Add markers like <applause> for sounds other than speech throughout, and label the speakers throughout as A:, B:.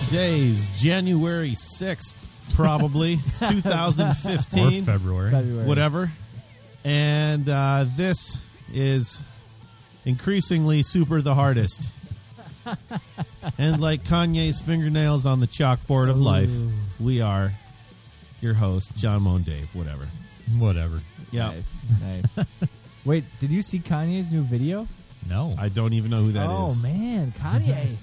A: Today's January 6th, probably.
B: <laughs>
A: It's 2015.
C: Or February.
B: February.
A: Whatever. And uh, this is increasingly super the hardest. and like Kanye's fingernails on the chalkboard of life, we are your host, John Moan Dave, whatever.
C: Whatever.
A: Yeah.
B: Nice. Nice. <laughs> Wait, did you see Kanye's new video?
C: No.
A: I don't even know who that is.
B: oh man,
A: <laughs>
B: Kanye.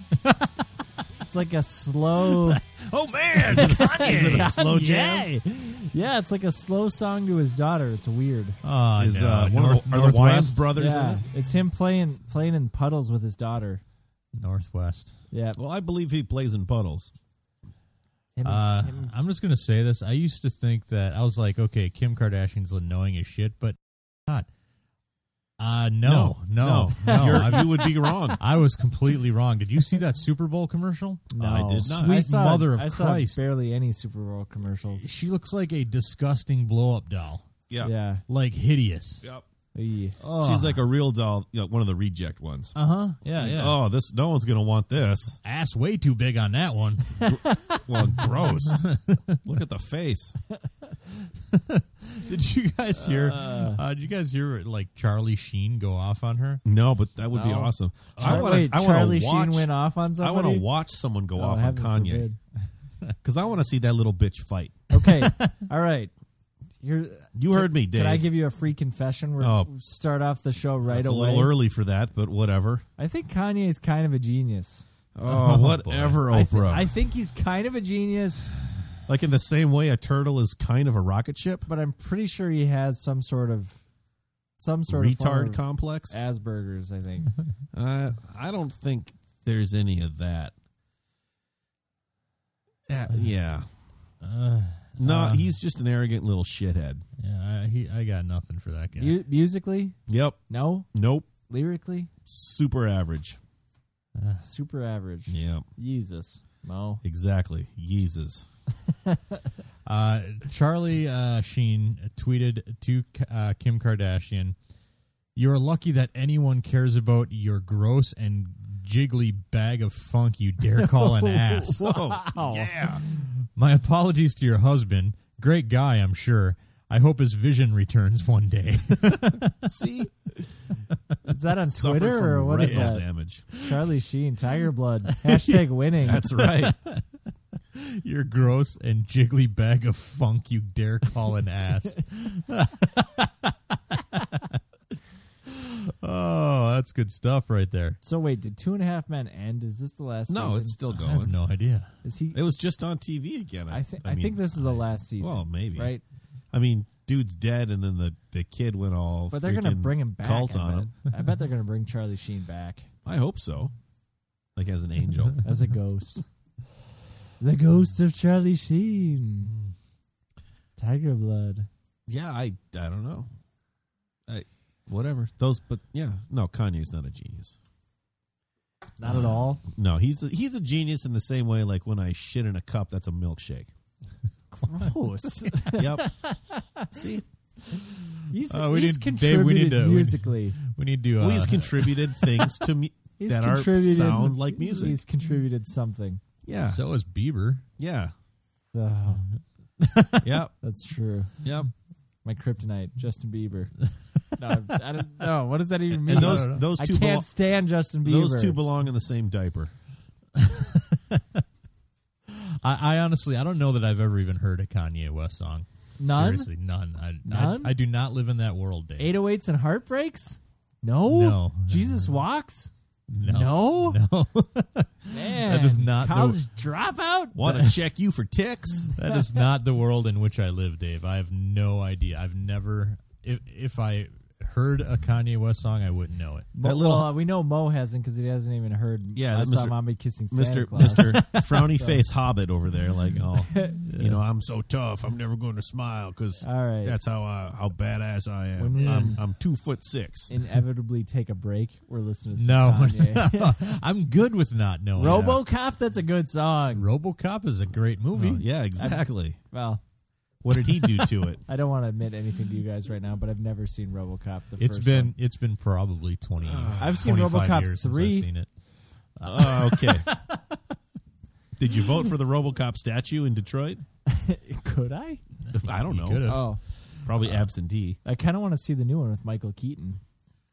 B: it's like a slow
C: oh <laughs> man.
A: Is
B: <laughs>
A: it a slow jam?
B: Yay! Yeah, it's like a slow song to his daughter. It's weird.
C: oh,
A: Is
C: no.
A: uh, one
C: North,
A: of the, are the Wayans
C: Northwest.
A: brothers
B: yeah,
A: in it?
B: it's him playing playing in puddles with his daughter.
C: Northwest.
B: Yeah,
A: Well, I believe he plays in puddles.
B: him,
C: Uh,
B: him-
C: I'm just gonna say this. I used to think that I was like, okay, Kim Kardashian's annoying as shit, but not. Uh, no, no,
A: <laughs>
C: no.
A: You're-
C: I,
A: you would be wrong.
C: <laughs> I was completely wrong. Did you see that Super Bowl commercial?
B: no,
A: I did not.
B: Sweet
C: I saw-
B: saw,
C: mother of
B: I saw
C: Christ.
B: barely any Super Bowl commercials.
C: She looks like a disgusting blow-up doll,
A: <laughs> Yeah.
B: Yeah,
C: like hideous.
A: Yep.
B: Eey.
A: She's like a real doll, you know, one of the reject ones.
C: uh huh, yeah, yeah.
A: Oh, this no one's gonna want this.
C: Ass way too big on that one. <laughs>
A: <laughs> Well, gross. Look at the face.
C: Did you guys hear? Uh, did you guys hear like Charlie Sheen go off on her?
A: No, but that would be
B: No.
A: awesome. I
B: Char-
A: want to.
B: wait,
A: I want
B: Charlie
A: to
B: Sheen
A: watch.
B: went off on
A: I
B: somebody.
A: want to watch someone go
B: Oh,
A: off on
B: heaven
A: Kanye
B: forbid.
A: because I want to see that little bitch fight.
B: Okay,
A: <laughs>
B: all right. Here,
A: You heard me, Dave.
B: Can I give you a free confession? We're
A: Oh.
B: we start off the show right
A: It's a
B: away.
A: little early for that, but whatever.
B: I think Kanye is kind of a genius.
A: <laughs> Oh, whatever,
B: I, thi-
A: Oprah.
B: I think he's kind of a genius,
A: like in the same way, a turtle is kind of a rocket ship.
B: but I'm pretty sure he has some sort of some sort of form
A: Retard
B: of
A: complex.
B: Asperger's. I
A: <laughs>
B: think.
A: Uh, I don't think there's any of that. Uh, yeah.
C: Uh,
A: No,
C: Uh,
A: he's just an arrogant little shithead.
C: yeah, I, he, I got nothing for that guy.
B: Mu- musically,
A: Yep.
B: no.
A: Nope.
B: Lyrically,
A: Super average.
B: super average.
A: Yeah.
B: Jesus,
A: <laughs>
B: Mo.
A: Exactly. Yeezus.
C: Uh, Charlie uh, Sheen tweeted to uh, Kim Kardashian, "You're lucky that anyone cares about your gross and jiggly bag of funk you dare call an ass.
A: Whoa. Oh, Yeah.
C: My apologies to your husband. Great guy, I'm sure. I hope his vision returns one day." <laughs>
A: See?
B: Is that on
A: Suffer from
B: Twitter or what is
A: retinal
B: that?
A: damage.
B: Charlie Sheen,
A: <laughs>
B: Tiger Blood, hashtag winning.
A: That's
B: <laughs>
A: right.
C: your gross and jiggly bag of funk you dare call an ass. <laughs> oh, that's good stuff right there.
B: So wait, did Two and a Half Men end? Is this the last?
A: no,
B: season?
A: it's still
C: I have
A: going.
C: no idea.
B: Is he?
A: It was just on TV again.
B: I think. I,
A: mean,
B: think this is the last season.
A: Well, maybe.
B: right?
A: I mean, dude's dead, and then the, the kid went all.
B: But they're gonna
A: freaking
B: bring him back.
A: Cult
B: I
A: on
B: bet.
A: him.
B: I bet they're gonna bring Charlie Sheen back
A: I hope so. Like as an
B: <laughs>
A: angel.
B: as a ghost. the ghost of Charlie Sheen. Tiger blood.
A: Yeah, I I don't know. I whatever. Those but yeah, no, Kanye's not a genius.
B: Not at all.
A: No, he's a, he's a genius in the same way like when I shit in a cup that's a milkshake. <laughs>
B: Gross.
A: Yep. See?
B: he's
A: Oh,
C: Uh, we
B: he's
C: need- Dave,
B: contributed
C: we need to- we-
B: musically.
C: We need to. Uh,
A: Well, he's
B: <laughs>
A: contributed things to me
B: He's
A: that are
B: contributed
A: sound like music.
B: He's contributed something.
A: yeah.
C: So is Bieber.
A: yeah.
B: Oh,
A: Yep.
B: that's true. <laughs>
A: Yep.
B: My kryptonite,
A: <laughs>
B: Justin Bieber. No, I, I don't know. What does that even mean?
A: And those
C: I don't know.
A: those
B: I
A: two
B: can't
A: belo-
B: stand Justin Bieber.
A: those two belong in the same diaper.
C: I, I honestly, I don't know that I've ever even heard a Kanye West song.
B: None?
C: Seriously, none. I,
B: None?
C: I, I do not live in that world, Dave.
B: 808s and heartbreaks? No.
C: No.
B: Jesus walks?
C: No.
B: No?
C: No.
B: Man.
C: is not the-
B: college dropout.
A: Want
B: <laughs>
A: to check you for ticks?
C: <laughs> that is not the world in which I live, Dave. I have no idea. I've never. If, if I heard a Kanye West song, I wouldn't know it.
B: Mo,
A: That little-
B: well, we know Mo hasn't because he hasn't even heard.
A: Yeah,
B: I
A: that
B: saw
A: Mr.
B: mommy kissing Santa
A: Mr.
B: Claus.
C: <laughs>
A: Mr.
B: <laughs>
A: Frowny Face Hobbit over there, like, oh, you know, I'm so tough, I'm never going to smile because
B: All right.
A: that's how I, how badass I
B: When
A: am.
B: we-
A: I'm, I'm two foot six.
B: Inevitably take a break. We're listening to
C: No, Oh,
B: some
C: <laughs>
B: Kanye.
C: I'm good with not knowing.
B: RoboCop. That's a good song.
C: RoboCop is a great movie.
A: Oh, yeah, exactly.
B: Well,
A: What did he do to
C: <laughs>
A: it?
B: I don't want to admit anything to you guys right now, but I've never seen RoboCop. The
C: It's
B: first
C: been
B: one.
C: it's been probably twenty.
B: I've seen
C: 25
B: RoboCop
C: years since
B: 3.
C: I've seen it.
A: Oh, okay. Did you vote for the RoboCop statue in
C: <laughs>
A: Detroit?
B: <laughs> Could I?
A: I don't
C: You
A: know.
C: could've.
B: Oh,
A: Probably absentee.
B: I kind of want to see the new one with Michael Keaton.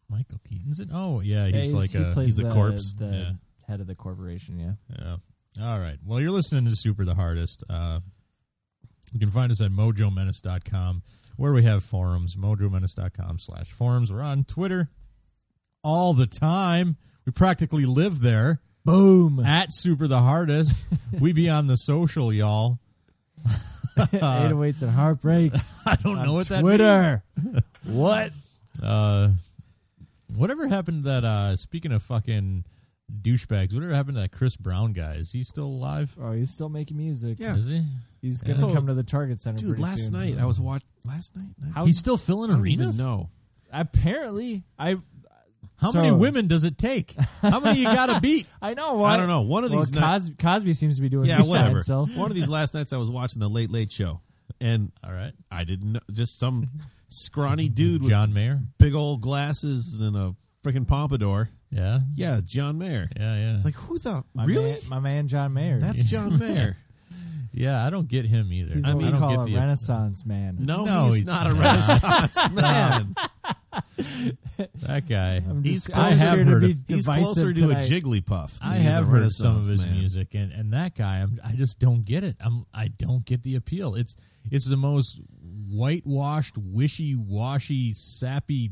C: Michael Keaton's in. Oh yeah,
B: Yeah,
C: he's like
B: he
C: a.
B: plays
A: he's a
B: the-
A: corpse.
B: The
C: Yeah.
B: head of the corporation.
A: <laughs>
B: Yeah.
C: Yeah. All right. Well, you're listening to Super the Hardest. Uh, you can find us at mojomenace.com, where we have forums, mojomenace.com slash forums. We're on Twitter all the time. We practically live <laughs> there
B: <laughs> Boom.
C: at Super the Hardest. we be on the social, y'all.
B: 808s
A: <laughs>
B: and heartbreaks.
C: <laughs> I don't know what that
B: Twitter. <laughs> what?
C: means. Uh, whatever happened to that, uh, speaking of fucking douchebags, whatever happened to that Chris Brown guy? Is he still alive?
B: Oh, he's still making music.
A: Yeah.
C: Is he?
B: He's gonna
A: So-
B: come to the Target Center.
A: Dude,
B: pretty
A: last
B: soon.
A: night I was watching. Last night,
B: How-
C: He's still filling
A: I don't even
C: arenas?
A: know.
B: Apparently, I
C: How
B: So-
C: many women does it take? How many you
A: <laughs>
C: gotta beat?
B: I know. Why,
A: I don't know. One of
B: Well,
A: these nights,
B: Cos- Cosby seems to be doing
A: yeah,
B: just
A: whatever.
B: That, so.
A: One of these last nights I was watching the Late Late Show, and
C: All right,
A: I didn't know, just
C: <laughs>
A: some scrawny dude with
C: John Mayer.
A: big old glasses and a freaking pompadour.
C: Yeah,
A: Yeah, John Mayer.
C: yeah, yeah.
A: It's like who the
B: My
A: really?
B: man, my man John Mayer.
A: That's John
C: <laughs>
A: Mayer.
C: yeah, I don't get him either.
B: he's
A: I
C: I,
B: what
A: mean-
B: we
C: don't
B: call
C: get
B: a
C: the
B: Renaissance man.
A: No,
C: No,
A: he's,
C: he's
A: not a Renaissance <laughs> man.
C: <laughs> that guy.
B: I'm
A: He's
B: just, I'm
C: closer- I
B: here
C: have
B: to
C: heard
B: be
C: of-
A: He's
B: divisive
A: closer to
B: tonight.
A: a Jigglypuff. than
C: I
A: he is a
C: have heard some of
A: Renaissance
C: his
A: man.
C: music, and, and that guy, I'm, I just don't get it. I'm I don't get the appeal. It's it's the most whitewashed, wishy washy, sappy,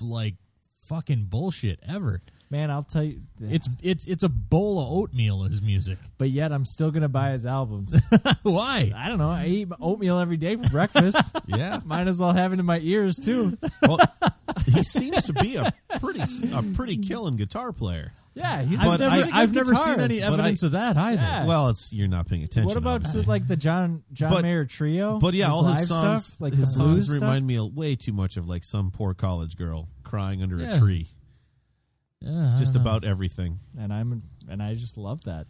C: like fucking bullshit ever.
B: Man, I'll tell you.
C: It's it's it's a bowl of oatmeal. His music.
B: <laughs> but yet I'm still gonna buy
A: <laughs>
B: his albums.
C: Why?
B: I don't know. I eat oatmeal every day for breakfast.
A: <laughs> Yeah,
B: Might as well have it in my ears too.
A: well, he seems to be a pretty a pretty killing guitar player.
B: Yeah, he's.
A: But
B: a,
A: I-
B: he's a good
C: I've never seen
B: guitarist.
C: any
A: But I-
C: evidence of that either.
B: Yeah.
A: Well, it's you're not paying attention.
B: What about
A: obviously.
B: just, like the John John
A: But-
B: Mayer trio?
A: But yeah, all his
B: live
A: songs,
B: stuff, like
A: his
B: the blues
A: songs
B: stuff?
A: remind me way too much of like some poor college girl crying under
C: Yeah.
A: a tree.
C: Yeah, I don't
A: Just
C: know.
A: about everything. <laughs>
B: and I'm and I just love that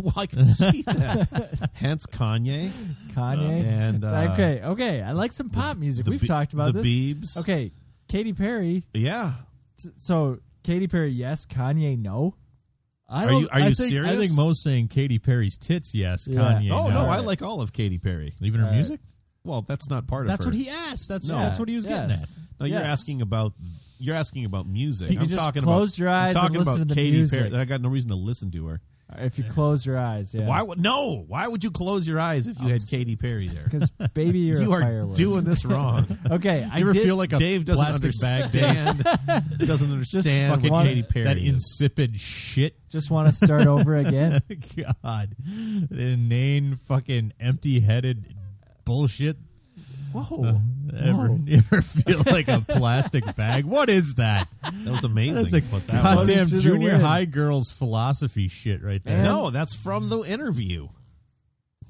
A: well, I can see that. Hence Kanye
B: Kanye. <laughs>
A: and uh,
B: okay, okay. I like some pop music.
A: the
B: We've
A: Be-
B: talked about
A: the
B: this.
A: Biebs.
B: Okay, Katy Perry.
A: Yeah,
B: S- So Katy Perry, yes. Kanye, no.
C: I
A: Are
C: don't-
A: you- are
C: I
A: you
C: think, I
A: serious?
C: think Mo's saying Katy Perry's tits. Yes,
B: Yeah.
C: Kanye.
A: Oh no, I
B: right.
A: like all of Katy Perry.
C: even her
B: All right.
C: music.
A: Well, that's not part
C: That's
A: of her.
C: what he asked. That's
A: No.
C: that's what he was getting
B: Yes.
C: at.
A: No, you're
B: Yes.
A: asking about you're asking about music.
B: You
A: I'm
B: can just
A: talking
B: close
A: about
B: your
A: I'm
B: eyes and
A: talking
B: listen
A: about
B: to the
A: Katy Perry.
B: music.
A: I got no reason to listen to her.
B: If you close your eyes, yeah.
A: Why would no? Why would you close your eyes if you had Katy Perry there?
B: Because baby, you're
A: <laughs> You
B: a
A: are
B: firework.
A: doing
B: <laughs>
A: this wrong.
B: okay,
A: <laughs>
B: I
C: You ever
B: did,
C: feel like a
A: Dave doesn't
C: plastic bag?
A: <laughs> understand.
B: <laughs>
C: Dave?
A: doesn't understand
C: fucking
A: what
B: one-
A: Katy Perry
C: that
A: is.
C: insipid shit. <laughs>
B: just want to start
A: <laughs>
B: over again.
C: God, that inane fucking empty-headed bullshit.
B: Whoa,
C: Ever, ever feel like a plastic bag? What is that?
A: That was amazing.
C: That's
A: is
C: like
A: what that was.
C: goddamn
B: Through the
C: junior
B: wind.
C: high girls philosophy shit right there.
B: Man.
A: No, that's from the interview.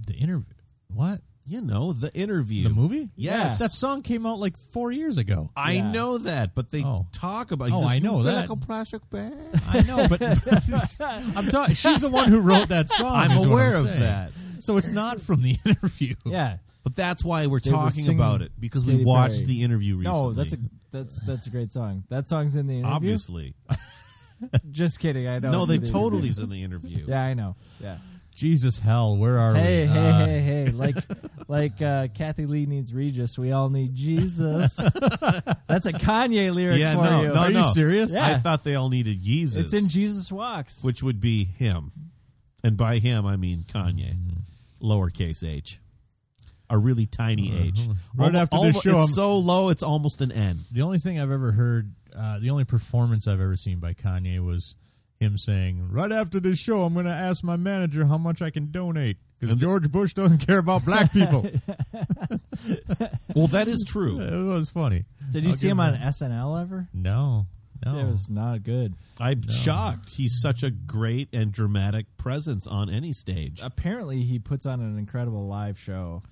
C: the interview. What
A: You know the interview.
C: the movie?
A: Yes.
C: that song came out like four years ago.
A: I
B: Yeah.
A: know that, but they
C: Oh.
A: talk about. he
C: Oh,
A: says,
C: I
A: "You
C: know
A: feel
C: that."
A: Like a plastic bag.
C: I know, but I'm talking. She's the one who wrote that song.
A: I'm
C: is what
A: aware of
C: saying.
A: that.
C: So it's not from the <laughs> interview.
B: yeah.
A: But that's why we're
B: They were
A: talking
B: singing
A: about it because we
B: Katy
A: watched
B: Perry.
A: the interview recently.
B: No, that's a that's that's a great song. That song's in the interview.
A: obviously.
B: Just kidding. I know.
A: No,
B: it's
A: they
B: in the interview.
A: totally's in the interview.
B: <laughs> Yeah, I know. Yeah.
C: Jesus hell, where are
B: Hey,
C: we?
B: hey,
C: Uh,
B: hey, hey! Like, <laughs> like uh, Kathy Lee needs Regis. We all need
C: <laughs>
B: Jesus. That's a Kanye lyric
A: Yeah,
B: for
A: no,
B: you.
A: no,
C: Are you
A: no.
C: serious?
B: Yeah.
A: I thought they all needed Yeezus,
B: It's in Jesus Walks.
A: which would be him, and by him I mean Kanye,
B: Mm-hmm.
A: lowercase h, a really tiny
B: Uh-huh.
A: h.
C: Right
A: Almo-
C: after this
A: almo-
C: show,
A: it's
C: I'm-
A: so low it's almost an N.
C: The only thing I've ever heard, uh, the only performance I've ever seen by Kanye was him saying, "Right after this show, I'm going to ask my manager how much I can donate because George Bush doesn't care about black people."
A: Well, that is
B: <laughs>
A: true.
C: it was funny.
B: Did you
C: I'll
B: see him
C: give
B: on
C: him
B: SNL ever?
C: No, no.
B: It was not good.
A: I'm shocked. He's such a great and dramatic presence on any stage.
B: Uh, Apparently, he puts on an incredible live show.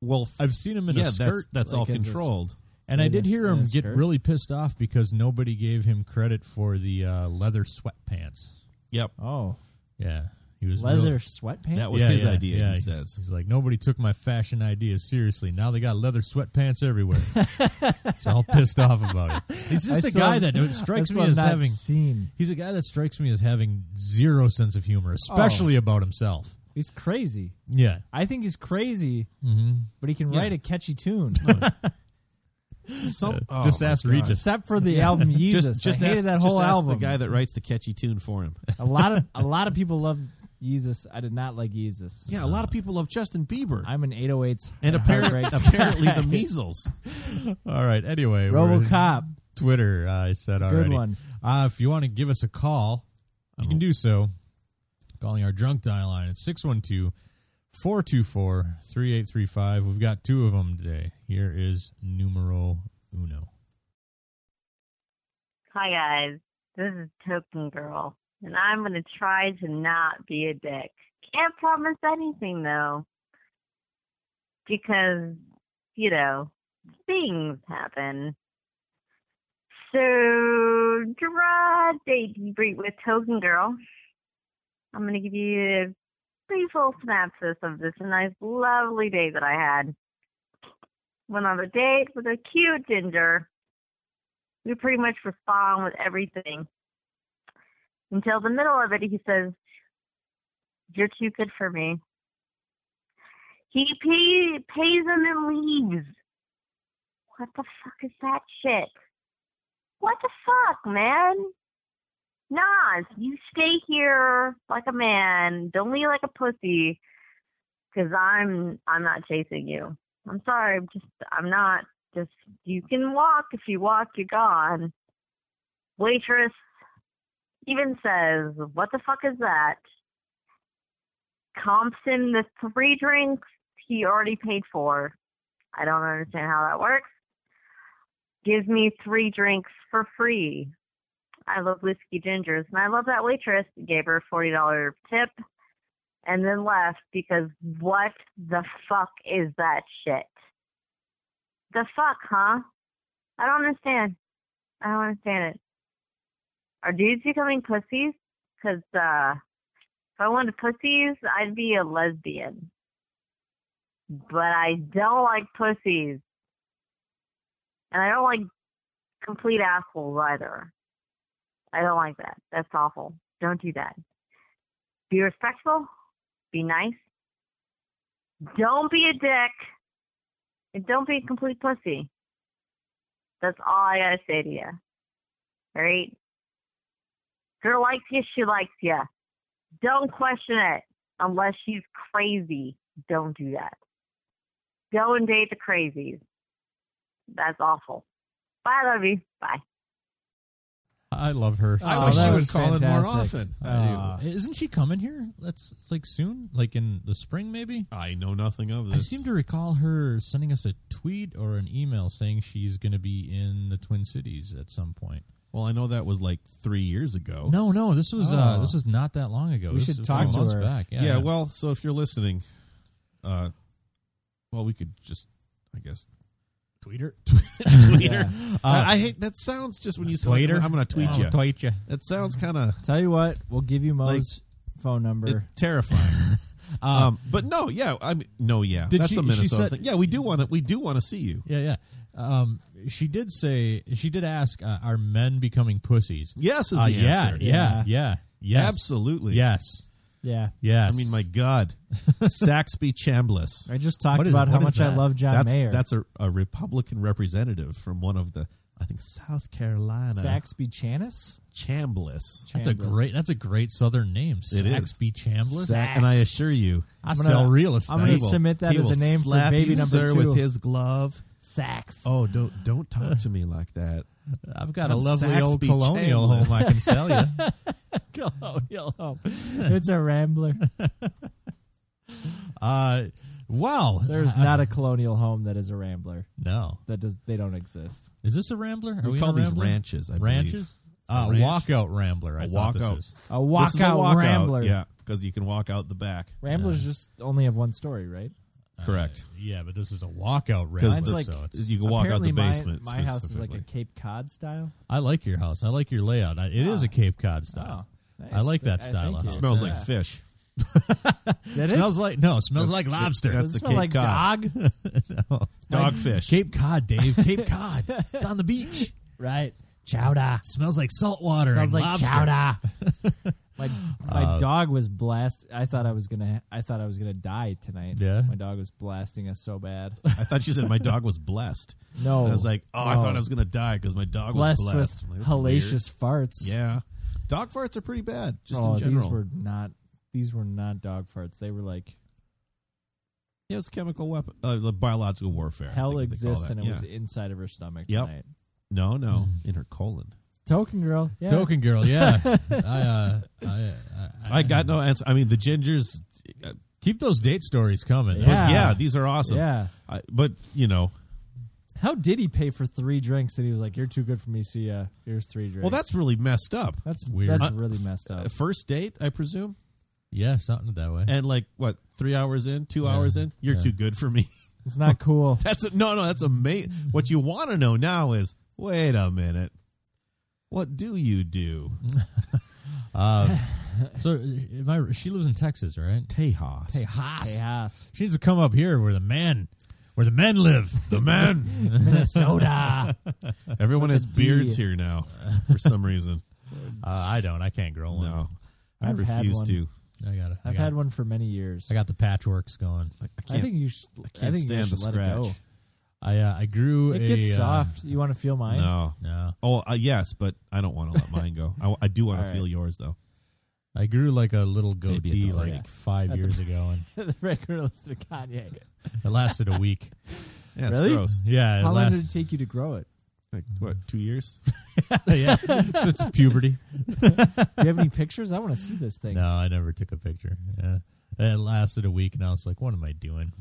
A: Well, f-
C: I've seen him in
A: yeah,
C: a
A: that's
C: skirt.
A: that's
B: like,
A: all
B: as a s-
A: controlled.
C: And I
B: In
C: did
B: a-
C: hear
B: in
C: him
B: a
C: get
B: skirt?
C: really pissed off because nobody gave him credit for the uh, leather sweatpants.
B: <laughs>
A: Yep,
B: Oh,
C: Yeah, he was
B: leather
C: real-
B: sweatpants.
A: That was
C: Yeah,
A: his
C: yeah,
A: idea,
C: yeah,
A: he
C: he's-
A: says.
C: he's like nobody took my fashion ideas seriously. Now they got leather
B: <laughs>
C: sweatpants everywhere. he's all pissed off about it. He's just
B: I
C: a
B: still-
C: guy that strikes
B: That's
C: me
B: what I'm
C: as
B: not
C: having.
B: seen. Oh.
C: He's a guy that strikes me as having zero sense of humor, especially about himself.
B: He's crazy.
C: Yeah.
B: I think he's crazy,
C: Mm-hmm.
B: but he can
A: Yeah.
B: write a catchy
A: <laughs>
B: tune.
A: Some, oh
C: just
A: my
C: ask
A: God.
C: Regis.
B: Except for the album Jesus.
A: Just, just
B: I hated
A: ask,
B: that
A: just
B: whole
A: ask
B: album.
A: the guy that writes the catchy tune for him. <laughs>
B: a lot of a lot of people love Jesus. I did not like Jesus.
A: Yeah, a lot of people love Justin Bieber. <laughs>
B: I'm an 808s
A: and apparently,
B: heartbreaks.
A: apparently <laughs> the measles.
C: All right. Anyway, we're-
B: RoboCop.
C: Twitter. I said
B: good
C: already.
B: one.
C: Uh, if you want to give us a call, you can do so. Calling our drunk dial line at 612 424 3835. We've got two of them today. Here is numero uno.
D: Hi guys, this is Token Girl, and I'm gonna try to not be a dick. Can't promise anything though, because you know things happen. So draw date debrief with Token Girl. I'm gonna give you a brief little synopsis of this nice, lovely day that I had. Went on a date with a cute ginger we pretty much respond with everything. Until the middle of it, he says, You're too good for me. He pay, pays him and leaves. What the fuck is that shit? What the fuck, man? Nas, you stay here like a man. Don't leave like a pussy. Cause I'm I'm not chasing you. I'm sorry, I'm just I'm not just you can walk if you walk you're gone waitress even says what the fuck is that comps him the three drinks he already paid for i don't understand how that works gives me three drinks for free i love whiskey gingers and i love that waitress gave her a forty dollar tip and then left because what the fuck is that shit the fuck, huh? I don't understand. I don't understand it. Are dudes becoming pussies? Because uh, if I wanted pussies, I'd be a lesbian. But I don't like pussies. And I don't like complete assholes either. I don't like that. That's awful. Don't do that. Be respectful. Be nice. Don't be a dick. And don't be a complete pussy. That's all I gotta say to you. Alright? Girl likes you, she likes you. Don't question it unless she's crazy. Don't do that. Go and date the crazies. That's awful. Bye, love you. Bye.
C: I love her.
A: I
B: Oh,
A: wish
B: that
A: she would
B: was
A: call in more
B: fantastic.
A: often.
C: I
B: Aw.
C: do. Isn't she coming here? That's it's like soon, like in the spring, maybe.
A: I know nothing of this.
C: I seem to recall her sending us a tweet or an email saying she's going to be in the Twin Cities at some point.
A: well, I know that was like three years ago.
C: No, no, this was uh,
B: Oh.
C: this was not that long ago.
B: We
C: This
B: should
C: was a
B: talk
C: few
B: to
C: months
B: her.
C: back.
A: yeah, Well, so if you're listening, uh, well, we could just, I guess, <laughs>
C: Tweeter.
B: Yeah.
A: I, I hate that sounds just when you say
C: Twitter?
A: I'm going to Uh, tweet Oh, you.
C: tweet you.
A: That sounds kind of
B: Tell you what, we'll give you Mo's phone
A: It-
B: number.
A: <laughs> terrifying. um, but no, yeah, I mean, no, yeah,
C: Did
A: that's
C: she-
A: a
C: she
A: Minnesota
C: said-
A: thing. Yeah, we do want to, we do want to see you.
C: Yeah, yeah. Um, she did say she did ask, uh, "Are men becoming pussies?"
A: Yes, is
C: Uh,
A: the
C: yeah,
A: answer.
C: yeah,
B: Yeah.
C: yeah, yes,
A: absolutely.
C: yes,
B: yeah.
C: yes.
A: I mean, my
B: <laughs>
A: God, Saxby Chambliss.
B: I just talked
C: What is-
B: about how
C: what is
B: much I
C: that?
B: love John
A: that's
B: Mayer.
A: that's a, a Republican representative from one of the, I think South Carolina.
B: Saxby Chanis.
A: Chambliss.
C: that's a
B: Chambliss.
C: great. That's a great Southern name.
A: It is.
C: Saxby Chambliss.
A: Sax- And I assure you,
C: I
B: gonna-
C: sell real estate.
B: I'm gonna
A: he will-
B: submit that
A: he
B: as
A: will
B: a name for
A: slap
B: baby
A: you,
B: number
A: sir,
B: two.
A: with his glove.
B: Sax. <laughs>
A: Oh, don't don't talk to me like that.
C: I've got a
A: I'm
C: lovely old
A: Saxby
C: colonial
A: Chambliss.
C: home I can sell you.
A: <laughs>
B: Colonial Home. It's a rambler.
C: Uh, wow.
B: There's
A: <laughs>
C: I-
B: not a colonial home that is a rambler.
C: no.
B: That does they don't exist.
C: Is this a rambler? Are
A: we
C: we
A: call
C: in a
A: these
C: rambler?
A: ranches, I believe.
C: ranches. Uh,
A: A ranch.
C: Walkout rambler. I
A: A
C: thought
A: walkout.
C: this is.
B: A walkout
A: This is a walkout,
B: rambler.
A: Yeah, because you can walk out the back.
B: Ramblers just only have one story, right?
A: Correct.
C: Yeah, but this is a walkout
A: Because
B: Mine's
C: rambler.
B: like-
C: so it's-
A: you can walk out the
B: Apparently my-
A: basement.
B: My, house is like a
A: specifically.
B: Cape Cod style.
C: I like your house. I like your layout. I, it is
A: Ah.
C: a Cape Cod style.
B: Oh, nice.
C: I like that
B: Th-
C: style
B: thank
C: of
B: you. <laughs>
C: house.
A: smells
B: Yeah.
A: like fish.
B: Did it?
C: Smells like no. Smells like lobster.
A: that's-
B: Does
A: the
B: it smell
A: Cape
B: like
A: Cod.
B: dog?
C: <laughs>
A: Dogfish.
C: Cape Cod, Dave.
A: <laughs>
C: Cape Cod. It's on the beach.
B: <laughs> right. Chowder.
C: Smells like salt water.
B: Smells
C: and
A: <laughs>
B: like
C: lobster.
B: chowder. My my
C: Uh,
B: dog was blast. I thought I was gonna. I thought I was gonna die tonight.
C: Yeah?
B: my dog was blasting us
A: <laughs>
B: so bad.
A: I thought you said my dog was blessed.
B: No,
A: I was like, oh, I
B: No.
A: thought I was gonna die because my dog
B: blessed,
A: was blessed. I'm
B: with
A: like, that's weird.
B: hellacious farts.
A: Yeah, dog farts are pretty bad. Just
B: oh,
A: in general,
B: these were not. These were not dog farts. They were like
A: yeah, it's chemical weapon, uh, the biological warfare. I
B: hell
A: think they call
B: exists,
A: that.
B: and it
A: Yeah.
B: was Mm. inside of her stomach
A: Yep.
B: tonight.
A: no, no, in her colon.
B: Token girl. Yeah.
C: Token
B: <laughs>
C: girl, yeah. I, uh, I, I,
A: I got no answer. I mean, the gingers. uh,
C: Keep those date stories coming.
A: But
B: Yeah.
A: yeah, these are awesome.
B: Yeah.
A: I, but you know,
B: How did he pay for three drinks? And he was like, "You're too good for me. See ya. Here's three drinks."
A: well, that's really messed up.
B: that's
C: weird.
B: That's
A: Uh,
B: really messed up.
A: Uh, First date, I presume,
C: Yeah, something that way.
A: and like what, three hours in, two
C: Yeah.
A: hours in, you're
C: Yeah.
A: too good for me.
B: It's not cool.
A: That's a, no, no. That's amazing. What you want to know now is, wait a minute, what do you
B: <laughs>
A: do?
C: Uh, so, am I, she lives in Texas, right?
A: Tejas,
B: Chaos.
C: She needs to come up here where the men, where the men live.
A: <laughs> the man.
B: Minnesota.
A: Everyone has
B: D.
A: beards here
B: <laughs>
A: now for some reason.
C: <laughs> Uh, I don't. I can't grow one.
A: No, I
B: I've had
A: refuse
B: one.
A: to.
C: I got it.
B: I've had one for many years.
C: I got the patchworks going.
B: I think you should. I,
A: can't
B: think you
A: stand
B: should
A: the
B: let it go.
A: scratch.
C: I uh, I grew.
B: It
C: a,
B: gets
C: uh,
B: soft. You want to feel mine?
A: No.
C: no,
A: Oh uh, yes, but I don't want to let mine go. I, I do want
B: All
A: to
B: right.
A: feel yours though.
C: I grew like a little
A: Maybe a
C: goatee
A: dog.
C: like
B: Yeah.
C: five
B: At the-
C: years ago,
B: <laughs>
C: and
B: the regular list of Kanye.
C: it lasted a <laughs> week.
A: Yeah, it's
B: Really?
A: gross.
C: Yeah, it
B: How long
C: last-
B: did it take you to grow it?
A: Like what? Two years?
C: <laughs> yeah, since <laughs> puberty.
B: Do you have any pictures? I want to see this thing.
C: No, I never took a picture. Yeah, it lasted a week, and I was like, "What am I doing?"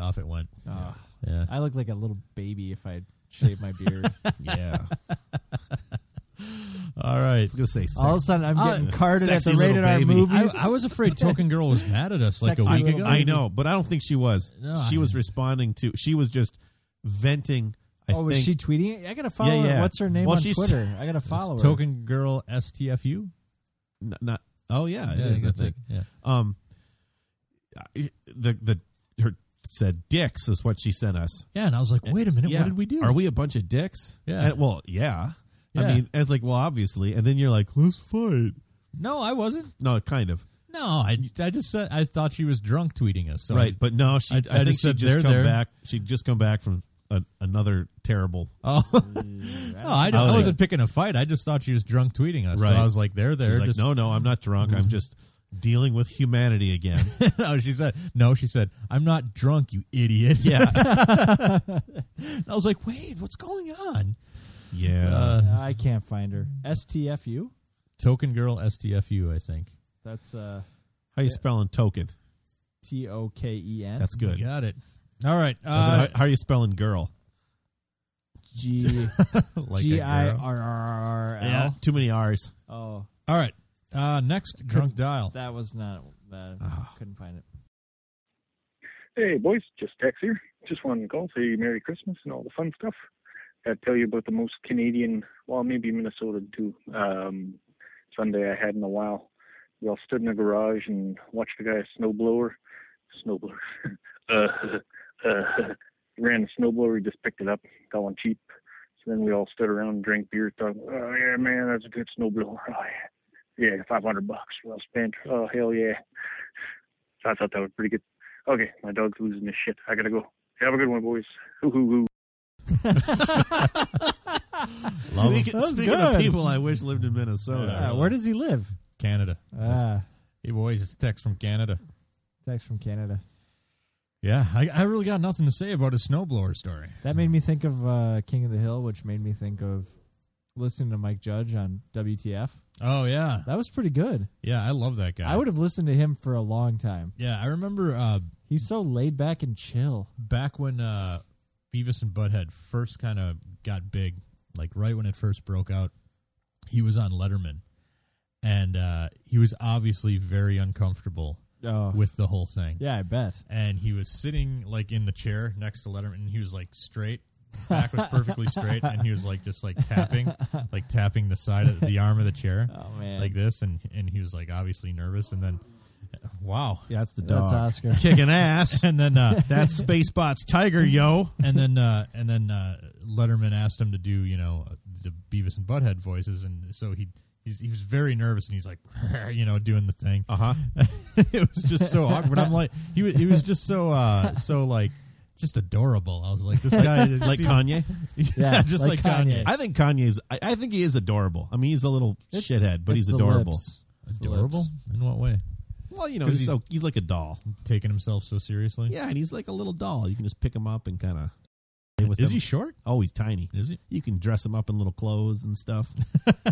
C: Off it went.
B: Oh,
C: Yeah,
B: I look like a little baby if I shave my beard.
A: <laughs> Yeah. I
C: all right.
A: was gonna say sex.
B: All of a sudden, I'm
C: Uh,
B: getting carded at
A: sexy
B: the rated
A: little
B: R
A: baby.
C: I,
B: movies.
C: I was afraid Token Girl was mad at us like a
B: Sexy
C: week
B: little
C: ago.
A: I know, but I don't think she was.
C: No,
A: she
C: I-
A: was responding to. She was just venting. I
B: oh, was
A: think
B: she tweeting it? I gotta follow her.
A: yeah.
B: What's her name
A: Well, <laughs>
B: on
A: she's-
B: Twitter? I gotta
C: It's
B: follow her.
C: Token Girl STFU.
A: n- not. Oh yeah, it
C: Yeah,
A: is, I
C: that's
A: think.
C: it. Yeah.
A: Um, I- the the her said dicks is what she sent us.
C: Yeah, and I was like, wait a minute,
A: Yeah.
C: what did we do?
A: Are we a bunch of dicks?
C: Yeah.
A: And- well, yeah.
C: Yeah.
A: I mean, it's like, well, obviously, and then you're like, let's fight.
C: No, I wasn't.
A: No, kind of.
C: No, I, I just said I thought she was drunk tweeting us. So
A: right, but no, she. I,
C: I- I
A: think
C: just
A: she
C: said
A: just
C: they're
A: come
C: there.
A: back. She'd just come back from a, another terrible.
C: Oh, <laughs> no, I,
A: Oh, I
C: I
A: was
C: wasn't
A: like-
C: picking a fight. I just thought she was drunk tweeting us. So
A: Right.
C: I was like, they're
A: She's
C: there.
A: like,
C: just
A: no, no, I'm not drunk. I'm just dealing with humanity
C: <laughs>
A: again.
C: no, she said no. She said, I'm not drunk, you idiot.
A: Yeah,
C: <laughs> I was like, wait, what's going on?
A: yeah.
C: Uh,
B: No, I can't find her. STFU.
C: Token girl STFU. I think
B: That's uh,
A: How you spelling token?
B: T O K E N
A: That's good.
C: You got it. All right, uh,
A: how, how are you spelling girl? <laughs>
B: G
C: <laughs> like a
B: G I R
C: girl.
B: R R R
A: Yeah,
B: L.
A: too many R's.
B: Oh,
C: All right, uh, next drunk dial.
B: that was not that.
A: Oh.
B: Couldn't find it.
A: <laughs>
B: <laughs>
E: Hey, boys, just Tex here. Just wanted to call, say Merry Christmas and all the fun stuff. I'd tell you about the most Canadian, well, maybe Minnesota too, um, Sunday I had in a while. We all stood in the garage and watched a guy, a snowblower, snowblower, <laughs> uh, <laughs> uh, ran a snowblower, he just picked it up, got one cheap. So then we all stood around and drank beer, talking, oh yeah, man, that's a good snowblower. Oh yeah, yeah, 500 bucks well spent. Oh, hell yeah. So I thought that was pretty good. Okay, my dog's losing his shit. I gotta go. Have a good one, boys. Hoo hoo hoo.
A: Speaking,
B: That was
A: speaking of
B: good.
A: people I wish lived in Minnesota.
C: Yeah,
B: Uh, where does he live?
C: Canada.
B: Ah,
C: hey boys, it's Tex from Canada.
B: text from Canada.
C: Yeah, I, I really got nothing to say about his snowblower story.
B: That made me think of uh, King of the Hill, which made me think of listening to Mike Judge on WTF.
C: Oh yeah,
B: That was pretty good.
C: yeah, I love that guy.
B: I would have listened to him for a long time.
C: Yeah, I remember uh,
B: He's so laid back and chill.
C: back when uh, Beavis and Butthead first kind of got big, like right when it first broke out. He was on Letterman, and uh, he was obviously very uncomfortable
B: Oh,
C: with the whole thing.
B: yeah, I bet.
C: And he was sitting like in the chair next to Letterman, and he was like straight. Back was perfectly straight, and he was like just like tapping, like tapping the side of the arm of the chair.
B: Oh man,
C: like this, and and he was like obviously nervous, and then wow,
A: Yeah, that's the dog.
B: that's
C: <laughs>
B: Oscar.
A: Kicking ass.
C: and then uh,
A: that's Spacebot's tiger,
B: <laughs>
A: yo.
C: and then uh, and then uh, Letterman asked him to do you know the Beavis and Butthead voices, and so he He's, he was very nervous, and he's like, <laughs> you know, doing the thing.
A: Uh
B: Uh-huh.
C: <laughs>
A: huh.
C: <laughs> it was just so awkward. I'm like, he was, he was just so uh, so like just adorable. I was <laughs> like,
A: <laughs>
C: this guy
A: Like
C: seemed-
A: Kanye.
C: yeah, just like, Kanye.
A: I think Kanye's. I, I think he is adorable. I mean, he's a little
B: It's-
A: shithead, but
B: it's
A: he's
B: the
A: adorable.
B: lips. It's the
C: Adorable
B: lips.
C: in what way?
A: Well, you know,
C: 'Cause
A: he's,
C: he's-
A: so he's like a doll.
C: Taking himself so seriously.
A: Yeah, and he's like a little doll. You can just pick him up and kind of play with
C: Is
A: him.
C: he short?
A: oh, he's tiny.
C: Is he?
A: You can dress him up in little clothes and stuff. <laughs>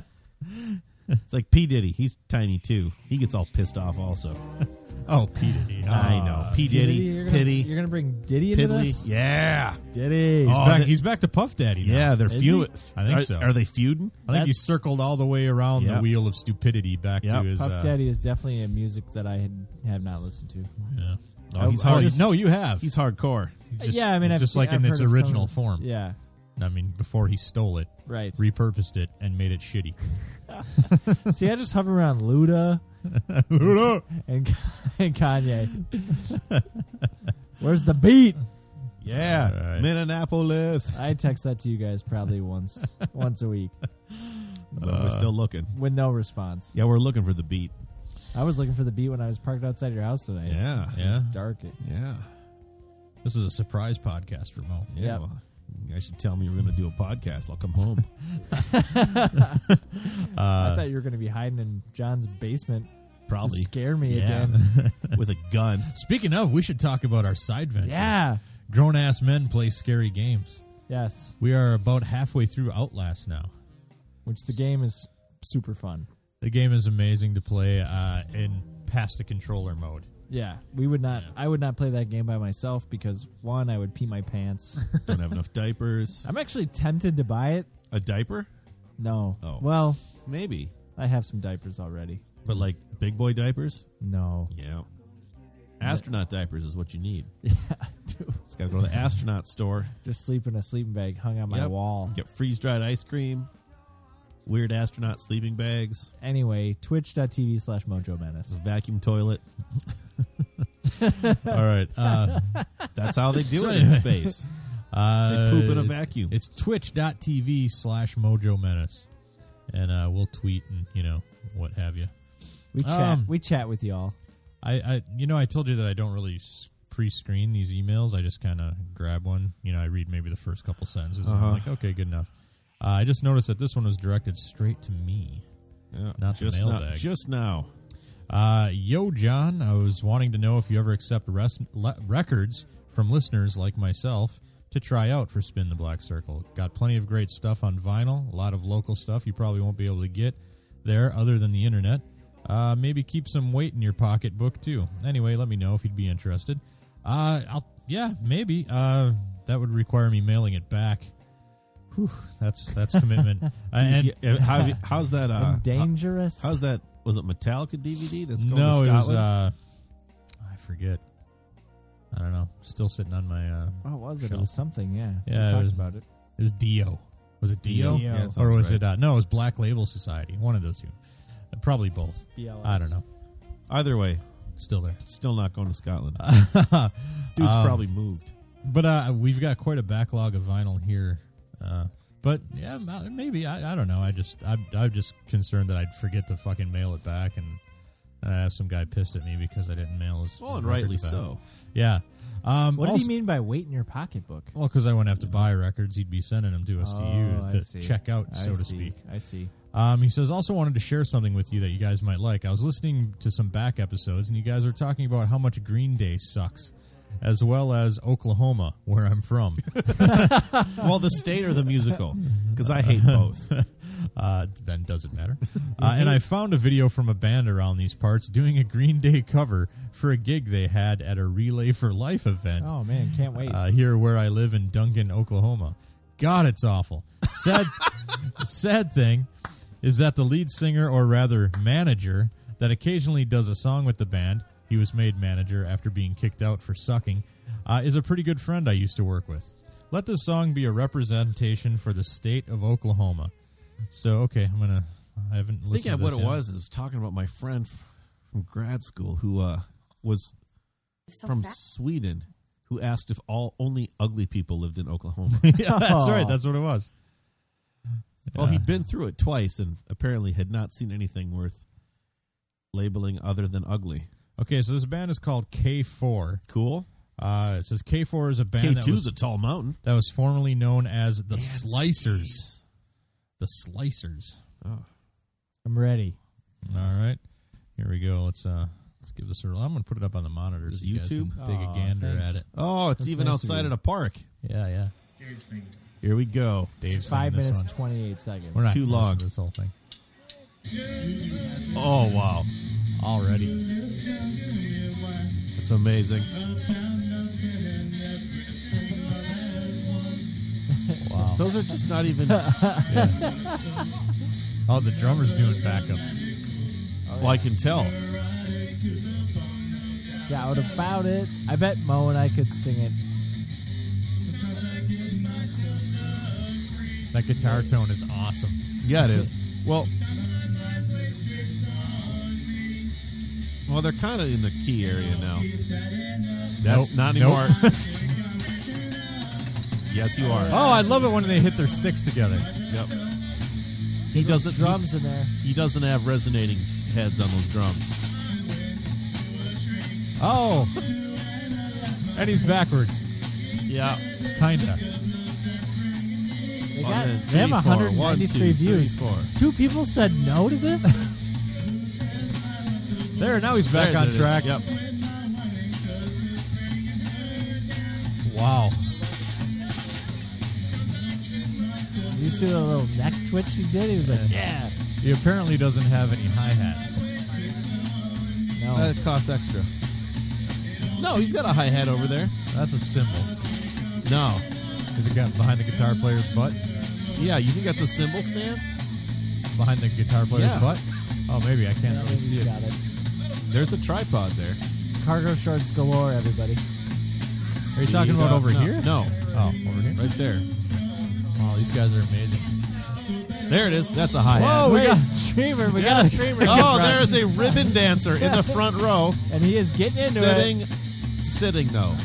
A: it's like P Diddy. He's tiny too. He gets all pissed off. Also,
C: <laughs> Oh, P Diddy.
A: I
C: Ah.
A: know P
B: Diddy,
A: Diddy,
B: you're gonna,
A: Pity,
B: You're gonna bring Diddy into
A: Piddly.
B: this?
A: Yeah,
B: Diddy.
C: He's
A: Oh,
C: back.
A: that-
C: he's back to Puff Daddy. Now.
A: yeah. They're
B: Is
A: feuding.
C: I think
A: are,
C: so.
A: Are they feuding?
C: I think he
B: That's-
C: circled all the way around
A: Yeah.
C: the wheel of stupidity back
A: Yeah.
C: to his.
B: Puff
C: uh,
B: Daddy is definitely a music that I had, have not listened to.
C: Yeah.
A: No, he's
C: Oh,
A: hard.
C: you- no, you have.
A: He's hardcore.
C: Just-
B: yeah, I mean, I've
C: just
B: seen-
C: like in
B: I've
C: its
B: heard of some of
C: original
B: the-
C: form.
B: Yeah,
C: I mean, before he stole it,
B: right.
C: repurposed it, and made it shitty.
B: See, I just hover around
A: <laughs>
B: Luda and, and Kanye. Where's the beat?
A: Yeah,
C: All right.
A: Minneapolis.
B: I text that to you guys
A: <laughs>
B: probably once once a week
A: But we're still looking.
B: with no response.
A: Yeah, we're looking for the beat.
B: I was looking for the beat when I was parked outside your house tonight.
A: Yeah,
C: yeah.
B: It's dark. It-
A: yeah.
C: This is a surprise podcast for Mo.
A: Yeah.
B: Yep.
A: well, you guys should tell me you are going to do a podcast. I'll come <laughs> home.
B: I thought you were going to be hiding in John's basement.
A: Uh, Probably.
B: To scare me
A: Yeah.
B: again.
A: <laughs> With a gun.
C: Speaking of, we should talk about our side venture.
B: Yeah.
C: Grown ass men play scary games.
B: Yes.
C: We are about halfway through Outlast now.
B: Which the game is super fun.
C: The game is amazing to play uh, in past the controller mode.
B: Yeah, we would not. I would not play that game by myself because one, I would pee
A: <laughs>
B: my pants.
A: Don't have enough diapers.
B: I'm actually tempted to buy it.
A: A diaper?
B: No.
A: Oh.
B: Well,
A: Maybe.
B: I have some diapers already.
A: But like big boy diapers?
B: No. <laughs>
A: Yeah. Astronaut diapers is what you need.
B: Yeah, I do.
A: Just got to go to the astronaut store,
B: Just sleep in a sleeping bag hung on my
A: Yep.
B: wall.
A: get freeze dried ice cream, weird astronaut sleeping bags,
B: Anyway, twitch.tv slash mojo menace.
A: vacuum toilet.
C: All right. Uh,
A: That's how they do it
C: <laughs>
A: in space. <laughs> They
C: uh,
A: poop in a vacuum.
C: It's twitch.tv slash mojo menace. And uh, we'll tweet and, you know, what have you.
B: We chat
C: Um,
B: we chat with y'all.
C: I, I you know, I told you that I don't really s- pre-screen these emails. I just kind of grab one. You know, I read maybe the first couple sentences. And
A: Uh-huh.
C: I'm like, okay, good enough. Uh, I just noticed that this one was directed straight to me.
A: Yeah,
C: not the
A: just now,
C: mailbag.
A: just now.
C: Uh, yo, John, I was wanting to know if you ever accept res- le- records from listeners like myself to try out for Spin the Black Circle. Got plenty of great stuff on vinyl, a lot of local stuff you probably won't be able to get there other than the internet. Uh, maybe keep some weight in your pocketbook too. Anyway, let me know if you'd be interested. Uh, I'll yeah, maybe. Uh, that would require me mailing it back. Whew, that's that's commitment. Uh, and
A: Yeah, how, how's
C: <laughs>
A: that? Uh, how-
B: dangerous.
A: how's that? Was it Metallica DVD that's going
C: no,
A: to
C: it was
A: Scotland?
C: uh, I forget. I don't know. Still sitting on my. Uh,
B: oh, was it? It
C: Shelf.
B: was something, yeah.
C: Yeah,
B: we
C: it
B: talked
C: was-
B: about it.
C: it was Dio. Was it Dio?
B: Dio.
A: Yeah, sounds
C: Or was
A: right.
C: it? Uh, no, it was Black Label Society. One of those two. Uh, Probably both.
B: BLS.
C: I don't know.
A: Either way,
C: Still there.
A: still not going to
C: <laughs>
A: Scotland. Dude's
C: Um,
A: probably moved.
C: But uh, we've got quite a backlog of vinyl here. Uh, but yeah, m- maybe I, I don't know. I just I'm, I'm just concerned that I'd forget to fucking mail it back, and I have some guy pissed at me because I didn't mail his.
A: Well, and
C: records
A: rightly
C: back.
A: so.
C: Yeah. Um,
B: What do
C: also-
B: you mean by weight in your pocketbook?
C: Well, because I wouldn't have to buy records. He'd be sending them to us
B: Oh, I
C: to you to
B: see.
C: check out, so
B: I
C: to
B: see,
C: speak.
B: I see.
C: Um, he says, also wanted to share something with you that you guys might like. I was listening to some back episodes, and you guys are talking about how much Green Day sucks, as well as Oklahoma, where I'm from. <laughs>
A: Well, the state or the musical? Because I
C: <laughs>
A: hate both.
C: uh, then doesn't
B: <laughs>
C: matter. Uh, and I found a video from a band around these parts doing a Green Day cover for a gig they had at a Relay for Life event.
B: Oh man, can't wait.
C: uh, here where I live in Duncan, Oklahoma. God, it's awful. Sad, sad thing is that the lead singer, or rather manager, that occasionally does a song with the band, he was made manager after being kicked out for sucking, uh, is a pretty good friend I used to work with. Let this song be a representation for the state of Oklahoma. So, okay, I'm gonna. I haven't.
A: I
C: Listened
A: think
C: to
A: I- what
C: this
A: it
C: yet.
A: was is I was talking about my friend from grad school who uh, was from Sweden who asked if all only ugly people lived in Oklahoma. <laughs>
C: <laughs> yeah, that's
B: Aw.
C: right. That's what it was.
A: Well, he'd been through it twice and apparently had not seen anything worth labeling other than ugly.
C: Okay, so this band is called K4.
A: Cool.
C: Uh, it says K4 is a band that
A: K2's
C: was,
A: a tall mountain.
C: that was formerly known as the Slicers.
A: Slicers.
C: The Slicers.
B: I'm ready.
C: All right, here we go. Let's uh, let's give this a. I'm gonna put it up on the monitor
A: Is
C: so you guys can
A: YouTube?
C: take a
B: Aw,
C: gander
B: thanks.
C: at it.
A: Oh, it's
B: That's
A: even
B: nice of
A: outside
B: you.
A: at a park.
C: Yeah, yeah.
A: Here we go.
C: Dave's
B: Five
C: singing this
B: minutes,
C: one.
B: 28 seconds.
C: We're not
A: too
C: gonna
A: long.
C: listen to This whole thing
A: Oh, wow.
C: already.
A: It's amazing.
C: Wow.
A: Those are just not
C: <laughs>
A: even. well,
C: oh, the drummer's doing backups.
A: I can tell.
B: Doubt about it. I bet Mo and I could sing it.
C: That guitar tone is awesome.
A: Yeah, it is. Well, well, they're kind of in the key area now. That's
C: Nope.
A: not
C: Nope.
A: anymore.
C: <laughs>
A: yes, you are.
C: Oh, I love it when they hit their sticks together.
A: Yep. He
B: Those
A: doesn't. Drum.
B: drums in there.
A: He, he doesn't have resonating s- heads on those drums.
C: Oh, and he's backwards,
A: Yeah.
C: kinda.
B: They
A: Oh,
B: got
A: yeah,
B: they
A: three, four.
B: have 193
A: One, two, three,
B: views.
A: four.
B: Two people said no to this.
C: There, now he's
A: There
C: back
A: it
C: on
A: is.
C: track.
A: Yep.
C: Wow.
B: <laughs> you see the little neck twitch he did? He was like, yeah.
C: He apparently doesn't have any Oh. hi hats.
B: No.
A: That costs extra. No, he's got a hi hat over there.
C: That's a symbol.
A: No.
C: Is it got behind the guitar player's butt?
A: Yeah, you think that's a cymbal stand?
C: Behind the guitar player's
A: Yeah.
C: butt? Oh, maybe I can't
B: yeah,
C: really see
B: he's
C: it.
B: got it.
A: There's a tripod there.
B: Cargo shorts galore, everybody.
C: Are you talking about over
A: No,
C: here?
A: No,
C: Oh, over here.
A: right there.
C: Oh, these guys are amazing.
A: There it is. That's a hi hat.
C: Whoa, we
B: Wait,
C: got-
B: streamer. We
C: Yeah.
B: got a streamer.
A: Oh, there is a ribbon dancer in the front row,
B: And he is getting into
A: sitting,
B: it.
A: sitting though.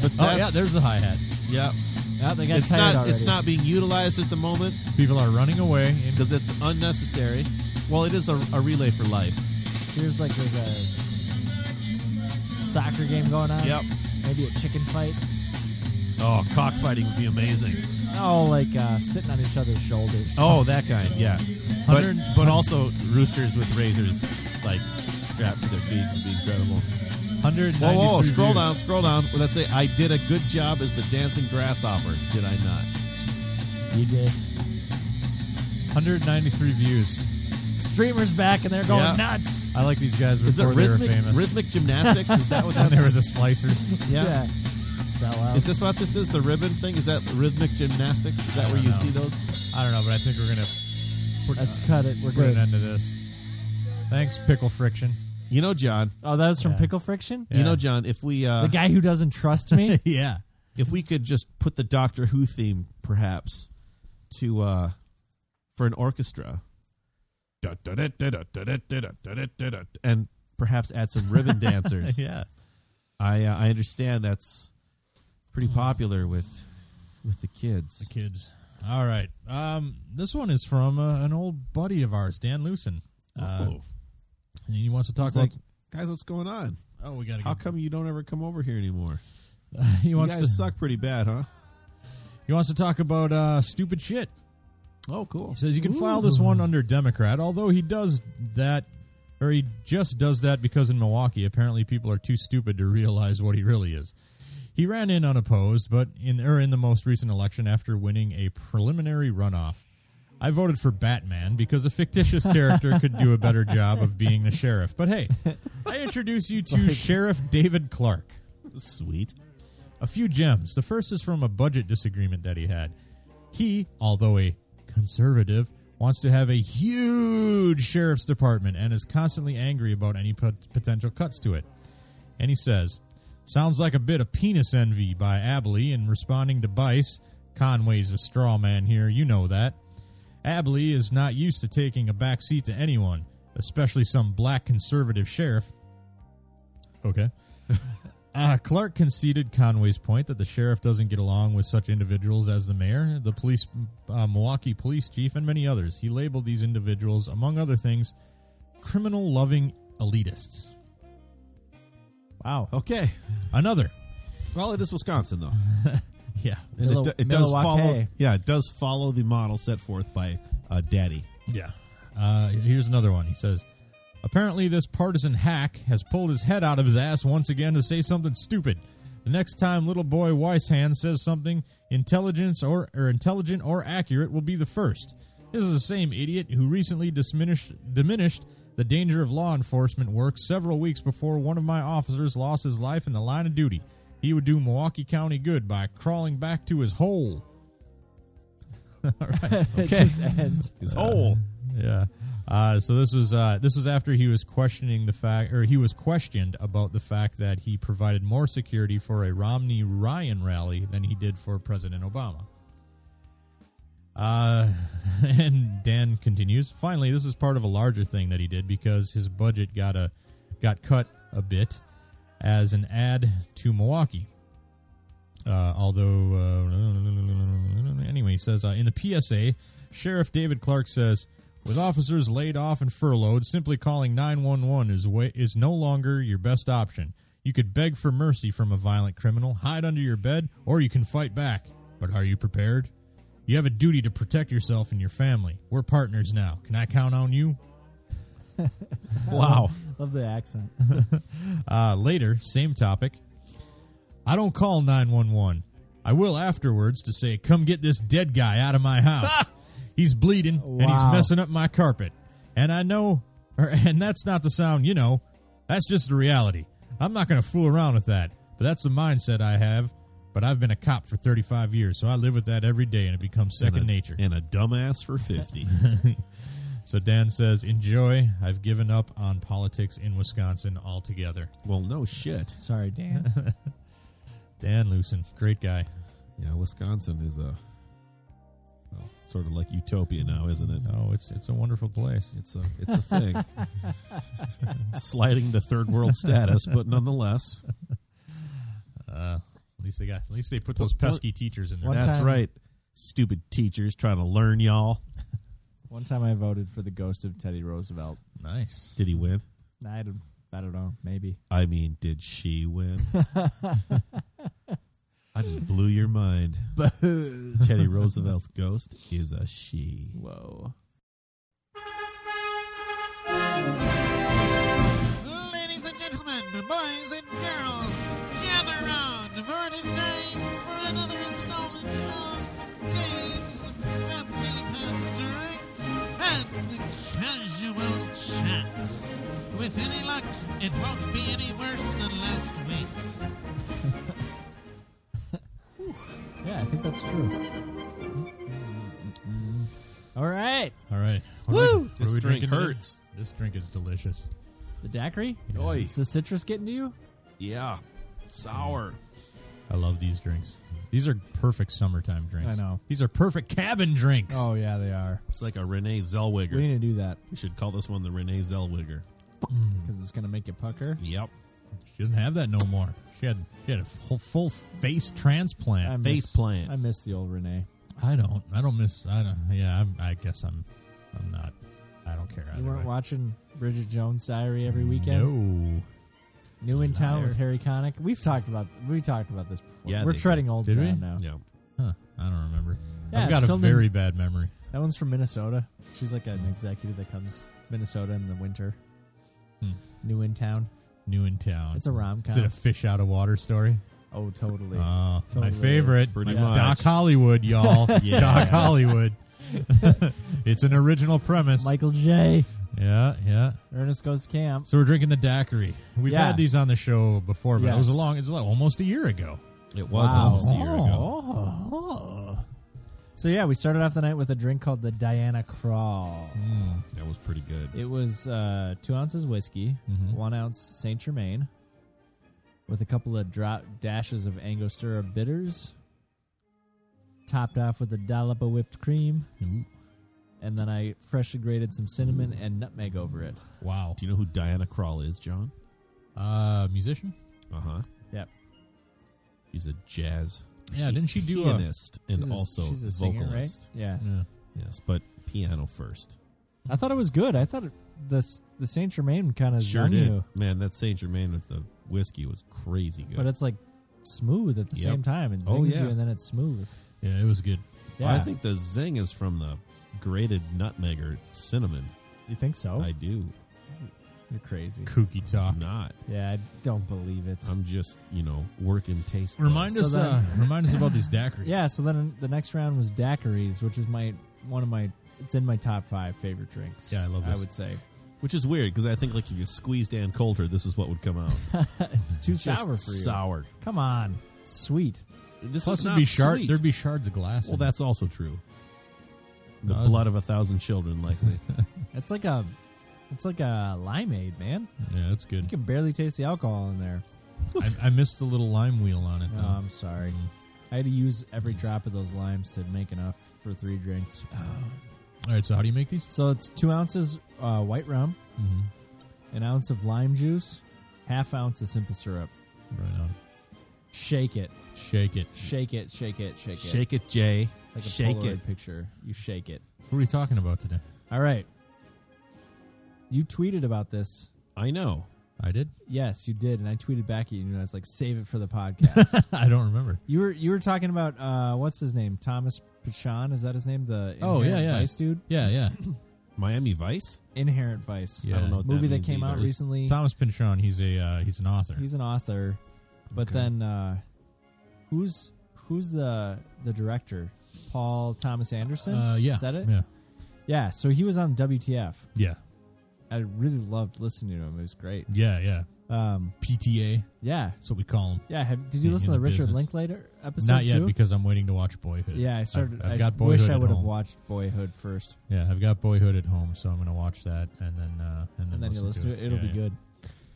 A: But
C: Oh,
A: that's,
C: yeah, there's the hi hat.
A: yeah.
B: Yeah, Oh, they got
A: It's
B: tired
A: not
B: already.
A: it's not being utilized at the moment
C: People are running away. In-
A: because it's unnecessary. Well, it is a, a relay for life.
B: Here's like there's a soccer game going on.
A: Yep.
B: Maybe a chicken fight.
A: Oh, cockfighting would be amazing.
B: Oh, like uh, sitting on each other's shoulders.
A: Oh, that kind, yeah. But
C: Hundred-
A: but also roosters with razors like strapped to their beaks would be incredible.
C: 193
A: Whoa, whoa,
C: views.
A: scroll down, scroll down. Well, that's it. I did a good job as the dancing grasshopper, did I not?
B: You did.
C: 193 views.
B: Streamer's back and they're going
A: Yeah.
B: nuts.
C: I like these guys
A: Is it
C: before they
A: rhythmic,
C: were famous.
A: rhythmic gymnastics? Is that <laughs> what
C: when
A: that's?
C: <laughs> they were the
A: <laughs>
C: slicers.
A: yeah.
B: Sellouts.
A: Is this what this is? The ribbon thing? Is that rhythmic gymnastics? Is
C: I
A: that where
C: don't
A: you
C: know.
A: see those?
C: I don't know, but I think we're going to put,
B: Let's cut it. We're
C: put an
B: good.
C: end to this. Thanks, Pickle Friction.
A: You know, John.
B: Oh, that was from
C: Yeah.
B: Pickle Friction?
A: You
C: Yeah.
A: know, John. If we uh,
B: The guy who doesn't trust <laughs> me?
C: yeah.
A: if we could just put the Doctor Who theme, perhaps, to uh, for an orchestra, and perhaps add some <laughs> ribbon dancers.
C: Yeah.
A: I uh, I understand that's pretty popular with with the
C: The
A: kids.
C: kids. All right. Um, this one is from uh, an old buddy of ours, Dan Lucen. Uh,
A: Oh.
C: and he wants to talk
A: It's
C: about.
A: like, guys, what's going on?
C: oh, we got to.
A: How come you don't ever come over here anymore?
C: he
A: You
C: wants
A: guys
C: to?
A: suck pretty bad, huh?
C: He wants to talk about uh, stupid shit.
A: Oh, cool.
C: He says you can file this one under Democrat, although he does that, or he just does that because in Milwaukee, apparently people are too stupid to realize what he really is. He ran in unopposed, but in or in the most recent election after winning a preliminary runoff. I voted for Batman because a fictitious character could do a better job of being the sheriff. But hey, I introduce you to Sheriff David Clark
A: Sweet.
C: a few gems. The first is from a budget disagreement that he had. He, although a conservative, wants to have a huge sheriff's department and is constantly angry about any pot- potential cuts to it. And he says, Sounds like a bit of penis envy by Abley in responding to Bice. Conway's a straw man here, you know that. Abley is not used to taking a back seat to anyone, especially some black conservative sheriff. Okay. Uh, Clark conceded Conway's point that the sheriff doesn't get along with such individuals as the mayor, the police, uh, Milwaukee police chief, and many others. He labeled these individuals, among other things, criminal loving elitists.
B: Wow.
A: Okay.
C: Another.
A: Well, it is Wisconsin, though.
C: Yeah.
A: And
B: Milwa-
A: it, do- it does
B: Milwaukee.
A: follow. Yeah, it does follow the model set forth by uh, Daddy.
C: Yeah. Uh, here's another one. He says, Apparently, this partisan hack has pulled his head out of his ass once again to say something stupid. The next time little boy Weishand says something intelligence or, or intelligent or accurate will be the first. This is the same idiot who recently diminished diminished the danger of law enforcement work several weeks before one of my officers lost his life in the line of duty. He would do Milwaukee County good by crawling back to his hole. <laughs>
B: <laughs> it just ends.
A: His
B: Oh,
A: whole.
C: Yeah. Uh, so this was uh, this was after he was questioning the fact, or he was questioned about the fact that he provided more security for a Romney Ryan rally than he did for President Obama. Uh, <laughs> and Dan continues. Finally, this is part of a larger thing that he did because his budget got a got cut a bit as an ad to Milwaukee. Uh, although, uh, anyway, he says uh, in the PSA, Sheriff David Clark says, with officers laid off and furloughed, simply calling 911 is way, is no longer your best option. You could beg for mercy from a violent criminal, hide under your bed, or you can fight back. But are you prepared? You have a duty to protect yourself and your family. We're partners now. Can I count on you? wow.
B: Love the accent.
C: Uh, later, same topic. I don't call 911. I will afterwards to say, come get this dead guy out of my house. he's bleeding and he's
B: Wow.
C: messing up my carpet. And I know, or, <laughs> and that's not the sound, you know, that's just the reality. I'm not going to fool around with that, but that's the mindset I have. But I've been a cop for 35 years, so I live with that every day and it becomes second
A: and a,
C: nature.
A: And a dumbass for
B: <laughs>
A: 50.
C: so Dan says, enjoy. I've given up on politics in Wisconsin altogether.
A: well, no shit.
B: Sorry, Dan. <laughs>
C: Dan Lucen, great guy.
A: Yeah, Wisconsin is a. Well, sort of like utopia now, isn't it?
C: No, it's it's a wonderful place.
A: It's a it's a thing.
B: <laughs>
A: Sliding to third world status, but nonetheless,
C: Uh, at least they got. At least they put those
A: Well,
C: pesky teachers in there.
B: One
A: that's
B: time-
A: right. Stupid teachers trying to learn y'all.
B: One time I voted for the ghost of Teddy Roosevelt.
C: nice.
A: Did he win?
B: I don't, I don't know. <laughs> Maybe.
A: I mean, did she win?
B: <laughs>
A: I just blew your mind.
B: Boo.
A: <laughs> Teddy Roosevelt's ghost is a she.
B: Whoa.
F: Ladies and gentlemen, boys and girls, gather round for it is time for another installment of Dave's Fancy Pants Drinks and Casual Chats. With any luck, it won't be any worse than last week.
B: Yeah, I think that's true. Mm-hmm. All right.
C: All right. What
B: Woo!
C: are we- what
A: This
C: are we
A: drink
C: drinking today?
A: hurts.
C: This drink is delicious.
B: The daiquiri?
A: Oi.
B: Is the citrus getting to you?
A: Yeah. Sour.
C: I love these drinks. These are perfect summertime drinks.
B: I know.
C: These are perfect cabin drinks.
B: Oh, yeah, they are.
A: It's like a Renee
B: We
A: Zellweger.
B: need to do that
A: We should call this one the Renee Zellweger.
B: because it's going to make you pucker.
A: Yep.
C: She doesn't have that no more. She had she had a full, full face
B: I
C: transplant.
B: miss-
A: Face plant.
B: I miss the old Renee.
C: I don't. I don't miss. I don't. Yeah. I'm, I guess I'm. I'm not. I don't care.
B: You
C: either
B: weren't
C: way.
B: watching Bridget Jones' Diary every weekend?
C: No.
B: New in town with
C: Liar.
B: Harry Connick. We've talked about we talked about this before.
A: Yeah,
B: We're
A: they-
B: treading old
C: Did we?
B: ground now.
A: Yeah.
C: Huh. I don't remember.
B: Yeah,
C: I've
B: it's
C: got a
B: filmed in-
C: very bad memory.
B: That one's from Minnesota. She's like an executive that comes Minnesota in the winter.
C: Hmm.
B: New in town.
C: New in town.
B: It's a rom
C: Is it a
B: com.
C: fish out of water story?
B: oh, totally.
C: Oh, my
B: Totally
C: favorite.
A: is. Pretty
C: My-
A: much.
C: Doc
B: <laughs>
C: Hollywood, y'all.
A: Yeah.
C: Doc Hollywood. it's an original premise.
B: Michael J.
C: yeah, yeah.
B: Ernest goes to camp.
C: So we're drinking the daiquiri. We've
B: Yeah.
C: had these on the show before, but it was a
B: Yes.
C: long, it was like almost a year ago.
A: It was
B: Wow.
A: almost a year ago.
B: Oh. So yeah, we started off the night with a drink called the Diana Crawl.
C: Hmm.
A: That was pretty good.
B: It was uh, two ounces whiskey,
A: Mm-hmm.
B: one ounce Saint Germain, with a couple of drop dashes of Angostura bitters, topped off with a dollop of whipped cream,
C: Ooh.
B: and then I freshly grated some cinnamon and nutmeg over it.
C: Wow.
A: Do you know who Diana Krall is, John?
C: Uh, musician?
A: Uh huh.
B: Yep,
A: She's a jazz
C: Yeah, didn't she do a?
A: pianist and
B: She's a-
A: also
B: she's a
A: vocalist.
B: singer, right? Yeah.
C: Yeah.
A: Yes, but piano first.
B: I thought it was good. I thought it, the s- the Saint Germain kind of
A: Sure
B: zung
A: did.
B: you,
A: Man, that Saint Germain with the whiskey was crazy good.
B: but it's like smooth at the
A: Yep.
B: same time. It zings
A: Oh, yeah.
B: you and then it's smooth.
C: Yeah, it was good.
B: Yeah,
A: I think the zing is from the grated nutmeg or cinnamon.
B: you think so.
A: I do
B: You're crazy.
C: Kooky talk.
A: not.
B: Yeah, I don't believe it.
A: I'm just you know working taste. buds.
C: Remind us,
B: So
C: uh,
B: then-
C: remind us about these daiquiris.
B: yeah. So then the next round was daiquiris, which is my one of my. It's in my top five favorite drinks.
C: Yeah, I love
B: I
C: this.
B: would say
A: which is weird because I think like if you squeezed Ann Coulter, this is what would come out.
B: it's too
A: Just
B: <laughs> sour for you.
A: Sour.
B: Come on, it's sweet.
A: This
C: Plus,
A: is
C: there'd
A: not
C: be shard.
A: sweet.
C: There'd be shards of glass.
A: Well,
C: in it.
A: that's also true. The
C: No, it's-
A: blood of a thousand children,
B: <laughs>
A: likely.
B: It's like a, it's like a limeade, man.
C: yeah, that's
B: You
C: good.
B: can barely taste the alcohol in there.
C: I, I missed the little lime wheel on it.
B: No,
C: though.
B: I'm sorry.
C: Mm-hmm.
B: I had to use every drop of those limes to make enough for three drinks.
C: Uh. All right, so how do you make these?
B: So it's two ounces uh, white rum,
C: Mm-hmm.
B: an ounce of lime juice, half ounce of simple syrup.
C: Right on.
B: Shake it,
C: Shake it.
B: shake it, shake it, shake it.
A: Shake it, Jay.
B: like a
A: Shake
B: Polaroid
A: it.
B: picture. You shake it.
C: What are we talking about today?
B: All right. You tweeted about this.
A: I know.
C: I did.
B: Yes, you did, and I tweeted back at you, and I was like, "Save it for the
C: <laughs>
B: podcast."
C: <laughs> I don't remember.
B: you were you were talking about uh, what's his name, Thomas Pachan? Is that his name? The
C: Oh, yeah,
B: Inherent
C: yeah.
B: Vice dude, <laughs>
C: Yeah, yeah.
A: Miami Vice.
B: Inherent Vice.
C: Yeah.
A: I don't know. What
B: movie that,
A: means
B: came out
A: either.
B: recently.
C: Thomas Pynchon. He's a uh, he's an author.
B: He's an author, but
C: Okay.
B: then uh, who's who's the the director? Paul Thomas Anderson.
C: uh, yeah.
B: Is that it?
C: Yeah.
B: yeah. So he was on WTF.
C: Yeah.
B: I really loved listening to him. It was great.
C: Yeah. Yeah.
B: Um,
C: PTA.
B: yeah,
C: That's what we call him.
B: yeah. Have, did you
C: Yeah,
B: listen to
C: in
B: the
C: the
B: Richard
C: business.
B: Linklater episode
C: Not yet
B: too?
C: because I'm waiting to watch Boyhood.
B: yeah, I started.
C: I've, I've
B: I
C: got Boyhood.
B: wish I
C: at
B: would have
C: home.
B: watched Boyhood first,
C: Yeah, I've got Boyhood at home, so I'm going to watch that and then uh, and then,
B: and then you listen to it. It'll
C: Yeah,
B: be
C: yeah.
B: good.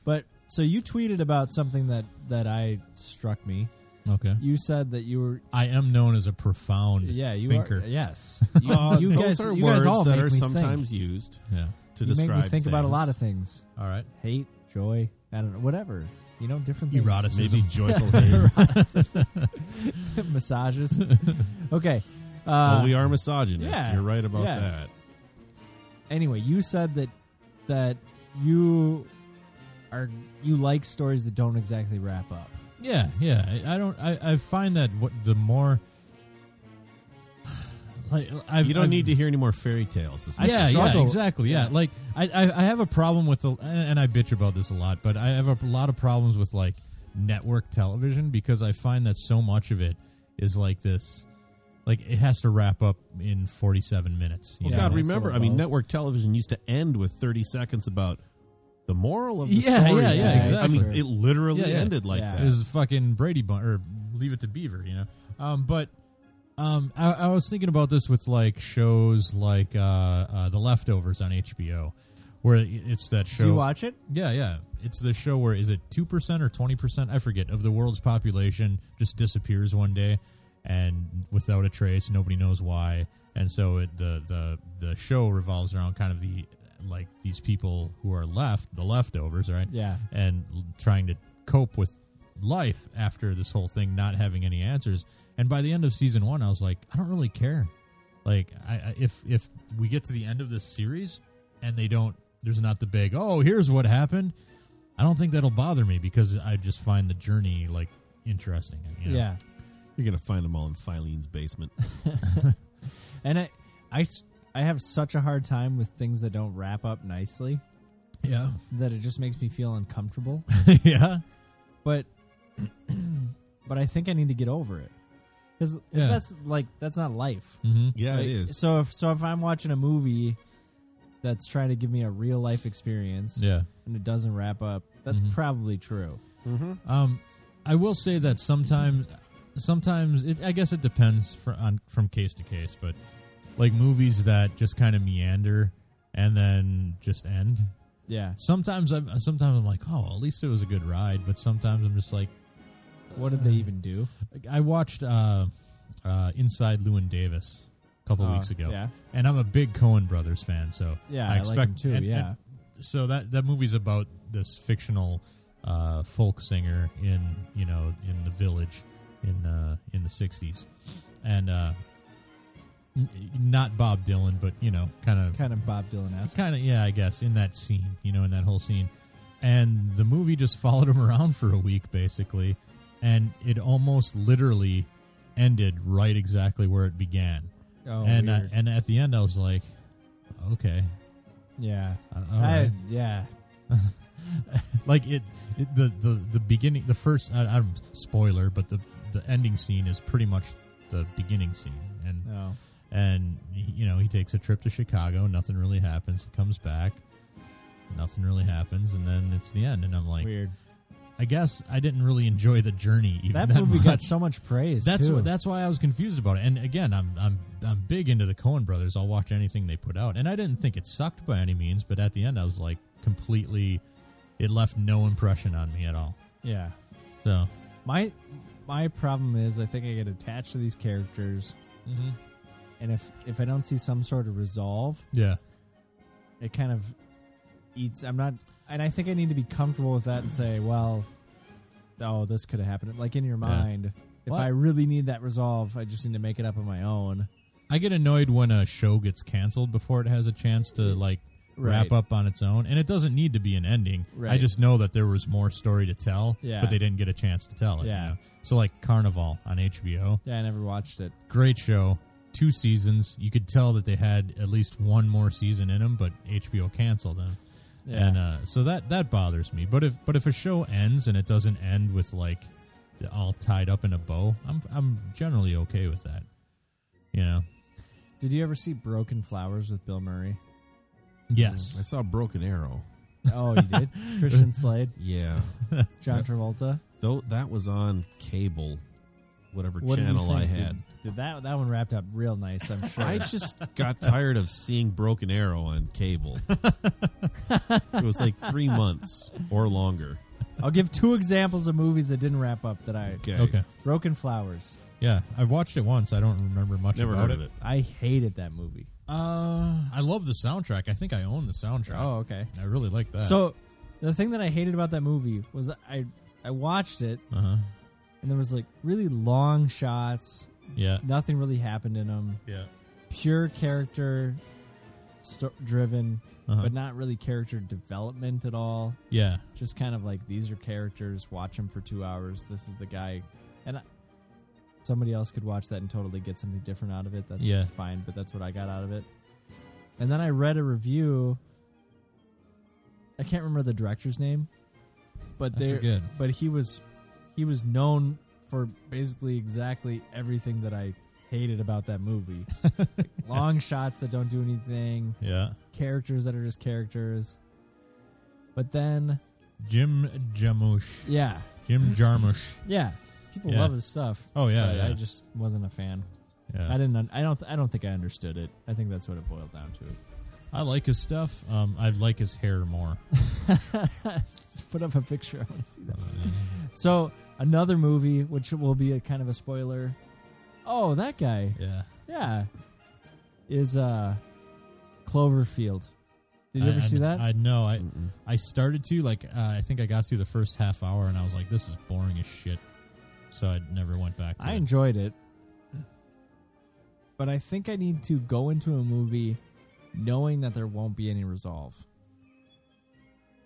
B: But so you tweeted about something that that I struck me.
C: Okay.
B: You said that you were
C: I am known as a profound
B: yeah you
C: thinker.
B: are
C: <laughs>
B: yes you,
A: Uh,
B: you
A: those
B: guys
A: are
B: you
A: words
B: guys all
A: that
B: make
A: are
B: me
A: sometimes
B: think.
A: used
C: Yeah.
A: to
B: you
A: describe.
B: make me think about a lot of
A: things.
B: things
C: All right.
B: hate joy I don't know whatever you know different things
C: Eroticism.
A: Maybe joyful hate.
B: <laughs>
C: <laughs>
B: massages okay uh,
A: well, we are misogynist.
B: yeah,
A: You're right about
B: yeah.
A: that.
B: anyway you said that that you are you like stories that don't exactly wrap up
C: Yeah, yeah. I, I don't. I, I find that what the more <sighs> like I've,
A: you don't
C: I've-
A: need to hear any more fairy tales. Is what you're
C: yeah, yeah,
B: struggle-
C: exactly. Yeah,
B: yeah.
C: like I, I, I have a problem with the, and- and I bitch about this a lot, but I have a lot of problems with like network television because I find that so much of it is like this, like it has to wrap up in forty-seven minutes. you
A: Well,
C: know?
A: God,
B: that's
A: remember,
B: so
A: I mean,
B: low.
A: network television used to end with 30 seconds about the moral of the
C: Yeah,
A: story.
B: yeah,
C: yeah,
A: today.
B: exactly.
A: I mean, it literally
C: Yeah, yeah.
A: ended like
B: Yeah.
A: that.
C: It was fucking Brady Bunch or Leave It to Beaver, you know. Um, but um, I, I was thinking about this with like shows like uh, uh, The Leftovers on HBO, where it- it's that show.
B: do you watch it
C: Yeah, yeah. It's the show where is it two percent or twenty percent? I forget of the world's population just disappears one day, and without a trace, nobody knows why. And so it, the the the show revolves around kind of the like these people who are left, the leftovers, right?
B: yeah
C: and l- trying to cope with life after this whole thing not having any answers and by the end of season one i was like i don't really care like I, I if if we get to the end of this series and they don't there's not the big oh here's what happened i don't think that'll bother me because i just find the journey like interesting you know?
B: yeah
A: You're going to find them all in Filene's
B: <laughs>
A: basement.
B: and I I s- I have such a hard time with things that don't wrap up nicely
C: yeah
B: that it just makes me feel uncomfortable
C: <laughs> yeah
B: but <clears throat> but I think I need to get over it because
C: Yeah.
B: that's like that's not life.
C: mm-hmm.
A: Yeah,
B: Like,
A: it is.
B: So if so if I'm watching a movie that's trying to give me a real life experience
C: yeah
B: and it doesn't wrap up, that's probably true.
C: Um, I will say that sometimes, sometimes it, I guess it depends fr on from case to case, but like movies that just kind of meander and then just end.
B: Yeah.
C: Sometimes I'm sometimes I'm like, oh, at least it was a good ride. But sometimes I'm just like,
B: What did they even do?
C: I watched uh, uh, Inside Lewin Davis a couple
B: Uh,
C: weeks ago,
B: Yeah.
C: and I'm a big Cohen Brothers fan, so
B: Yeah,
C: I
B: I,
C: expect
B: like them too.
C: and-
B: yeah.
C: and so that that movie's about this fictional uh, folk singer in you know in the village in uh, in the '60s, and uh, n- not Bob Dylan, but you know, kind of
B: Kind of Bob Dylan esque.
C: kind of yeah i guess in that scene you know in that whole scene and the movie just <laughs> followed him around for a week basically and it almost literally ended right exactly where it began
B: Oh,
C: and uh,
B: weird.
C: and at the end i was like okay
B: yeah,
C: uh, all
B: I,
C: right.
B: yeah.
C: like it, it the, the the beginning the first I, i'm spoiler but the the ending scene is pretty much the beginning scene and
B: No,
C: and he- you know he takes a trip to chicago nothing really happens he comes back nothing really happens and then it's the end and i'm like
B: weird.
C: i guess i didn't really enjoy the journey even
B: That,
C: that,
B: movie
C: much.
B: got so much praise.
C: that's
B: too.
C: what that's why i was confused about it and again i'm i'm i'm big into the cohen brothers i'll watch anything they put out and i didn't think it sucked by any means but at the end i was like completely it left no impression on me at all
B: Yeah.
C: so
B: My my problem is I think I get attached to these characters, Mm-hmm. and if if I don't see some sort of resolve,
C: yeah
B: it kind of eats. I'm not, and I think I need to be comfortable with that and say, well, oh, this could have happened. Like in your mind, if
C: Well-
B: I really need that resolve, I just need to make it up on my own.
C: I get annoyed when a show gets canceled before it has a chance to like wrap
B: Mm. Right.
C: up on its own, and it doesn't need to be an ending. I
B: Right.
C: just know that there was more story to tell,
B: Yeah.
C: but they didn't get a chance to tell it. you
B: Yeah.
C: know? So like Carnival on HBO,
B: Yeah, I never watched it.
C: great show, two seasons. You could tell that they had at least one more season in them, but HBO canceled them.
B: Yeah,
C: And uh, so that that bothers me. But if but if a show ends and it doesn't end with like all tied up in a bow, I'm I'm generally okay with that. You know.
B: did you ever see Broken Flowers with Bill Murray?
A: Mm,
C: Yes.
G: I saw Broken Arrow.
B: Oh, you did. <laughs> Christian Slade,
G: Yeah,
B: John Travolta.
G: though that was on cable, whatever
B: What did you
G: channel I
B: think?
G: had.
B: Did, did that that one wrapped up real nice? <laughs> I'm sure.
G: I just got tired of seeing Broken Arrow on
C: <laughs>
G: cable. it was like three months or longer.
B: I'll give two examples of movies that didn't wrap up that I
C: Okay.
B: Broken Flowers.
C: Yeah, I watched it once. I don't remember much
G: Never
C: about
G: heard of it.
B: I hated that movie.
C: Uh, I love the soundtrack. I think I own the soundtrack.
B: Oh, okay.
C: I really like that.
B: So the thing that I hated about that movie was I I watched it
C: uh-huh.
B: and there was like really long shots.
C: yeah,
B: Nothing really happened in them.
C: yeah,
B: Pure character sto- driven,
C: Uh-huh.
B: but not really character development at all.
C: yeah,
B: Just kind of like these are characters. Watch them for two hours. This is the guy, and I, somebody else could watch that and totally get something different out of it. That's
C: Yeah.
B: fine, but that's what I got out of it. And then I read a review. I can't remember the director's name, but
C: I
B: they
C: forget.
B: but he was he was known for basically exactly everything that I hated about that
C: <laughs>
B: movie. Like, long shots that don't do anything,
C: yeah.
B: characters that are just characters. But then,
C: Jim Jarmusch.
B: yeah,
C: Jim Jarmusch.
B: yeah, people
C: Yeah.
B: love his stuff.
C: Oh yeah,
B: but
C: yeah.
B: I just wasn't a fan.
C: yeah.
B: I didn't. un- I don't. I don't think I understood it. I think that's what it boiled down
C: I like his stuff. Um, I like his hair
B: <laughs>
C: more.
B: to. Let's <laughs> Put up a picture. I want to see
C: <laughs>
B: that. So another movie, which will be a kind of a spoiler. Oh, that guy.
C: yeah,
B: Yeah, is uh, Cloverfield. Did you
C: I-
B: ever
C: I,
B: see that?
C: I know. I
G: Mm-mm.
C: I started to like. Uh, I think I got through the first half hour and I was like, "This is boring as shit," so I never went back. to
B: I
C: it.
B: enjoyed it. But I think I need to go into a movie knowing that there won't be any resolve.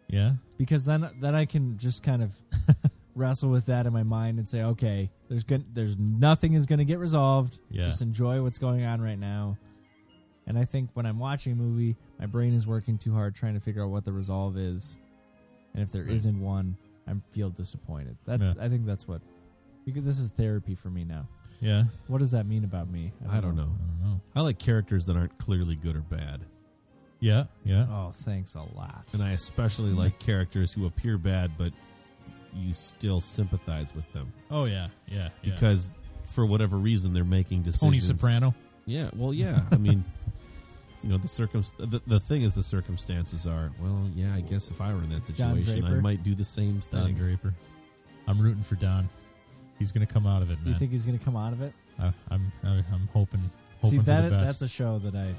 C: Yeah,
B: Because then then I can just kind of <laughs> wrestle with that in my mind and say, okay, there's going there's nothing is gonna get resolved.
C: Yeah.
B: Just enjoy what's going on right now. And I think when I'm watching a movie, my brain is working too hard trying to figure out what the resolve is. And if there
C: Right.
B: not one, I feel disappointed. That's
C: Yeah.
B: I think that's what because this is therapy for me now.
C: yeah.
B: What does that mean about me?
G: I don't know.
C: I don't know.
G: I like characters that aren't clearly good or bad.
C: Yeah, yeah.
B: Oh, thanks a lot.
G: And I especially like characters who appear bad, but you still sympathize with them
C: Oh yeah, yeah. yeah.
G: because, for whatever reason, they're making decisions.
C: Tony Soprano.
G: Yeah. Well, yeah. I
B: <laughs>
G: mean, you know, the circum. The, the thing is, the circumstances are. Well, yeah. I guess if I were in that
B: Don
G: situation, I
B: Draper.
G: might do the same thing.
C: Don Draper. I'm rooting for Don. He's going to come out of it, man.
B: You think he's going to come out of it?
C: I, I'm, I, I'm hoping, hoping
B: See,
C: for
B: that
C: the best.
B: that's a show that I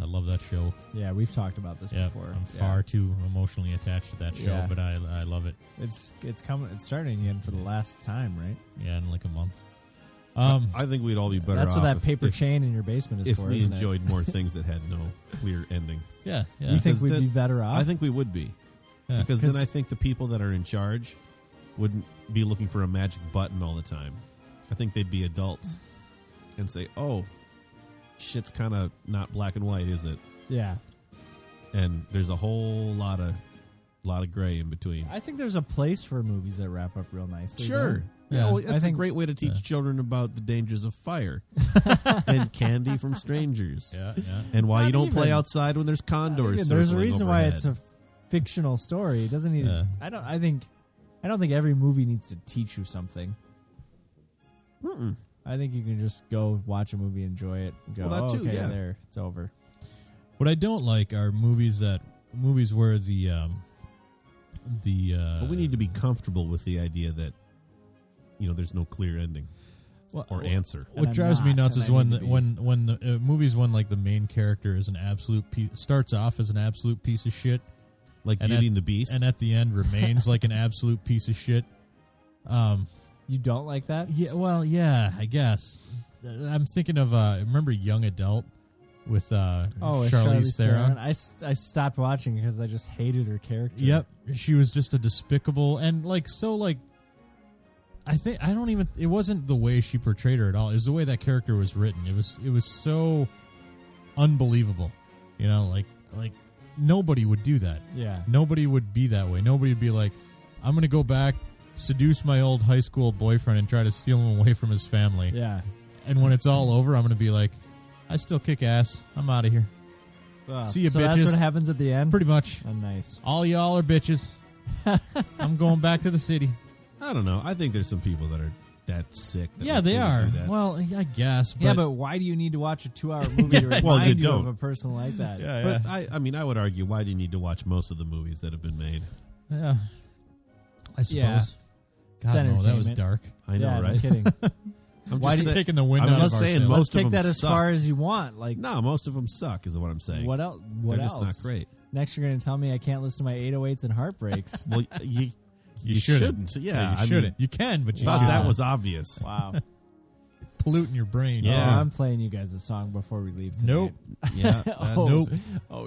C: I love that show.
B: Yeah, we've talked about this
C: Yeah,
B: before.
C: I'm
B: Yeah.
C: far too emotionally attached to that show,
B: Yeah.
C: but I I love it.
B: It's it's coming. It's starting again for the last time, right?
C: Yeah, in like a month. Um,
A: I think we'd all be better
B: That's
A: off
B: what that
A: if-
B: paper
A: if,
B: chain in your basement is
A: if
B: for.
A: we
B: isn't it?
A: enjoyed more things that had no clear ending.
C: yeah, yeah.
B: you think
A: 'cause
B: we'd
A: that-
B: be better off?
A: I think we would be.
C: Yeah,
A: because then
C: 'cause-
A: I think the people that are in charge wouldn't be looking for a magic button all the time. I think they'd be adults and say, "Oh, shit's kind of not black and white, is it?"
B: yeah,
A: And there's a whole lot of lot of gray in between.
B: I think there's a place for movies that wrap up real nicely.
A: Sure.
C: Yeah.
A: Yeah, well,
B: I
A: that's
B: think-
A: a great way to teach
C: yeah.
A: children about the dangers of
B: <laughs>
A: fire and candy from strangers,
C: yeah, yeah.
A: and why
B: Not
A: you don't play
B: even.
A: outside when there's
B: though.
A: condors.
B: Again, there's a
A: circling
B: reason why
A: overhead.
B: it's a fictional story. It doesn't need.
C: Yeah.
B: I don't. I think. I don't think every movie needs to teach you something.
A: Mm-mm.
B: I think you can just go watch a movie, enjoy it, and go.
A: Well, that
B: "Oh,
A: too,
B: okay,
A: yeah.
B: there, it's over.
C: What I don't like are movies that movies where the um, the uh,
A: But we need to be comfortable with the idea that you know there's no clear ending
C: well,
A: or
C: well,
A: answer.
B: And
C: What
B: I'm
C: drives me
B: not,
C: nuts
B: and
C: is
B: I
C: when
B: need
C: the,
B: to be.
C: when when the uh, movies when like the main character is an absolute piece, starts off as an absolute piece of shit,
A: Like
C: And
A: Beauty
C: at-
A: and the Beast.
C: and at the end remains like an absolute piece of shit. Um,
B: You don't like that?
C: yeah, well, yeah, I guess. Uh, I'm thinking of uh, remember Young Adult with uh,
B: Oh, it's
C: Charlize Theron.
B: I, s- I stopped watching because I just hated her character.
C: Yep, she was just a despicable and like so like. I think I don't even. It wasn't the way she portrayed her at all. It was the way that character was written. It was it was so unbelievable. You know, like like nobody would do that.
B: Yeah.
C: Nobody would be that way. Nobody would be like, I'm gonna go back, seduce my old high school boyfriend, and try to steal him away from his family.
B: Yeah.
C: And when it's all over, I'm gonna be like, I still kick ass. I'm out of here. See ya,
B: so
C: bitches.
B: That's what happens at the end.
C: Pretty much.
B: Oh, nice.
C: All y'all
A: <laughs>
C: are bitches. I'm going back to the city.
A: I don't know. I think there's some people that are that sick. That
C: yeah,
A: would
C: they
A: really
C: are.
A: do that.
C: Well, I guess. But,
B: yeah, but why do you need to watch
A: <laughs>
B: a two-hour movie to remind
A: well, you
B: you, of
A: don't.
B: a person like that?
C: yeah,
A: but I, I mean, I would argue, why do you need to watch most of the movies that have been made?
C: yeah. Yeah. I suppose.
B: Yeah.
C: God, no, that was
B: entertainment.
C: dark.
A: I know,
B: Yeah, no
A: right?
B: kidding.
A: I'm
C: Why
A: just
C: did you
A: say-
C: taking the wind
A: I'm
C: out
A: just
C: of
A: saying
C: our
A: <laughs>
C: sails?
A: most-
B: Let's
A: of
B: take
A: them
B: that as
A: suck.
B: far as you want. Like,
A: No, most of them suck, is what I'm saying.
B: what else? What
A: They're
B: else?
A: just not
B: <laughs>
A: great.
B: Next, you're going to tell me I can't listen to my 808s
A: <laughs>
B: and heartbreaks.
A: Well, you, you,
C: shouldn't.
A: shouldn't. Yeah,
C: you
A: I
C: shouldn't.
A: mean,
C: you can, but you
A: thought
C: should
A: that was
B: <laughs>
A: obvious.
B: wow.
C: polluting your brain.
A: Yeah.
B: Oh, I'm playing you guys a song before we leave. Tonight.
C: Nope.
A: Yeah,
B: <laughs> Oh,
C: Nope.
B: Oh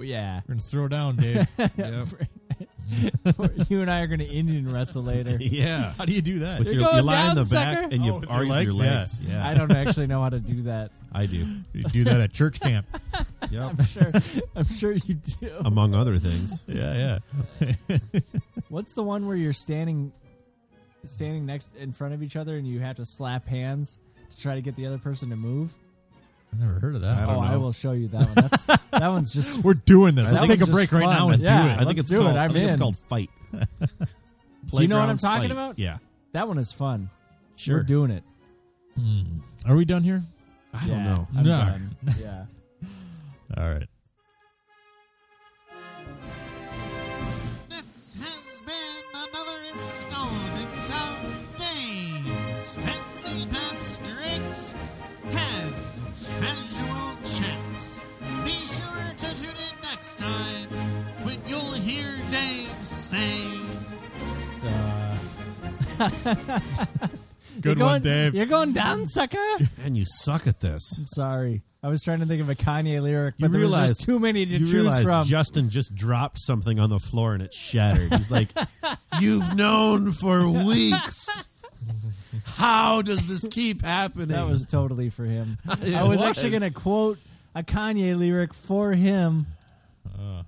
A: <laughs>
B: yeah. <laughs>
C: We're gonna throw down, Dave.
A: Yep.
B: you and I are going to Indian wrestle later.
A: <laughs>
B: <laughs>
A: yeah.
C: How do you do that?
A: With
B: You're
A: your, you
B: going
A: lie
B: down,
A: in the
B: sucker.
A: back and you
C: Oh, with your
A: argue your
C: legs? Yeah.
A: legs. Yeah,
B: I don't actually know how to do that.
A: I do.
B: <laughs>
C: You do that at
A: <laughs>
C: church camp.
A: Yep.
B: I'm sure. I'm sure you do.
A: Among other things.
C: yeah, yeah.
B: What's the one where you're standing, standing next in front of each other, and you have to slap hands to try to get the other person to move?
C: I've never heard of
A: I
C: that.
A: don't
B: oh,
A: know.
B: I will show you that one. That's,
A: <laughs>
B: that one's just.
C: We're doing this.
B: That
C: Let's take a
B: one's
C: break
B: just
C: right
B: fun.
C: now and
B: Yeah.
C: do it.
A: I think
B: let's
A: it's
B: do it.
A: called. I
B: I'm
A: think it's
B: in.
A: called fight.
B: Do you know what I'm
A: Playground
B: talking
A: fight.
B: about?
A: Yeah,
B: That one is fun.
A: sure.
B: We're doing it.
C: Hmm. Are we done here?
A: I don't
B: Yeah,
A: know.
B: I'm
C: No.
A: <laughs>
B: done. Yeah.
C: All right.
H: This has been another installment of Dave's Fancy Pants Drinks and Casual Chats. Be sure to tune in next time when you'll hear Dave say.
B: Uh, <laughs> you're
C: Good
B: going,
C: one, Dave.
B: You're going
A: <laughs>
B: down, sucker.
A: And you suck at this.
B: Sorry. I was trying to think of a Kanye lyric, but
A: You
B: there
A: realize
B: was just too many to
A: you
B: choose
A: realize
B: from.
A: Justin just dropped something on the floor and it shattered. He's
B: <laughs>
A: like, "You've known for weeks. How does this keep happening?"
B: that was totally for him.
A: <laughs> It
B: I was, actually
A: was.
B: going to quote a Kanye lyric for him.
A: Uh,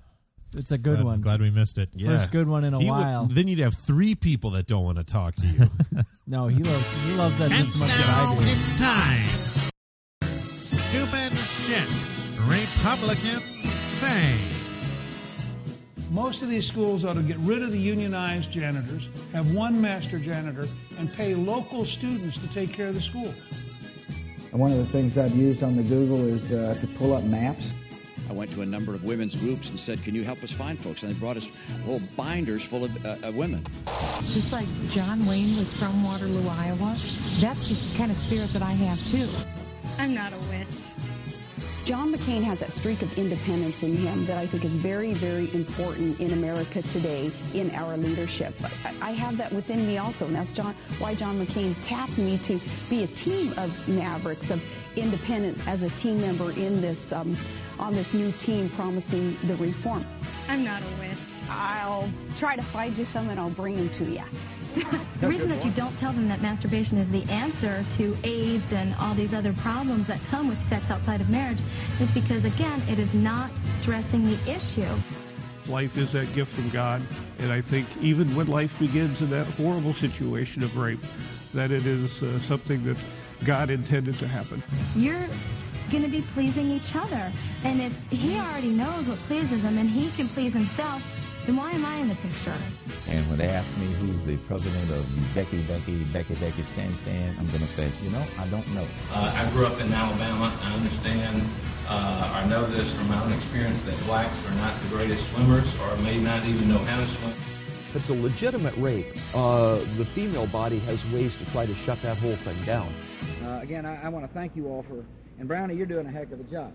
B: it's a good
C: glad,
B: one.
C: Glad we missed it.
A: Yeah.
B: First good one in a
A: He would-
B: while.
A: then you'd have three people that don't want to talk to
B: <laughs>
A: you.
B: no, he loves he loves that just as
H: And
B: much as
H: now
B: I do.
H: it's time. Stupid shit. Republicans say.
I: Most of these schools ought to get rid of the unionized janitors, have one master janitor, and pay local students to take care of the school.
J: And one of the things I've used on the Google is uh, to pull up maps.
K: I went to a number of women's groups and said, "Can you help us find folks?" And they brought us whole binders full of, uh, of women.
L: Just like John Wayne was from Waterloo, Iowa, that's just the kind of spirit that I have too.
M: I'm not a witch.
N: John McCain has that streak of independence in him that I think is very, very important in America today in our leadership. I- I have that within me also, and that's John, why John McCain tapped me to be a team of mavericks of independence as a team member in this um, on this new team promising the reform.
O: I'm not a witch.
N: I'll try to find you some and I'll bring them to you.
K: The reason that you don't tell them that masturbation is the answer to AIDS and all these other problems that come with sex outside of marriage is because, again, it is not addressing the issue.
P: Life is that gift from God, and I think even when life begins in that horrible situation of rape, that it is uh, something that God intended to happen.
K: You're going to be pleasing each other. And if he already knows what pleases him and he can please himself, then why am I in the picture?
Q: And when they ask me who's the president of Becky, Becky, Becky, Becky, Stan, Stan, I'm going to say, you know, I don't know.
R: Uh, I grew up in Alabama. I understand, uh, I know this from my own experience, that blacks are not the greatest swimmers or may not even know how to swim.
S: If it's a legitimate rape, uh, the female body has ways to try to shut that whole thing down.
T: Uh, again, I, I want to thank you all for, and Brownie, you're doing a heck of a job.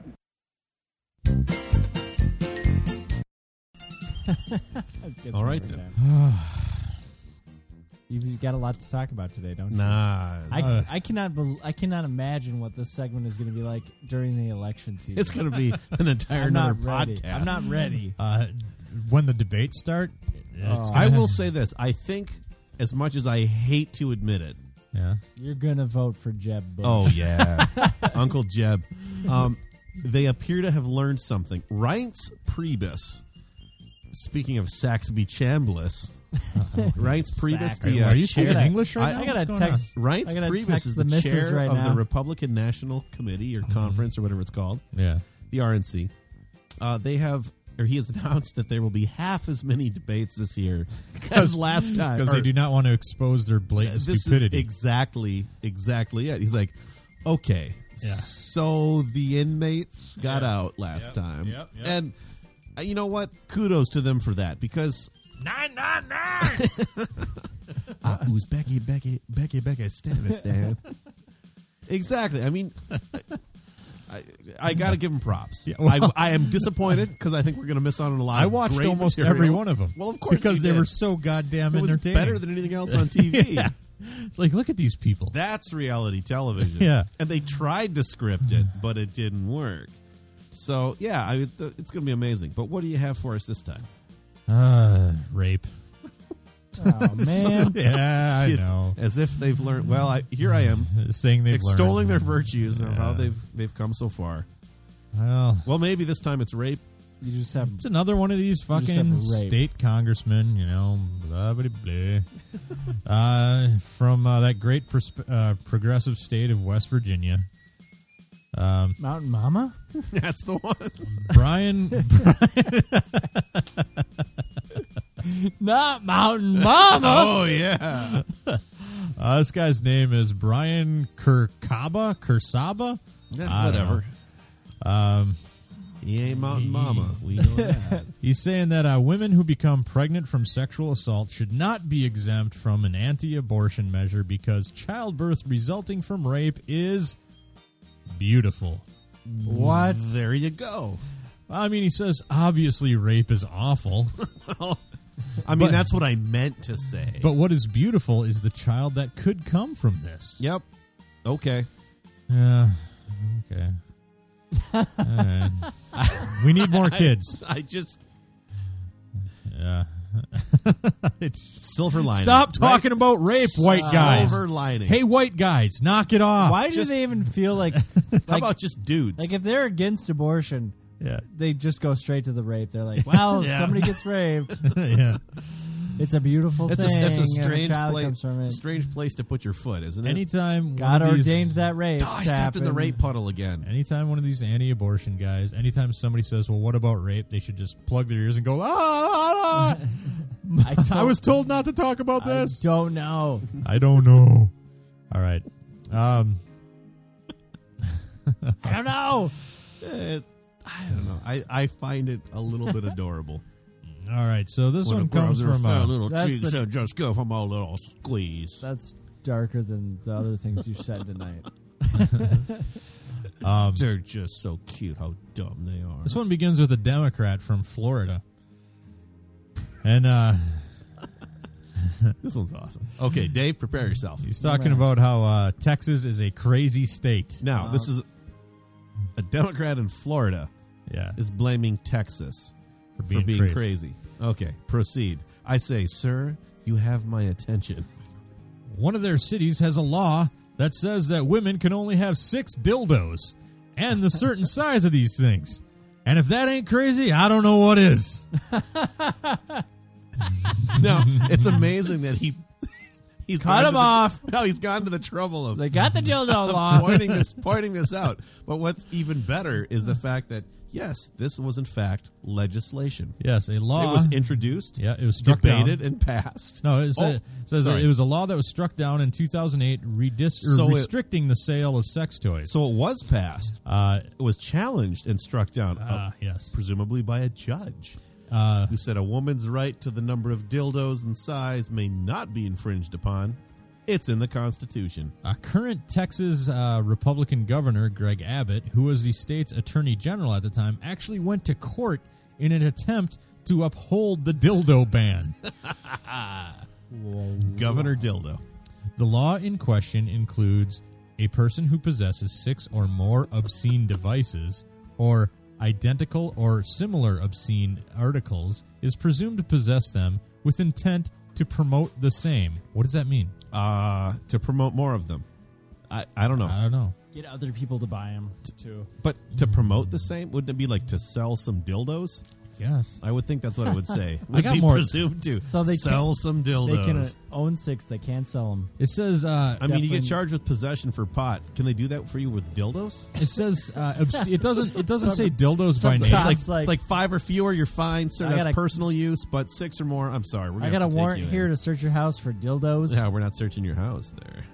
B: Get
A: All
B: some
A: right
B: more
A: then.
B: time. <sighs> You've got a lot to talk about today, don't you?
A: Nah, it's
B: I,
A: not-
B: I cannot. Bel- I cannot imagine what this segment is going to be like during the election season.
A: It's going to
B: <laughs>
A: be an entire
B: I'm not
A: another
B: ready.
A: podcast.
B: I'm not
A: <laughs>
B: ready.
C: Uh, when the debates start,
B: Oh.
C: it's
A: I
C: gonna-
A: will say this. I think, as much as I hate to admit it,
C: Yeah.
B: You're going to vote for Jeb Bush.
A: Oh
B: <laughs>
A: yeah, Uncle Jeb. Um, they appear to have learned something. Reince Priebus. Speaking of Saxby
B: <laughs>
A: Chambliss, Reince Priebus,
B: Saxby.
A: the uh,
B: Are you
A: chair-
B: speaking English right I- now? I gotta What's going on? text-
A: Reince
B: I gotta
A: Priebus
B: text
A: is
B: the
A: the,
B: missus
A: chair
B: right
A: of
B: now. Mm-hmm.
A: the Republican National Committee or conference or whatever it's called.
C: Yeah.
A: the RNC. Uh, they have. Or he has <laughs> announced that there will be half as many debates this
B: <laughs>
A: year as last time.
C: because they
A: or-
C: do not want to expose their
A: uh,
C: blatant
A: this
C: stupidity.
A: is exactly exactly it. He's like, okay,
C: Yeah.
A: so the inmates got
C: Yeah.
A: out last
C: Yep,
A: time,
C: yep, yep.
A: and uh, you know what? Kudos to them for that because
C: nine nine nine. <laughs>
A: uh, who's Becky Becky Becky Becky Stan Stan. exactly. I mean. <laughs> I, I gotta give him props.
C: well-
A: I, I am disappointed because I think we're gonna miss out on a lot.
C: I
A: of
C: watched
A: great
C: almost
A: material.
C: every one of them.
A: Well, of course,
C: because
A: you
C: they
A: did.
C: were so goddamn
A: It was
C: entertaining.
A: better
C: <laughs>
A: than anything else on TV.
C: Yeah. It's like, look at these people.
A: That's reality television.
C: <laughs> Yeah.
A: And they tried to script it, but it didn't work. So, yeah, I, th- it's going to be amazing. But what do you have for us this time?
C: Uh,
A: <laughs>
C: rape.
B: Oh, man.
C: <laughs> yeah, I
A: You-
C: know.
A: As if they've learned. Well, I, here I am
C: Saying they've
A: extolling
C: learned.
A: their virtues of how
C: Yeah.
A: they've they've come so far.
C: Well,
A: Well, maybe this time it's rape. <laughs>
B: You just have
C: it's another one of these
B: just have
C: fucking
B: rape.
C: state congressmen, you know, blah blah
A: <laughs>
C: blah. uh, from uh, that great persp- uh, progressive state of West Virginia. Um,
A: <laughs>
B: Mountain Mama.
A: That's the one.
C: <laughs> Brian,
B: Not Mountain Mama.
A: oh yeah.
C: uh, this guy's name is Brian Kirkaba, Kursaba.
A: <laughs> Yeah,
C: I don't
A: whatever.
C: know. Um,
A: He ain't Mountain Mama. We know that.
C: He's saying that uh, women who become pregnant from sexual assault should not be exempt from an anti abortion measure because childbirth resulting from rape is beautiful.
B: What?
A: There you go.
C: I mean, he says obviously rape is awful, <laughs>
A: I mean,
C: But-
A: that's what I meant to say.
C: but what is beautiful is the child that could come from this.
A: yep. Okay.
C: Yeah. Okay. All right. we need more kids.
A: <laughs> I just
C: Yeah. <laughs> It's-
A: silver lining.
C: Stop
A: Right?
C: talking about rape, white guys.
A: Silver lining.
C: Hey, white guys, knock it off.
B: Why do
A: just-
B: they even
A: <laughs>
B: feel like,
A: how
B: like,
A: about just dudes?
B: like if they're against abortion,
C: Yeah.
B: they just go straight to the rape. They're like, well,
A: <laughs>
B: if
A: Yeah.
B: somebody gets raped.
C: <laughs>
B: <laughs>
C: yeah.
B: It's a beautiful
A: That's
B: thing.
A: a, that's a
B: and
A: strange
B: child
A: place.
B: comes from
A: it's a
B: it.
A: strange place to put your foot, isn't it?
C: Anytime one
B: God
C: of these-
B: ordained that rape.
A: oh, I stepped in the
B: happened.
A: rape puddle again.
C: Anytime one of these anti-abortion guys, anytime somebody says, "Well, what about rape?" they should just plug their ears and go, "Ah, "Ah, ah,
B: <laughs> I
C: ah." <laughs> I,
B: don't-
C: was told not to talk about
B: I <laughs>
C: this."
B: don't know.
C: I don't know. All right. Um,
B: I don't know.
A: Eh, I don't know. I, I find it a little bit adorable.
C: all right. So <laughs> this
A: When
C: one
A: it grows
C: comes
A: her
C: from
A: fair
C: uh,
A: little
B: That's
A: cheeks,
B: the-
A: uh, just go for my little squeeze.
B: That's darker than the other things you said tonight.
C: Um,
A: They're just so cute. How dumb they are.
C: This one begins with a Democrat from Florida. And uh
A: This one's awesome. Okay, Dave, prepare yourself.
C: he's talking about how uh Texas is a crazy state.
A: Now, this
C: Uh-huh.
A: is a Democrat in Florida.
C: Yeah.
A: Is blaming Texas for
C: being
A: crazy.
C: crazy.
A: Okay, proceed. I say, sir, you have my
C: <laughs>
A: attention.
C: One of their cities has a law that says that women can only have six dildos and
A: <laughs>
C: the certain size of these things. And if that ain't crazy, I don't know what is.
A: No, it's amazing that he <laughs> he's gone
B: Cut
A: to
B: him
A: the- <laughs>
B: off.
A: No, he's gone to the trouble of
C: <laughs>
B: They got the dildo
A: <laughs> of
B: law.
A: pointing this pointing this out. But what's even better is the fact that yes, this was in fact legislation.
C: Yes, a law.
A: It was introduced.
C: Yeah, it was struck
A: debated
C: down.
A: and passed.
C: No, it sa-
A: Oh,
C: says
A: sorry.
C: it was a law that was struck down in 2008, redis- or
A: So it-
C: restricting the sale of sex toys.
A: So it was passed.
C: Uh,
A: It was challenged and struck down.
C: Ah, yes.
A: presumably by a judge.
C: uh,
A: who said a woman's right to the number of dildos and size may not be infringed upon. It's in the Constitution.
C: a current Texas uh, Republican governor, Greg Abbott, who was the state's attorney general at the time, actually went to court in an attempt to uphold the dildo ban.
A: Governor Dildo.
C: The law in question includes a person who possesses six or more obscene devices or identical or similar obscene articles is presumed to possess them with intent to promote the same. What does that mean?
A: Uh, to promote more of them. I, I don't know.
B: Uh,
C: I don't know.
B: Get other people to buy them too.
A: but to promote the same, wouldn't it be like to sell some dildos?
C: Yes.
A: I would think that's what it would
B: <laughs>
A: say.
C: I
A: Would
C: got
A: be
C: more-
A: presumed to
B: So they
A: sell
B: can-
A: some
B: They
A: dildos.
B: can uh, own six. They can sell them.
C: It says uh,
A: I mean, you get
B: definitely-
A: charged with possession for pot. Can they do that for you with dildos?
C: it says uh,
A: <laughs>
C: obs- it doesn't it doesn't say dildos by
B: Some
C: name.
B: cops,
A: It's like,
B: like-
A: it's like five or fewer, you're fine, sir.
B: I
A: That's
B: got a-
A: personal use, but six or more, I'm sorry. We're
B: I
A: gonna
B: got a
A: have to take
B: warrant
A: you in.
B: here to search your house for dildos.
A: Yeah, we're not searching your house there.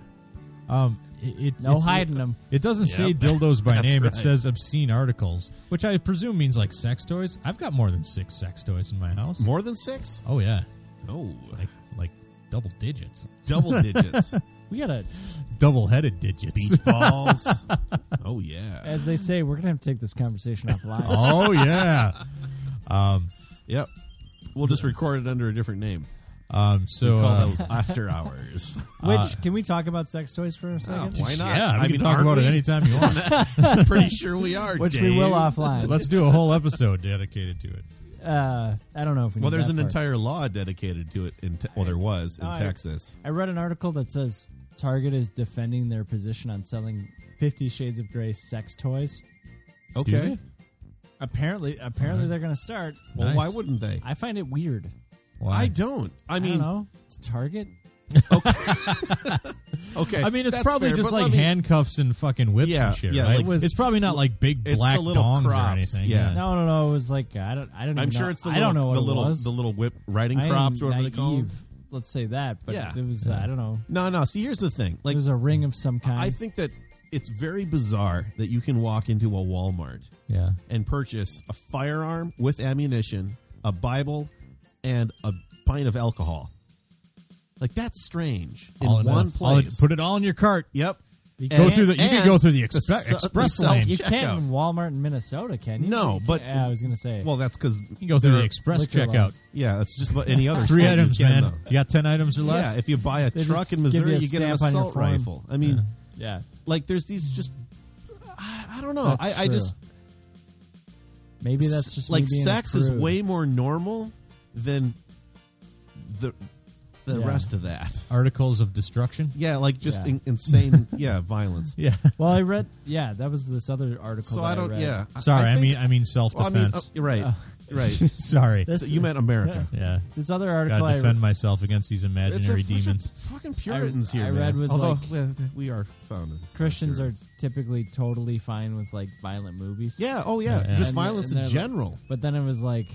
C: Um, it, it-
B: No
C: it's-
B: hiding 'em.
C: It doesn't
A: Yep.
C: say dildos
A: <laughs>
C: by
A: That's
C: name.
A: right.
C: It says obscene articles, which I presume means like sex toys. I've got more than six sex toys in my house.
A: More than six?
C: Oh yeah,
A: Oh,
C: like like double digits,
A: double digits.
B: We gotta,
C: double headed digits.
A: Beach <laughs> balls. Oh yeah.
B: as they say, we're gonna have to take
A: <laughs>
B: this conversation offline.
C: oh yeah. Um.
A: Yep. We'll just record it under a different name.
C: Um.
A: We
C: So
A: call
C: uh,
A: those after <laughs> hours.
B: Which can we talk about sex toys for a
A: Uh, Oh,
B: second?
A: why not?
C: yeah, we
A: I
C: can
A: mean,
C: talk
A: aren't
C: about it
A: we?
C: anytime
A: <laughs>
C: you want.
A: Pretty sure we are.
B: Which we
A: Dave.
B: will offline.
C: Let's do a whole episode dedicated to it.
B: Uh, I don't know if we.
A: Well,
B: need
A: there's
B: that
A: an
B: far.
A: entire law dedicated to it. In te- well, there was in
B: All right.
A: Texas.
B: I read an article that says Target is defending their position on selling Fifty Shades of Grey sex toys.
A: Okay.
B: Apparently, apparently they're gonna start.
A: Well,
C: Nice.
A: why wouldn't they?
B: I find it weird.
A: Uh-huh. I don't. I
B: I, don't
A: mean,
B: know. It's Target.
A: okay.
C: I mean, it's
A: that's
C: probably
A: fair,
C: just
A: but let
C: like
A: me-
C: handcuffs and fucking whips
A: Yeah,
C: and shit.
A: yeah,
C: right?
A: like- It was-
C: it's probably not like big
A: It's the
C: black
A: little
C: dongs or
A: crops,
C: anything.
A: yeah.
B: No, no, no. It was like I don't. I don't. Even
A: I'm
B: know.
A: sure it's the
B: I
A: little,
B: don't know what
A: the
B: it
A: little,
B: was.
A: the little whip riding
B: I am
A: crops, or whatever they call them.
B: naive, Let's say that. But
A: Yeah.
B: it was. Uh, I don't know.
A: No, no. See, here's the thing.
B: Like,
A: Like,
B: it was a ring of some kind.
A: I think that it's very bizarre that you can walk into a Walmart
C: Yeah.
A: and purchase a firearm with ammunition, a Bible, and a pint of alcohol. Like that's strange in
C: All
A: one
C: is- all Oh, it-
A: place.
C: put it all in your cart.
A: yep.
B: You
A: And-
B: can't- Go through
C: the- you can
A: and
C: go through the expe-
A: se-
C: express
A: the
C: lane.
B: you can't
A: self-checkout.
B: in Walmart in Minnesota, can you?
A: No,
B: You can't-
A: but-
B: yeah, I was gonna say.
A: Well, that's because
C: You can go through the express
B: liquor
C: checkout.
B: laws.
A: Yeah, that's just about any other
C: <laughs> Three
A: state
C: items,
A: you can,
C: man.
A: though.
C: You got ten items or less.
A: Yeah, if you buy a
B: They
A: truck
B: just
A: in
B: give you
A: Missouri,
B: a
A: you, get an
B: stamp on your
A: assault
B: form.
A: rifle. I mean,
B: yeah,
A: like there's these just. I I don't know.
B: That's
A: I, I
B: true.
A: just
B: maybe that's
A: s-
B: just me
A: like
B: being a
A: sex is
B: prude.
A: way more normal than the the
B: Yeah.
A: rest of that.
C: Articles of destruction. <laughs>
A: Yeah, like just
B: Yeah.
A: In, insane. yeah,
B: <laughs>
A: violence.
C: Yeah.
B: Well, I read. Yeah, that was this other article.
A: So
B: that
A: I don't.
B: read.
A: yeah.
C: Sorry, I,
A: think-
C: mean I mean self
A: well, I
C: defense.
A: mean, uh, right,
B: <laughs>
A: <laughs> right.
C: Sorry.
B: This-
A: So you meant America.
C: yeah.
B: This other
C: Gotta
B: article I
C: defend myself against these
A: It's a
C: imaginary
A: bunch of
C: demons.
A: Fucking Puritans here.
B: I read
A: man.
B: was
A: Although,
B: like-
A: well, th- we are founded. by
B: Christians are
A: Puritans.
B: typically totally fine with like violent movies.
A: Yeah. Oh yeah.
C: Yeah.
A: Just
B: And-
A: violence
B: and
A: in
B: they're like-
A: general.
B: But then it was like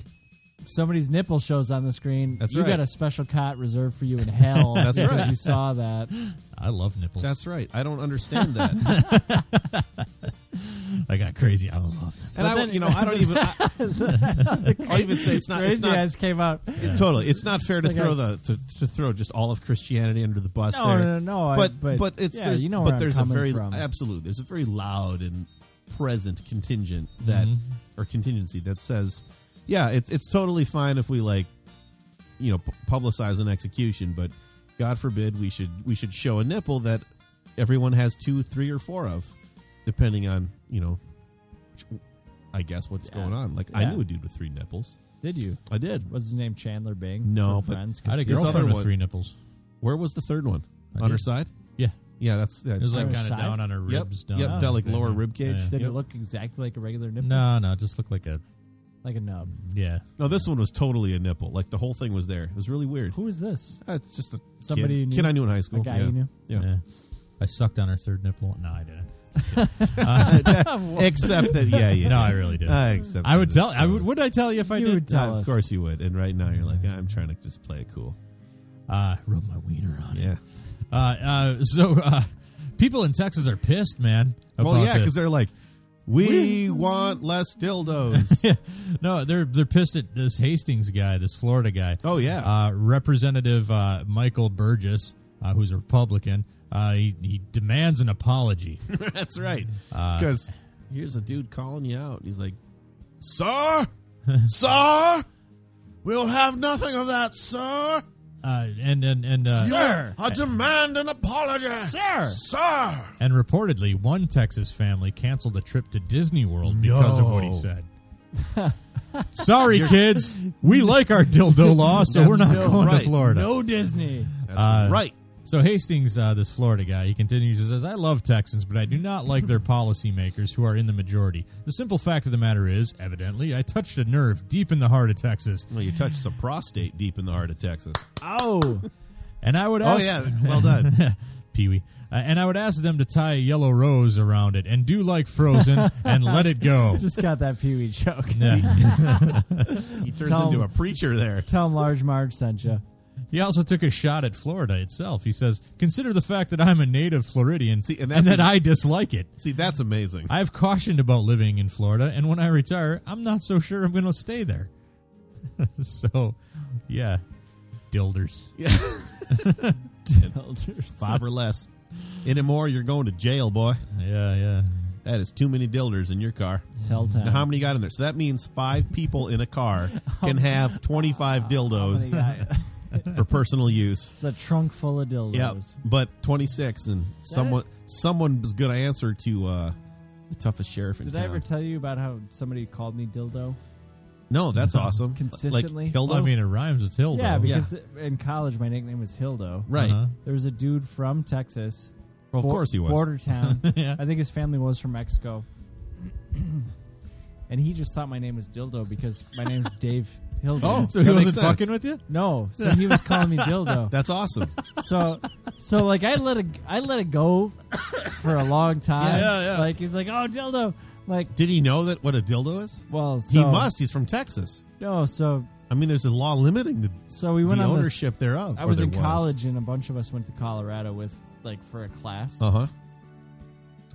B: somebody's nipple shows on the screen.
A: That's
B: you
A: right.
B: got a special cot reserved for you in hell.
A: <laughs> That's
B: because
A: right.
B: You saw that.
C: I love nipples.
A: That's right. I don't understand
B: <laughs>
A: that. and
C: I got crazy. I love nipples.
A: I, you know, I don't even. I,
B: <laughs>
A: I'll even say it's not. It's
B: Crazy
A: not
B: eyes came out.
A: Totally, it's not fair to
B: It's like
A: throw
B: I-
A: the to, to throw just all of Christianity under the bus.
B: No,
A: there.
B: no, no, no, I-
A: But
B: but-
A: it's
B: yeah,
A: there's
B: you know
A: but
B: where I'm
A: there's a
B: coming
A: very
B: from.
A: absolutely there's a very loud and present contingent that or contingency that says, yeah, it's it's totally fine if we like, you know, p- publicize an execution, but God forbid we should we should show a nipple that everyone has two, three, or four of, depending on you know, which- I guess what's going on. Like I
B: Yeah.
A: knew a dude with three nipples.
B: Did you?
A: I did.
B: Was his name Chandler Bing?
A: No,
B: from
A: but
B: Friends? 'Cause
A: I had a
B: this
A: girlfriend
B: other
A: with
B: one-
A: three nipples. Where was the third one?
C: I
A: on her
C: did.
A: side?
C: Yeah.
A: Yeah, that's yeah,
C: It was, like,
A: it's-
C: kinda Side? down on her ribs,
A: Yep,
C: down
A: yep,
C: on
A: down
C: her
A: like
C: thing,
A: lower
C: yeah.
A: rib cage.
C: Yeah.
B: Did
A: Yep.
B: it look exactly like a regular nipple?
C: No, no, just looked like a
B: Like a nub.
C: yeah.
A: No, this one was totally a nipple. Like the whole thing was there. It was really weird.
B: Who is this?
A: It's just a
B: Somebody
A: kid,
B: you knew?
A: Kid I knew in high school.
B: A guy
A: yeah.
B: you knew?
A: Yeah. <laughs>
C: I sucked on her third nipple. No, I didn't.
B: <laughs>
A: Uh, except that, yeah, yeah.
C: <laughs> No, I really did.
A: I accept.
C: I would
A: that
C: tell.
A: it's
C: I would.
A: true.
C: Would I tell you if I
B: You
C: did?
B: would tell
A: Of
B: us.
A: course you would. And right now you're like, I'm trying to just play it cool.
C: Uh, rub my wiener on.
A: Yeah.
C: Uh, uh, so uh, people in Texas are pissed, man.
A: Well,
C: about
A: yeah,
C: this.
A: because they're like, we want less dildos.
C: <laughs>
A: <laughs>
C: no, they're they're pissed at this Hastings guy, this Florida guy.
A: Oh yeah,
C: uh, Representative uh, Michael Burgess, uh, who's a Republican. Uh, he, he demands
A: <laughs>
C: an apology.
A: That's right.
C: Uh,
A: Because here's a dude calling you out. He's like, Sir, sir, we'll have nothing of that, sir.
C: uh, and and and uh,
A: I demand an apology.
B: Sir.
A: Sir.
C: and reportedly one Texas family canceled a trip to Disney World because of what he
A: No. <laughs>
C: said. Sorry, kids. We like our dildo law, so we're not
B: No,
C: going
A: right.
C: to Florida.
B: No Disney.
A: That's
C: Uh,
A: right.
C: So Hastings, uh, this Florida guy, he continues. He says, "I love Texans, but I do not like their policymakers, who are in the majority. The simple fact of the matter is, evidently, I touched a nerve deep in the heart of Texas,
A: Well, you touched the prostate deep in the heart of Texas.
B: Oh.
C: and I would
A: Oh,
C: ask,
A: yeah. Well done.
C: <laughs> Pee Wee, uh, and I would ask them to tie a yellow rose around it and do like Frozen and let
A: <laughs>
C: it go."
B: Just got that Pee Wee joke.
C: Yeah.
A: He turns
B: Tell
A: into
B: him-
A: a preacher there.
B: Tell him Large Marge
A: <laughs>
B: sent you.
C: He also took a shot at Florida itself. He says, "Consider the fact that I'm a native Floridian,
A: See, and
C: and,
A: that's-
C: that I dislike it."
A: See, that's amazing.
C: I've cautioned about living in Florida, and when I retire, I'm not so sure I'm going to stay there. <laughs> so, yeah, dilders.
A: Five or less. Anymore, you're going to jail, boy.
C: Yeah, yeah.
A: That is too many dilders in your car. Now, how
B: Telltale.
A: many you got in there? So that means five people in a
B: <laughs>
A: car
B: Oh
A: can have 25 dildos for personal use.
B: It's a trunk full of dildos.
A: Yeah, but 26 and someone someone was going to answer to uh, the toughest sheriff in
B: Did
A: town.
B: I ever tell you about how somebody called me dildo?
A: no,
B: <laughs>
A: that's awesome.
B: Consistently?
A: like, dildo.
C: I mean, it rhymes with Hilda.
B: Yeah, because in college my nickname was Hildo.
A: right.
C: Uh-huh.
B: There was a dude from Texas.
A: Well, of
B: Bo-
A: course he was.
B: Border town.
A: <laughs>
C: Yeah.
B: I think his family was from Mexico. <clears throat> and he just thought my name was Dildo because
A: <laughs>
B: my name's Dave Hildo.
A: Oh.
C: So he
A: That
C: wasn't
A: makes sense.
C: fucking with you?
B: No, so he was calling
A: <laughs>
B: me Dildo.
A: That's awesome.
B: so so like I let it I let it go for a long time.
A: Yeah, yeah, yeah.
B: Like he's like, "Oh, Dildo." Like,
A: Did he know that what a dildo is?
B: well,
A: he
B: so-
A: must. He's from Texas.
B: No, so
A: I mean, there's a law limiting the,
B: so we went
A: the
B: on this-
A: ownership thereof.
B: I was in college and a bunch of us went to Colorado with like for a class
A: Uh huh.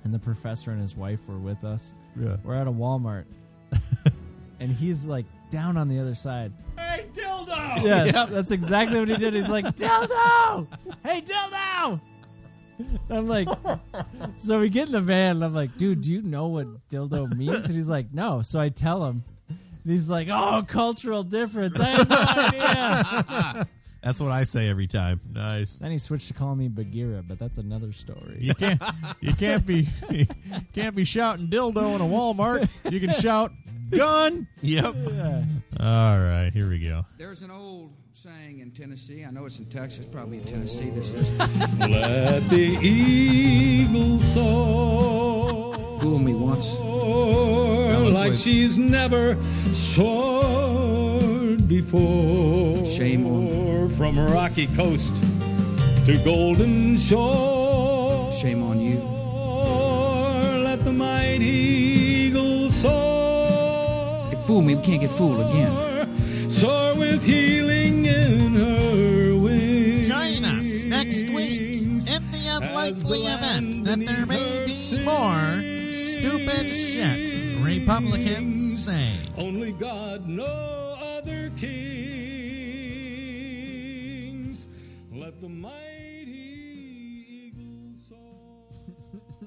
B: and the professor and his wife were with us.
C: Yeah.
B: We're at a Walmart and he's like down on the other side.
C: Hey, dildo!
B: Yes, that's exactly what he did. He's like, Dildo! Hey, Dildo! And I'm like, so we get in the van and I'm like, dude, do you know what dildo means? And he's like, no. So I tell him. And he's like, oh, cultural difference. I have no idea.
A: That's what I say every time. Nice.
B: then he switched to calling me Bagheera, but that's another story.
C: You can't, you can't be, <laughs> you can't be shouting dildo in a Walmart. You can shout gun.
A: Yep.
C: All right, here we go.
O: There's an old saying in Tennessee. I know it's in Texas, probably in Tennessee. That says,
F: Let the eagle soar.
O: "Fool me once,
A: Oh,
F: like she's never soared before.
O: Shame on-
F: From rocky coast to golden shore.
O: shame on you."
F: Let the mighty eagle soar.
O: It fooled me. We can't get fooled again.
F: Soar with healing in her wings.
O: Join
F: us
O: next
F: week at the unlikely event that there may be
G: More stupid shit Republicans say.
F: Only God, no other kings. Let the mighty eagle soar.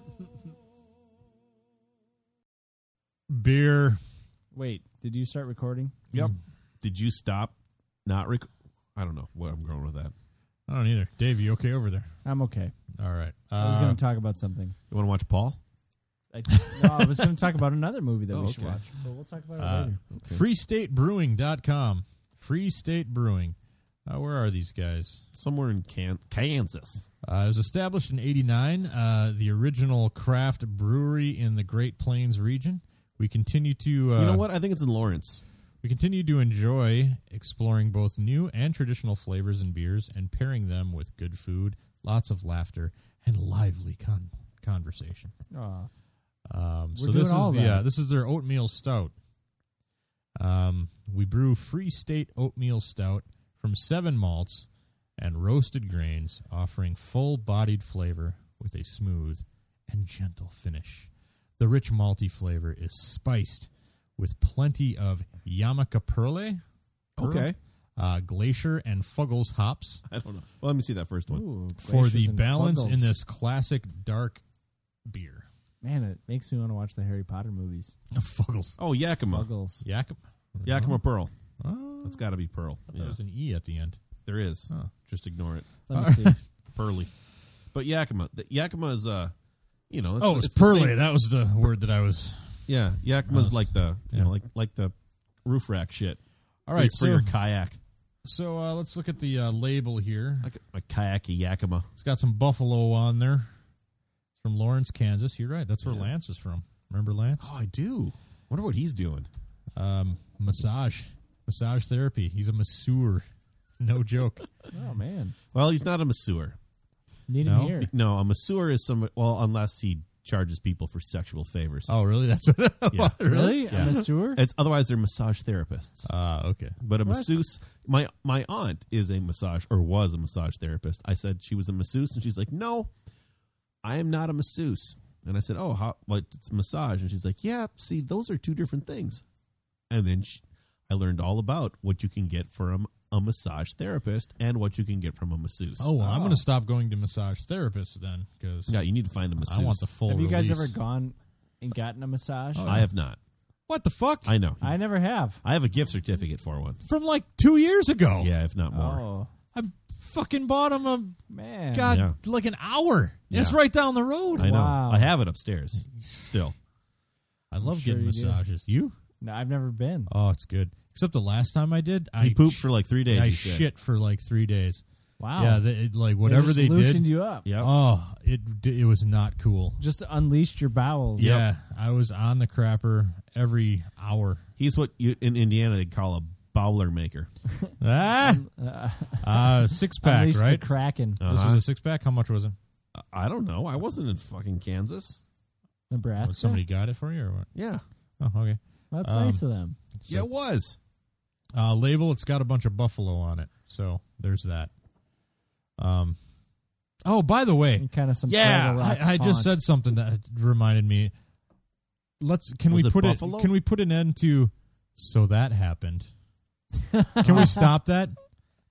C: beer.
B: Wait, did you start recording?
A: Yep. Did you stop? Not rec- I don't know where I'm going with that.
C: I don't either. Dave, you okay over there?
B: I'm okay.
C: All right.
B: I was
C: Uh,
B: going to talk about something.
A: You want to watch Paul?
B: I, no, I was going to talk about another movie that
C: Oh,
B: we should
C: okay.
B: watch, but we'll talk about it
C: Uh,
B: later.
C: freestatebrewing.com. Free State Brewing. Uh, where are these guys?
A: Somewhere in Can- Kansas.
C: Uh, it was established in 89, uh, the original craft brewery in the Great Plains region. We continue to. Uh,
A: you know what? I think it's in Lawrence.
C: We continue to enjoy exploring both new and traditional flavors and beers and pairing them with good food, lots of laughter, and lively con- conversation.
B: Aw.
C: Um,
B: We're
C: so this
B: doing all
C: is yeah,
B: that.
C: this is their oatmeal stout. Um, we brew Free State oatmeal stout from seven malts and roasted grains, offering full-bodied flavor with a smooth and gentle finish. The rich malty flavor is spiced with plenty of Yamaka Perle, Perle,
A: Okay.
C: uh, Glacier and Fuggles hops
A: I don't know. Well, let me see that first one.
C: for
B: Glaciers
C: the
B: and
C: balance in
B: Fuggles.
C: this classic dark beer.
B: Man, it makes me want to watch the Harry Potter movies.
C: Fuggles.
A: Oh, Yakima.
B: Fuggles.
C: Yakima.
A: Yakima Pearl.
C: Oh,
A: It's got to be Pearl. Yeah.
C: There's an E at the end.
A: There is.
C: Huh.
A: Just ignore it.
C: <laughs>
B: Let me see.
A: Pearly. But Yakima. The, Yakima is, uh, you know. It's,
C: oh, it's,
A: the
C: Pearly.
A: same-
C: That was the word that I was.
A: Yeah. Yakima's like the, you
C: Yeah.
A: know, like, like the roof rack shit.
C: All
A: For
C: right,
A: your-
C: so-
A: For your kayak.
C: So uh, let's look at the uh, label here.
A: Like a kayaki Yakima.
C: It's got some buffalo on there. It's from Lawrence, Kansas. You're right. That's where
A: Yeah.
C: Lance is from. Remember Lance?
A: Oh, I do. Wonder what he's doing.
C: Um, massage, massage therapy. He's a masseur. <laughs> No joke.
B: Oh man,
A: Well, he's not a masseur.
B: need
C: No.
B: him here.
A: No, a masseur is some. Well, unless he charges people for sexual favors.
C: oh, really? That's what. <laughs>
A: Yeah.
B: Really?
A: Yeah.
B: A masseur?
A: It's otherwise they're massage therapists.
C: Ah, okay.
A: But a
B: What?
A: masseuse, my my aunt is a massage or was a massage therapist. I said she was a masseuse, and she's like, "No, I am not a masseuse." And I said, "Oh, how, like it's massage?" And she's like, "Yeah, see, those are two different things." And then she, I learned all about what you can get from a massage therapist and what you can get from a masseuse.
C: Oh, well, I'm
B: Oh.
C: going to stop going to massage therapists then because
A: yeah, you need to find a masseuse.
C: I want the full.
B: Have you guys ever
C: release. Oh,
B: gone and gotten a massage?
A: I have not.
C: What the fuck?
A: I know.
B: I never have.
A: I have a gift certificate for one.
C: From like two years ago.
A: Yeah, if not more.
B: Oh
C: I fucking bought him a
B: man,
C: god
A: Yeah.
C: like an hour.
A: Yeah.
C: It's right down the road.
A: I know.
B: Wow.
A: I have it upstairs
C: <laughs>
A: still.
C: I love
B: sure
C: getting
B: you do.
C: massages. You?
B: no, I've never been.
C: Oh, it's good. Except the last time I did, I
A: He pooped
C: sh-
A: for like three days.
C: I
A: he said.
C: shit for like three days.
B: Wow.
C: Yeah, they, it, like
B: They
C: whatever
B: just
C: they
B: loosened
C: did.
B: you up.
A: Yeah.
C: Oh, it d- it was not cool.
B: Just unleashed your bowels.
C: Yeah, I was on the crapper every hour.
A: He's what you, in Indiana they call a bowler maker.
C: Ah,
B: Uh,
C: <laughs> uh, six pack,
B: unleashed
C: right? Oh,
B: the kraken.
C: This was a six pack. How much was it?
A: I don't know. I wasn't in fucking Kansas.
C: Like,
B: Nebraska.
C: somebody got it for you or what?
A: Yeah.
C: Oh, okay.
B: That's
C: um,
B: nice of them.
A: yeah, it was.
C: Uh, label. It's got a bunch of buffalo on it, so there's that. Um. Oh, by the way,
B: And kind of some
C: yeah,
B: Fraggle Rock
C: I, I just
B: font.
C: said something that reminded me. Let's can
A: Was
C: we
A: it
C: put it?
A: buffalo?
C: Can we put an end to? So
B: <laughs>
C: that happened. Can we stop that?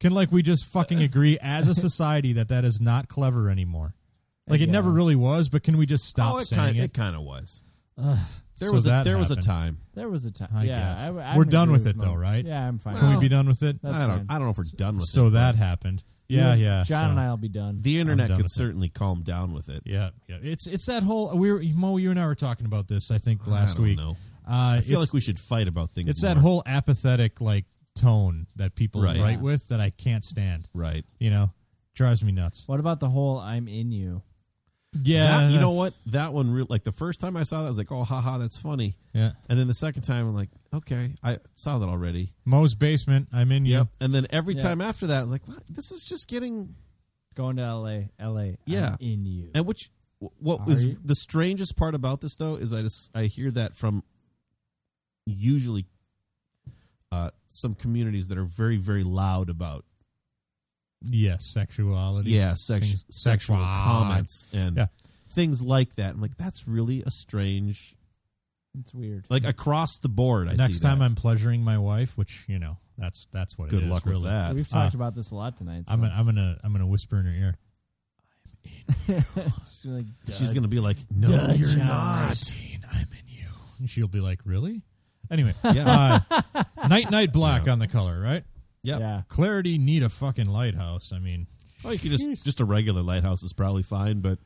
C: Can like we just fucking agree as a society that that is not clever anymore? Like it
B: Yeah.
C: never really was, but can we just stop
A: oh, it
C: saying
A: kind
C: it?
A: it kind of was.
C: Ugh,
A: There
C: so
A: was a,
C: that
A: there was a
C: happened.
A: time.
B: there was a time.
C: I
B: yeah,
C: guess.
B: I, I
C: We're
B: would
C: done
B: agree
C: with it, though,
B: Mo.
C: right?
B: Yeah, I'm fine.
A: Well,
C: Can we be done with it?
B: That's
A: I don't
B: fine.
A: I don't know if we're done with
C: so
A: it.
C: that happened. Yeah, yeah.
B: John
C: so-
B: and I'll be done.
A: the internet
C: done
A: could
C: with it.
A: certainly calm down with it.
C: Yeah, yeah. It's it's that whole we were, Mo. You and I were talking about this. I think last
A: I don't
C: week.
A: know.
C: Uh,
A: I feel
C: it's,
A: like we should fight about things.
C: it's that
A: more.
C: whole apathetic like tone that people
A: Right.
C: write
A: Yeah.
C: with that I can't stand.
A: right.
C: You know, drives me nuts.
B: What about the whole "I'm in you"?
C: Yeah,
A: That- you know
C: that's-
A: what? That one, real like the first time I saw that, I was like, "Oh, haha, that's funny."
C: Yeah,
A: And then the second time, I'm like, "Okay, I saw that already."
C: Mo's basement. I'm in you.
A: And then every
B: Yeah.
A: time after that, I was like, what? This is just getting.
B: Going to L.A. L.A.
A: Yeah.
B: I'm in you.
A: And which, what
B: Are
A: was
B: you?
A: the strangest part about this though is I just I hear that from usually uh, some communities that are very very loud about
C: Yes, sexuality.
A: yeah sex,
C: Things-
A: sexual
C: sexual.
A: comments and
C: Yeah.
A: things like that. I'm like, that's really a strange
B: It's weird.
A: like across the board. I
C: Next
A: see
C: time
A: that.
C: I'm pleasuring my wife, which you know, that's that's what.
A: good
C: it is,
A: luck
C: really.
A: with that.
B: We've talked about this a lot tonight. So.
C: Uh,
B: <laughs>
C: I'm gonna, I'm gonna I'm gonna whisper in her ear.
B: Just like,
A: She's
B: "Doug,
A: gonna be like, no,
B: Duh,
A: you're
B: John.
A: not.
C: Christine, I'm in you. and she'll be like, "Really?"
A: <laughs>
C: Anyway, <laughs>
A: Yeah.
C: uh, night night black
A: Yeah.
C: on the color, right?
A: Yep. Yeah.
C: Clarity need a fucking lighthouse. I mean,
A: Oh, you could just just a regular lighthouse is probably fine, but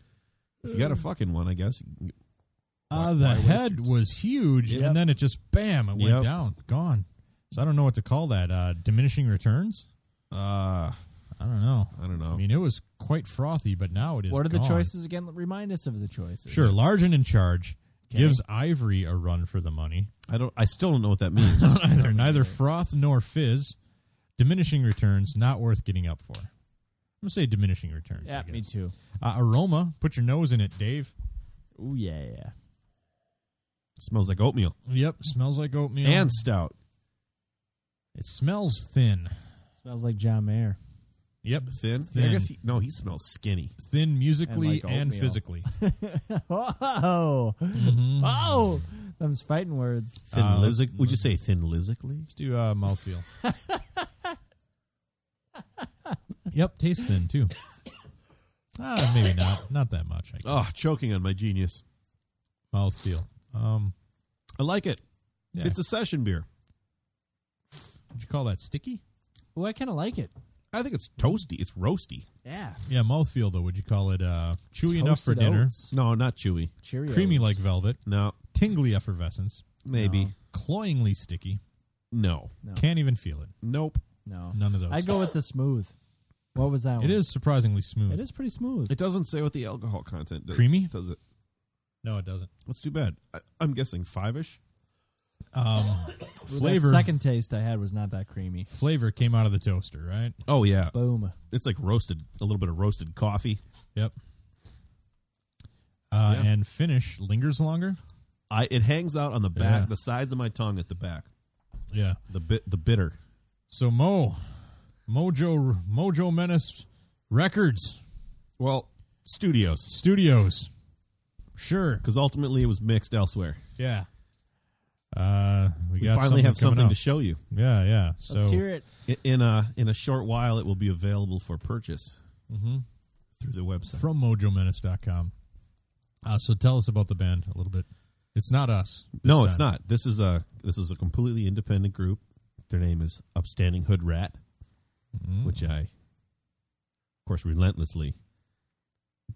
A: if you got a fucking one, I guess. you can-
C: uh, the
A: why waste
C: head was huge,
A: Yep.
C: and then it just bam, it went
A: Yep.
C: down, gone. So I don't know what to call that. Uh, diminishing returns. Uh, I don't know. I don't know. I mean, it was quite frothy, but now it is.
B: What are the
C: gone.
B: choices again? Remind us of the choices.
C: Sure, Largen in charge
B: Okay.
C: gives Ivory a run for the money.
A: I don't. I still don't know what that
C: <laughs>
A: means.
C: neither, neither froth nor fizz. Diminishing returns, not worth getting up for. I'm gonna say diminishing returns.
B: Yeah,
C: I guess.
B: me too.
C: Uh, aroma, put your nose in it, Dave.
B: Oh yeah, yeah.
A: smells like oatmeal
C: Yep, smells like oatmeal.
A: and stout.
C: it smells thin.
B: Smells like John Mayer. <laughs>
C: Yep,
A: Thin. I
C: Thin.
A: guess he, no, he smells skinny.
C: thin musically
B: like
C: and,
B: oatmeal. <laughs>
C: physically.
B: oh,
C: Mm-hmm.
B: oh, them's fighting words.
A: Thin
C: Uh,
A: lizic. Would you say thin lizically?
C: Let's do
B: <laughs>
C: uh, mouthfeel. yep, tastes thin too. Ah, maybe not. Not that much. I guess.
A: Oh, choking on my genius.
C: Mouthfeel. Um,
A: I like it.
C: Yeah.
A: It's a session beer.
C: would you call that sticky?
B: Oh, I kind of like it.
A: I think it's toasty. It's roasty.
B: Yeah,
C: Yeah, mouthfeel though. Would you call it uh, chewy enough for
B: Toasted
C: dinner?
B: oats.
A: No, not chewy.
B: Cheerios.
C: Creamy like velvet.
A: No,
C: Tingly effervescence.
A: maybe.
C: Cloyingly sticky.
A: No.
B: No.
C: Can't even feel it.
A: Nope.
B: No,
C: None of those.
B: I go with the smooth. What was that?
C: It
B: one?
C: is surprisingly smooth.
B: It is pretty smooth.
A: It doesn't say what the alcohol content does.
C: Creamy?
A: Does it?
C: No, it doesn't.
A: That's too bad. I, I'm guessing five ish.
C: Um,
B: Ooh, that
C: flavor.
B: second taste I had was not that creamy.
C: flavor came out of the toaster, right?
A: Oh, yeah.
B: Boom.
A: It's like roasted, a little bit of roasted coffee.
C: Yep. Uh,
A: Yeah.
C: And finish lingers longer.
A: I It hangs out on the back,
C: Yeah.
A: the sides of my tongue at the back.
C: Yeah.
A: The bit, the bitter.
C: So Mo, Mojo, Mojo Menace Records
A: Well, studios,
C: Studios. Sure.
A: because ultimately it was mixed elsewhere.
C: Yeah. Uh, we,
A: We
C: got
A: finally have
C: coming
A: something
C: up.
A: to show you.
C: Yeah, yeah. So
B: Let's hear it.
A: I- In a in a short while, it will be available for purchase
C: Mhm.
A: through the website.
C: from mojomenace.com. Uh, so tell us about the band a little bit. It's not us. this
A: no, it's
C: time.
A: not. This is a this is a completely independent group. Their name is Upstanding Hood Rat,
C: Mm.
A: which I, of course, relentlessly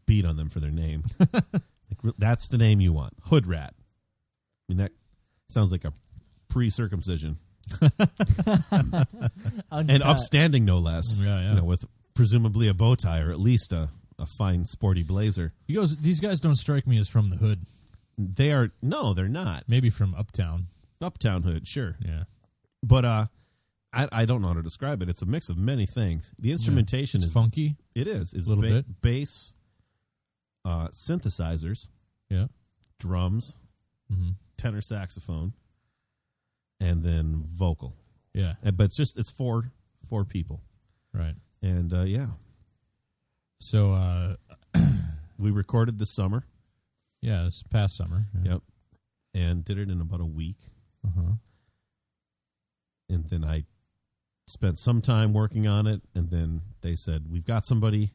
A: beat on them for their
C: <laughs>
A: name. like re- that's the name you want, Hood Rat. I mean that sounds like a pre-circumcision
C: <laughs>
A: and
B: Uncut.
A: upstanding, no less.
C: Yeah, yeah.
A: You know, with presumably a bow tie or at least a a fine sporty blazer.
C: He goes. These guys don't strike me as from the hood.
A: They are no, they're not
C: Maybe from uptown.
A: Uptown Hood, sure.
C: Yeah.
A: but uh I, I don't know how to describe it. It's a mix of many things. The instrumentation
C: It's
A: is
C: funky.
A: it is is
C: Little
A: ba-
C: bit.
A: bass, uh, synthesizers,
C: Yeah.
A: drums,
C: hmm
A: tenor saxophone, and then vocal.
C: Yeah.
A: And, but it's just it's four four people,
C: Right.
A: and uh, yeah,
C: So uh,
A: we recorded this summer.
C: yeah, it's past summer. Yeah.
A: Yep, and did it in about a week,
C: Uh-huh.
A: and then I spent some time working on it, and then they said we've got somebody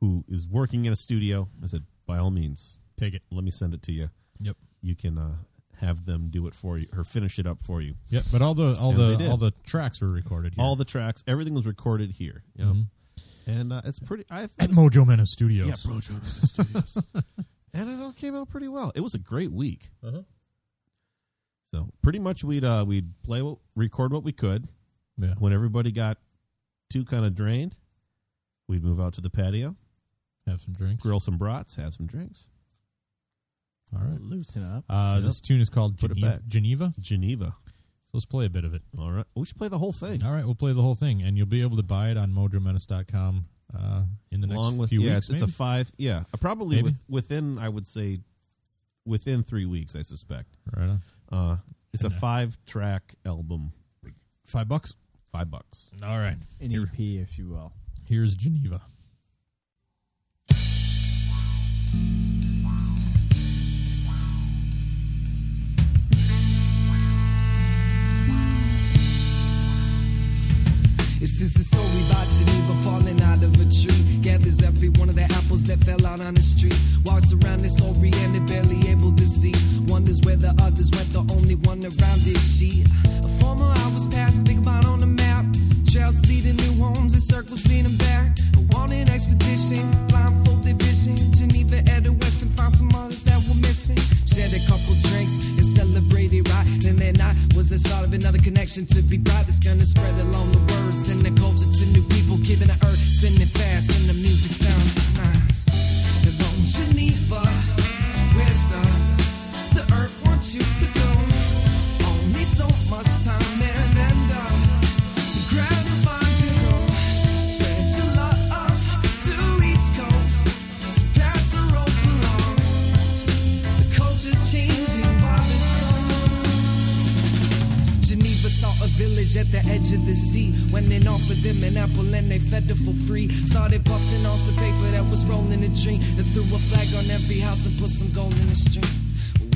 A: who is working in a studio. I said by all means
C: Take it.
A: let me send it to you.
C: Yep.
A: You can uh, have them do it for you or finish it up for you.
C: Yep. But all the all
A: And they
C: the
A: did.
C: all the tracks were recorded here.
A: All the tracks, everything was recorded here. Yep.
C: Mhm.
A: And uh, it's pretty. I
C: at
A: think,
C: Mojo Mena Studios.
A: yeah, Bro Joe Menace Studios. and it all came out pretty well. It was a great week.
C: Uh-huh.
A: So pretty much we'd uh, we'd play what, record what we could.
C: Yeah.
A: When everybody got too kind of drained, we'd move out to the patio,
C: Have some drinks.
A: grill some brats, have some drinks.
C: All right.
B: Loosen up.
C: Uh,
A: Yep.
C: This tune is called
A: Put it
C: Geneva.
A: back.
C: Geneva. So
A: Geneva.
C: let's play a bit of it.
A: All right. We should play the whole thing.
C: All right, we'll play the whole thing, and you'll be able to buy it on mojomenace.com uh, in the next
A: along with
C: few
A: yeah,
C: weeks.
A: it's, it's a
C: maybe?
A: five. Yeah, uh, probably
C: Maybe.
A: with, within I would say within three weeks. I suspect
C: right on.
A: uh, it's a
C: And, uh,
A: five track album,
C: five bucks.
A: five bucks.
C: All right,
B: An EP, if you will.
C: here's Geneva.
U: You
L: This is the story about Geneva falling out of a tree. Gathers every one of the apples that fell out on the street. Walks around disoriented, barely able to see. Wonders where the others went, the only one around is she. A former hours past, big about on the map. Trails leading new homes and circles leading back. I want an expedition, blindfolded vision. Geneva at the west and found some others that were missing. Shared a couple drinks and celebrated right. Then that night was the start of another connection to be proud that's gonna spread along the words and the culture to new people. Giving the earth spinning fast and the music sound nice. And on Geneva with us, the earth wants you to go. Only so much time and end us. So grab your minds and go. Spread your love to East Coast. So pass the rope along. The culture's changing by the song. Geneva saw a village at the edge of the sea. When they offered them an apple and they fed her for free. Started puffing on some paper that was rolling a dream. Then threw a flag on every house and put some gold in the stream.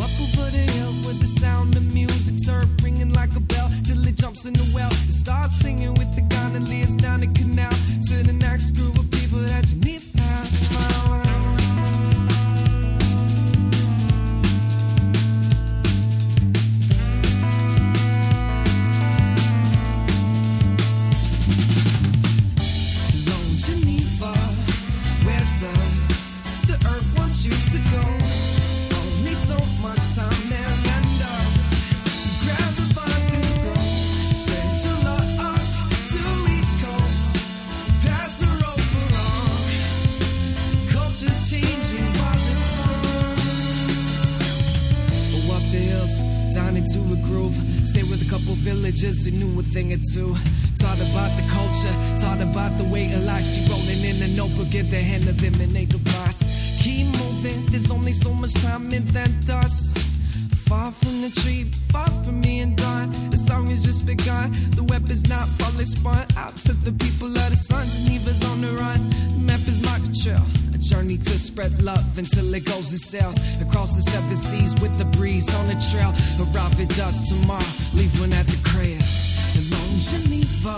L: Up over the hill with the sound of music, surf ringing like a bell till it jumps in the well. It starts singing with the Gondoliers down the canal to the next group of people that you need pass by. Lone Geneva, where does the earth want you to go? Only so much time and windows. So grab the bonds and go. Spread your love to East Coast. Pass the rope along. Culture's changing while the sun. Go up the hills, down into a groove. Stay with a couple villagers who knew a thing or two. Taught about the culture, taught about the way of life. She rolling in a notebook, get the hand of them and they the boss. Keep moving, there's only so much time in that dust. Far from the tree, far from me and dawn. The song has just begun. The web is not fully spun. Out to the people of the sun. Geneva's on the run. The map is marked the trail. A journey to spread love until it goes and sails across the seven seas with the breeze on the trail. Arrive at dusk tomorrow. Leave one at the crib. And long Geneva,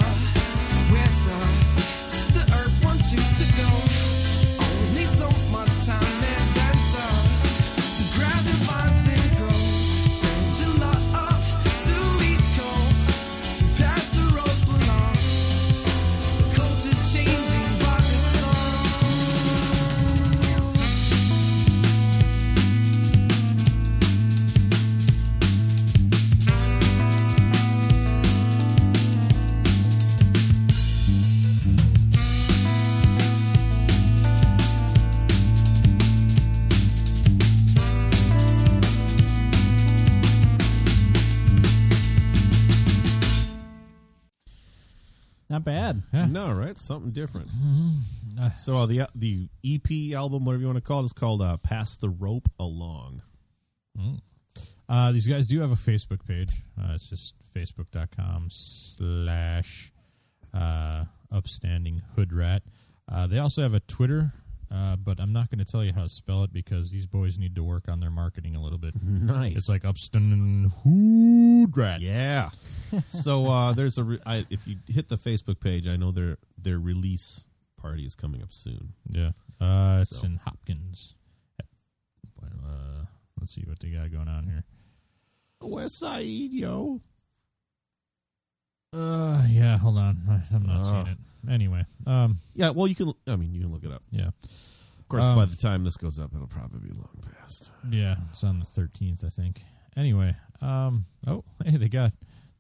L: where does the earth want you to go? Only so much time and that dust. So grab your bonds and grow. Spread your love to East Coast. Pass the rope along. Culture's changing by the song.
B: Not
C: <laughs>
B: bad.
G: No, right? Something different.
C: Mm-hmm.
G: So uh, the the
A: E
G: EP album, whatever you want to call it, is called uh, "Pass the Rope Along."
C: Uh, these guys do have a Facebook page. Uh, it's just facebook.com slash uh, upstanding hood rat. Uh, they also have a Twitter, uh, but I'm not going to tell you how to spell it because these boys need to work on their marketing a little
G: <laughs>
C: bit.
G: Nice.
C: It's like upstanding hood rat.
G: Yeah. so uh, there's a re- I, if you hit the Facebook page, I know their their release party is coming up soon.
C: Yeah. Uh, it's
G: So-
C: in Hopkins. Uh, let's see what they got going on here.
G: West Side, yo.
C: Uh, yeah, hold on. <laughs> I- I'm not
G: Ugh.
C: seeing it. Anyway, um,
G: Yeah, well, you can. I mean, you can look it up.
C: yeah,
G: Of course,
C: Um,
G: by the time this goes up, it'll probably be long past.
C: yeah, it's on the 13th, I think. Anyway, um, oh, <laughs> hey, they got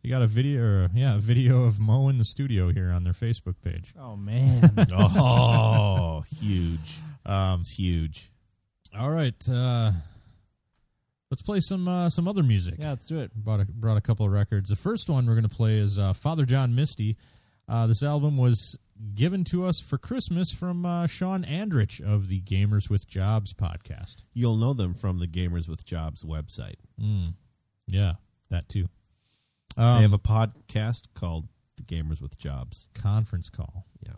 C: they got a video, or, yeah, a video of Mo in the studio here on their Facebook page.
B: Oh
C: <laughs>
B: man.
G: oh, huge! Um, it's huge.
C: Uh, All right, uh, let's play some uh, some other music.
B: yeah, let's do it.
C: brought a, brought a couple of records. The first one we're going to play is uh, Father John Misty. Uh, this album was given to us for Christmas from uh, Sean Andrich of the Gamers with Jobs podcast.
G: You'll know them from the Gamers with Jobs website.
C: Mm. Yeah, that too.
G: they
C: Um,
G: have a podcast called The Gamers with Jobs.
C: conference call.
G: Yeah,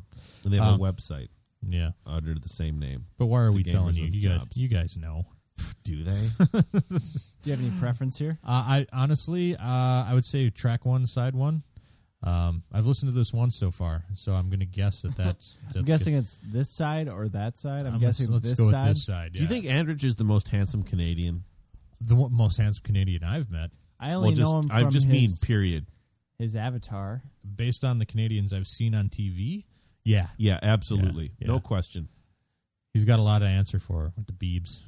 G: and they have
C: Um,
G: a website
C: Yeah,
G: under the same name.
C: but why are
G: The
C: we telling
G: Gamers
C: you?
G: with
C: You guys,
G: Jobs.
C: you guys know.
G: <laughs> Do they?
B: Do you have any preference here?
C: Uh, I honestly, uh, I would say track one, side one. Um, I've listened to this once so far, so I'm going to guess that that's. that's
B: I'm guessing it's this side or that side. I'm,
C: Um, let's-
B: guessing
C: let's
B: this,
C: go with
B: side.
C: this side,
A: Do you
C: yeah.
A: think Andrich is the most handsome Canadian?
C: The one- most handsome Canadian I've met.
B: I only
A: just,
B: know him
A: I
B: from
A: just mean
B: his-
A: period.
B: His avatar.
C: Based on the Canadians I've seen on TV, yeah,
A: Yeah, absolutely,
C: Yeah, yeah.
A: no question.
C: he's got a lot to answer for with the Beebs.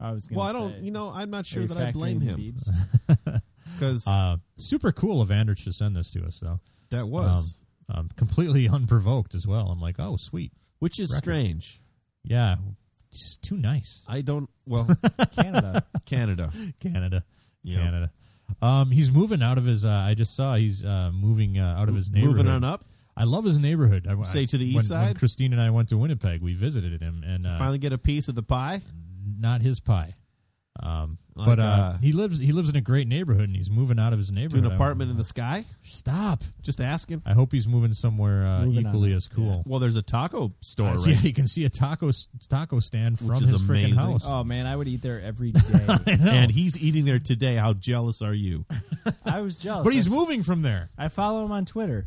B: I was. Gonna
A: Well, I don't.
B: say.
A: You know, I'm not
B: Are
A: sure
B: you
A: that I
B: factoring
A: blame
B: the
A: him
C: <laughs>
B: Biebs?
A: because
C: Uh, super cool of Andrich to send this to us, though.
A: that was,
C: um, um, completely <laughs> unprovoked as well. I'm like, oh, sweet.
A: which is
C: record.
A: strange.
C: Yeah, it's too nice.
A: I don't. Well,
B: Canada.
A: Canada.
C: Canada,
A: Yeah.
C: Canada. Um, he's moving out of his. Uh, I just saw he's uh, moving uh, out of his neighborhood.
A: Moving on up.
C: I love his neighborhood. I,
A: Say to the
C: I-
A: east
C: when- When
A: side?
C: Christine and I went to Winnipeg. We visited him, and uh,
A: Finally, get a piece of the pie.
C: not his pie. Um,
A: Like,
C: but uh,
A: uh,
C: he lives. He lives in a great neighborhood, and he's moving out of his
A: To
C: neighborhood.
A: an apartment in the sky.
C: Stop.
A: Just asking.
C: I hope he's moving somewhere uh,
B: Moving on
C: equally
B: up,
C: as cool.
A: Well, there's a taco store.
C: <laughs> Uh,
A: right?
C: Yeah, you can see a taco s- taco stand
A: Which
C: from
A: is
C: his freaking
A: amazing.
C: house.
B: Oh man, I would eat there
C: <laughs>
B: every day.
C: No.
A: And he's eating there today. How jealous are you?
B: I was jealous.
C: but he's
B: I s-
C: moving from there.
B: I follow him on Twitter.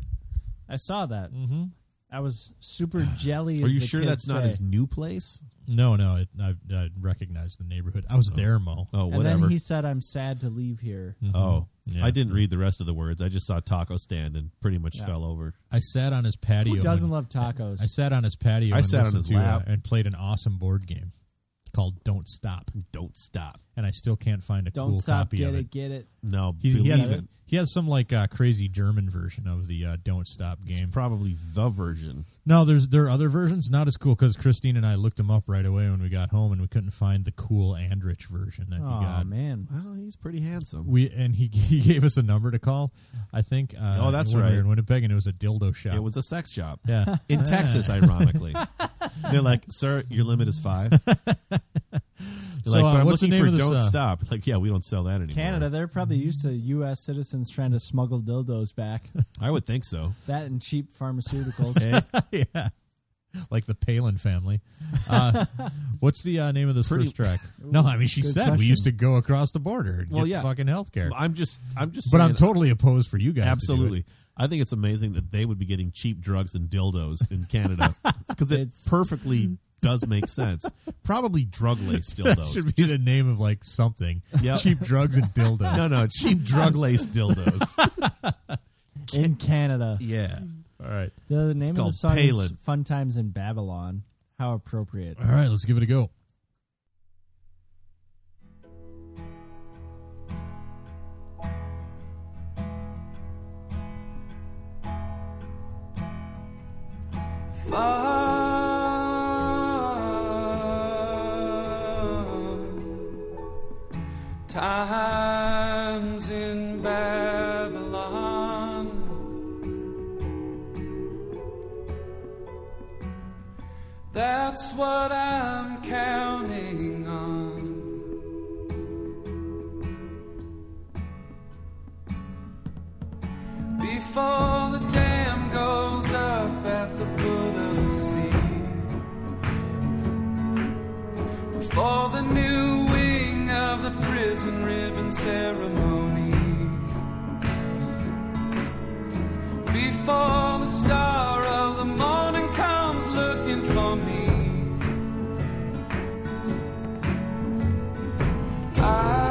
B: I saw that.
C: Mm-hmm.
B: I was
C: <sighs>
B: super jelly.
A: Are
B: as
A: you
B: the
A: sure
B: kids
A: that's not
B: say.
A: his new place?
C: No, no, it, I, I recognize the neighborhood. I was there, Mo.
A: Oh,
B: And
A: whatever.
B: then he said, "I'm sad to leave here."
C: Mhm.
A: Oh,
C: Yeah.
A: I didn't read the rest of the words. I just saw taco stand and pretty much
B: Yeah.
A: fell over.
C: I sat on his patio.
B: Who doesn't
C: and-
B: love tacos?
C: I sat on his patio.
A: I
C: and
A: sat on
C: listened
A: his
C: to, uh,
A: lap.
C: and played an awesome board game called Don't Stop,
A: Don't stop.
C: and I still can't find a
B: Don't
C: cool
B: stop.
C: copy
B: Get
C: of
B: it.
C: it.
B: Get it.
A: No,
C: He, he,
A: believe
C: had,
A: it.
C: he has some like uh, crazy German version of the uh, Don't Stop game.
A: It's probably the version.
C: No, there's there are other versions. Not as cool because Christine and I looked them up right away when we got home, and we couldn't find the cool Andrich version that he
B: Oh
C: got.
B: man,
A: Well, he's pretty handsome.
C: We and he <laughs> he gave us a number to call. I think. Uh,
A: Oh, that's
C: when We
A: right.
C: were in Winnipeg, and it was a dildo shop.
A: It was a sex shop
C: yeah.
A: in Texas,
C: <laughs>
A: ironically. They're like, "Sir, your limit is five. You're
C: So,
A: like,
C: uh,
A: "But I'm
C: what's the
A: looking
C: name
A: for
C: of this,
A: Don't
C: uh,
A: Stop." It's Like, yeah, we don't sell that anymore.
B: Canada. They're probably used to U.S. citizens trying to smuggle dildos back.
A: I would think so.
B: that and cheap
A: <laughs>
B: pharmaceuticals.
A: Eh,
C: <laughs> yeah. Like the Palin family.
A: <laughs>
C: Uh, what's the uh, name of this
A: Pretty- <laughs>
C: first track? No, I mean she
B: good
C: said we
B: question.
C: used to go across the border and
A: Well,
C: get
A: yeah.
C: fucking healthcare.
A: I'm just, I'm just.
C: But
A: saying-
C: I'm totally opposed for you guys. to do it.
A: Absolutely. I think it's amazing that they would be getting cheap drugs and dildos in Canada
C: <laughs>
A: because it
B: It's-
A: perfectly does make sense. Probably drug laced
C: <laughs> That
A: dildos.
C: <laughs> should be the name of like something.
A: Yep.
C: Cheap drugs and
A: <laughs>
C: dildos.
A: no, no, cheap drug laced
C: <laughs>
A: dildos.
B: in Canada.
A: yeah.
C: All right.
B: The name of the
A: called
B: song is
A: Palin.
B: "Fun Times in Babylon." How appropriate.
C: All right, let's give it a go.
L: Times in Babylon. That's what I'm counting on. Before the dam goes up at the foot of the sea. Before the new wing of the prison ribbon ceremony. Before the star of the morning comes looking for me.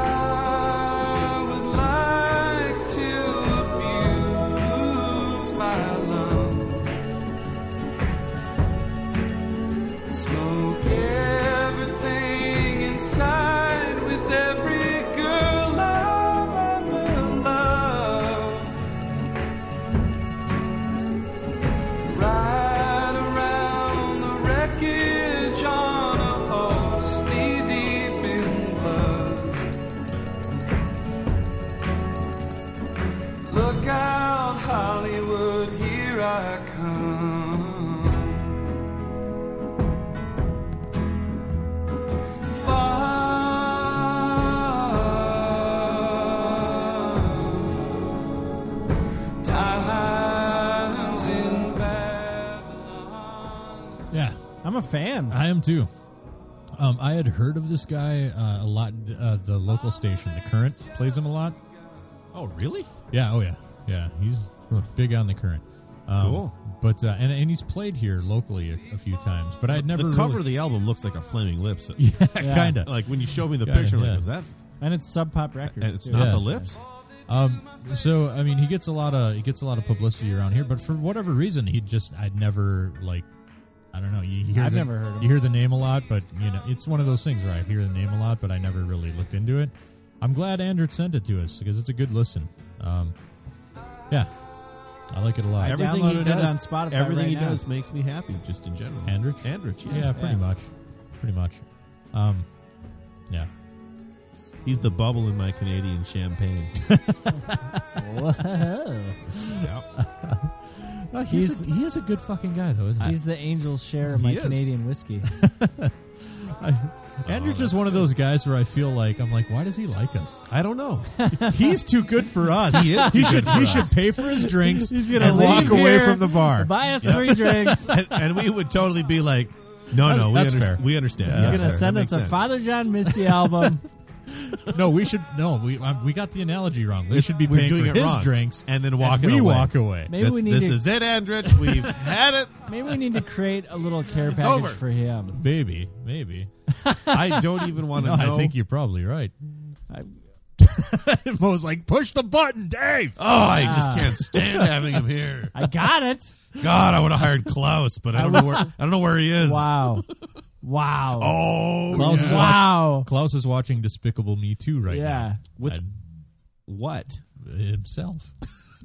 L: I would like to abuse my love, smoke everything inside with every girl I've ever loved. Ride around the wreckage on a horse knee deep in blood. Look out, Hollywood, here I come. Far times in Babylon.
C: Yeah,
B: I'm a fan.
A: Uh,
C: I am too. Um, I had heard of this guy uh, a lot. Uh, the local station, The Current, plays him a lot.
A: Oh, really?
C: Yeah. Oh yeah. Yeah. He's big on the current. Um,
A: Cool.
C: But uh, and and he's played here locally a, a few times, but I'd never
A: the cover
C: really-
A: of the album looks like a Flaming Lips.
C: <laughs> Yeah, kinda.
A: Like when you show me the
C: Kinda,
A: picture, I'm
C: yeah.
A: like, was that?
B: And it's Sub Pop Records.
A: And it's
B: too.
A: not the lips.
C: Um, so I mean, he gets a lot of he gets a lot of publicity around here, but for whatever reason, he just I'd never like I don't know. You hear
B: I've
C: the-
B: never heard of
C: you hear the name a lot, but you know it's one of those things where I hear the name a lot, but I never really looked into it. I'm glad Andrew sent it to us because it's a good listen. Um, yeah, I like it a lot.
A: everything he
B: downloaded it
A: does
B: on Spotify
A: Everything
B: right
A: he
B: now.
A: does makes me happy, just in general.
C: Andrich,
A: Andrich, yeah.
C: yeah, pretty
B: Yeah.
C: much, pretty much. Um, yeah,
A: He's the bubble in my Canadian champagne.
B: Whoa.
C: No, he's,
B: He's-
C: a, he is a good fucking guy though, isn't he?
B: He's the angel's share of
A: He
B: my
A: is. <laughs>
B: Canadian whiskey.
C: I, Andrew's just one of those guys where I feel like I'm like, why does he like us?
A: I don't know.
C: <laughs> He's too good for us.
A: He is too good
C: should
A: for
C: he
A: us.
C: should pay for his drinks
B: He's gonna
C: and walk
B: leave
C: away
B: here,
C: from the bar.
B: Buy us three drinks.
A: and, and we would totally be like, no, no, we,
C: That's
A: under-
C: fair.
A: we understand. That's
C: Yeah,
B: He's gonna
A: fair.
B: send
A: That
B: us
A: makes
B: a
A: sense.
B: Father John
A: <laughs>
B: Misty album.
C: No, we should no. We um, we got the analogy wrong. We
A: It's-
C: should be
A: we're
C: paying
A: doing
C: for
A: it
C: his
A: wrong.
C: drinks
A: And then walking
C: we
A: away.
C: walk away.
B: Maybe we need
A: this
B: to-
A: is it, Andrich. We've had it.
B: Maybe we need to create a little care
A: It's
B: package
A: over.
B: for him.
C: Maybe maybe.
A: I don't even want to
C: No,
A: know.
C: I think you're probably right.
B: I-
C: <laughs> Mo's like, push the button, Dave.
A: Oh, I just
B: Ah.
A: can't
C: <laughs>
A: stand having him here.
B: I got it.
A: God, I would have hired Klaus, but I don't know where I don't know where he is. <laughs>
B: Wow. Wow.
A: Oh,
C: Klaus is
A: yeah.
B: wow.
C: Klaus is watching Despicable Me Too right
B: yeah.
C: now
A: With
C: I'd-
A: what?
C: himself,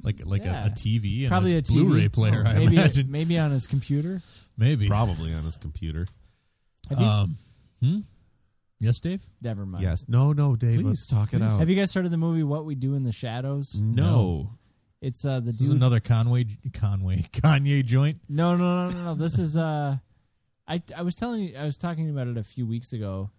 C: like like
B: Yeah.
C: a, a TV and
B: Probably
C: a,
B: a, TV.
C: Blu-ray player. I
B: maybe,
C: imagine
B: Maybe on his computer.
C: maybe.
A: Probably on his computer.
B: Have you,
C: Um, hmm? Yes, Dave.
B: never mind.
A: Yes. No, no, Dave.
C: Please,
A: let's talk it
C: please.
A: out.
B: Have you guys heard of the movie What We Do in the Shadows?
A: no.
B: It's uh the
C: This is
B: dude.
C: another Conway Conway <laughs> Kanye joint.
B: No, no, no, no, no. This is uh, I I was telling you, I was talking about it a few weeks ago.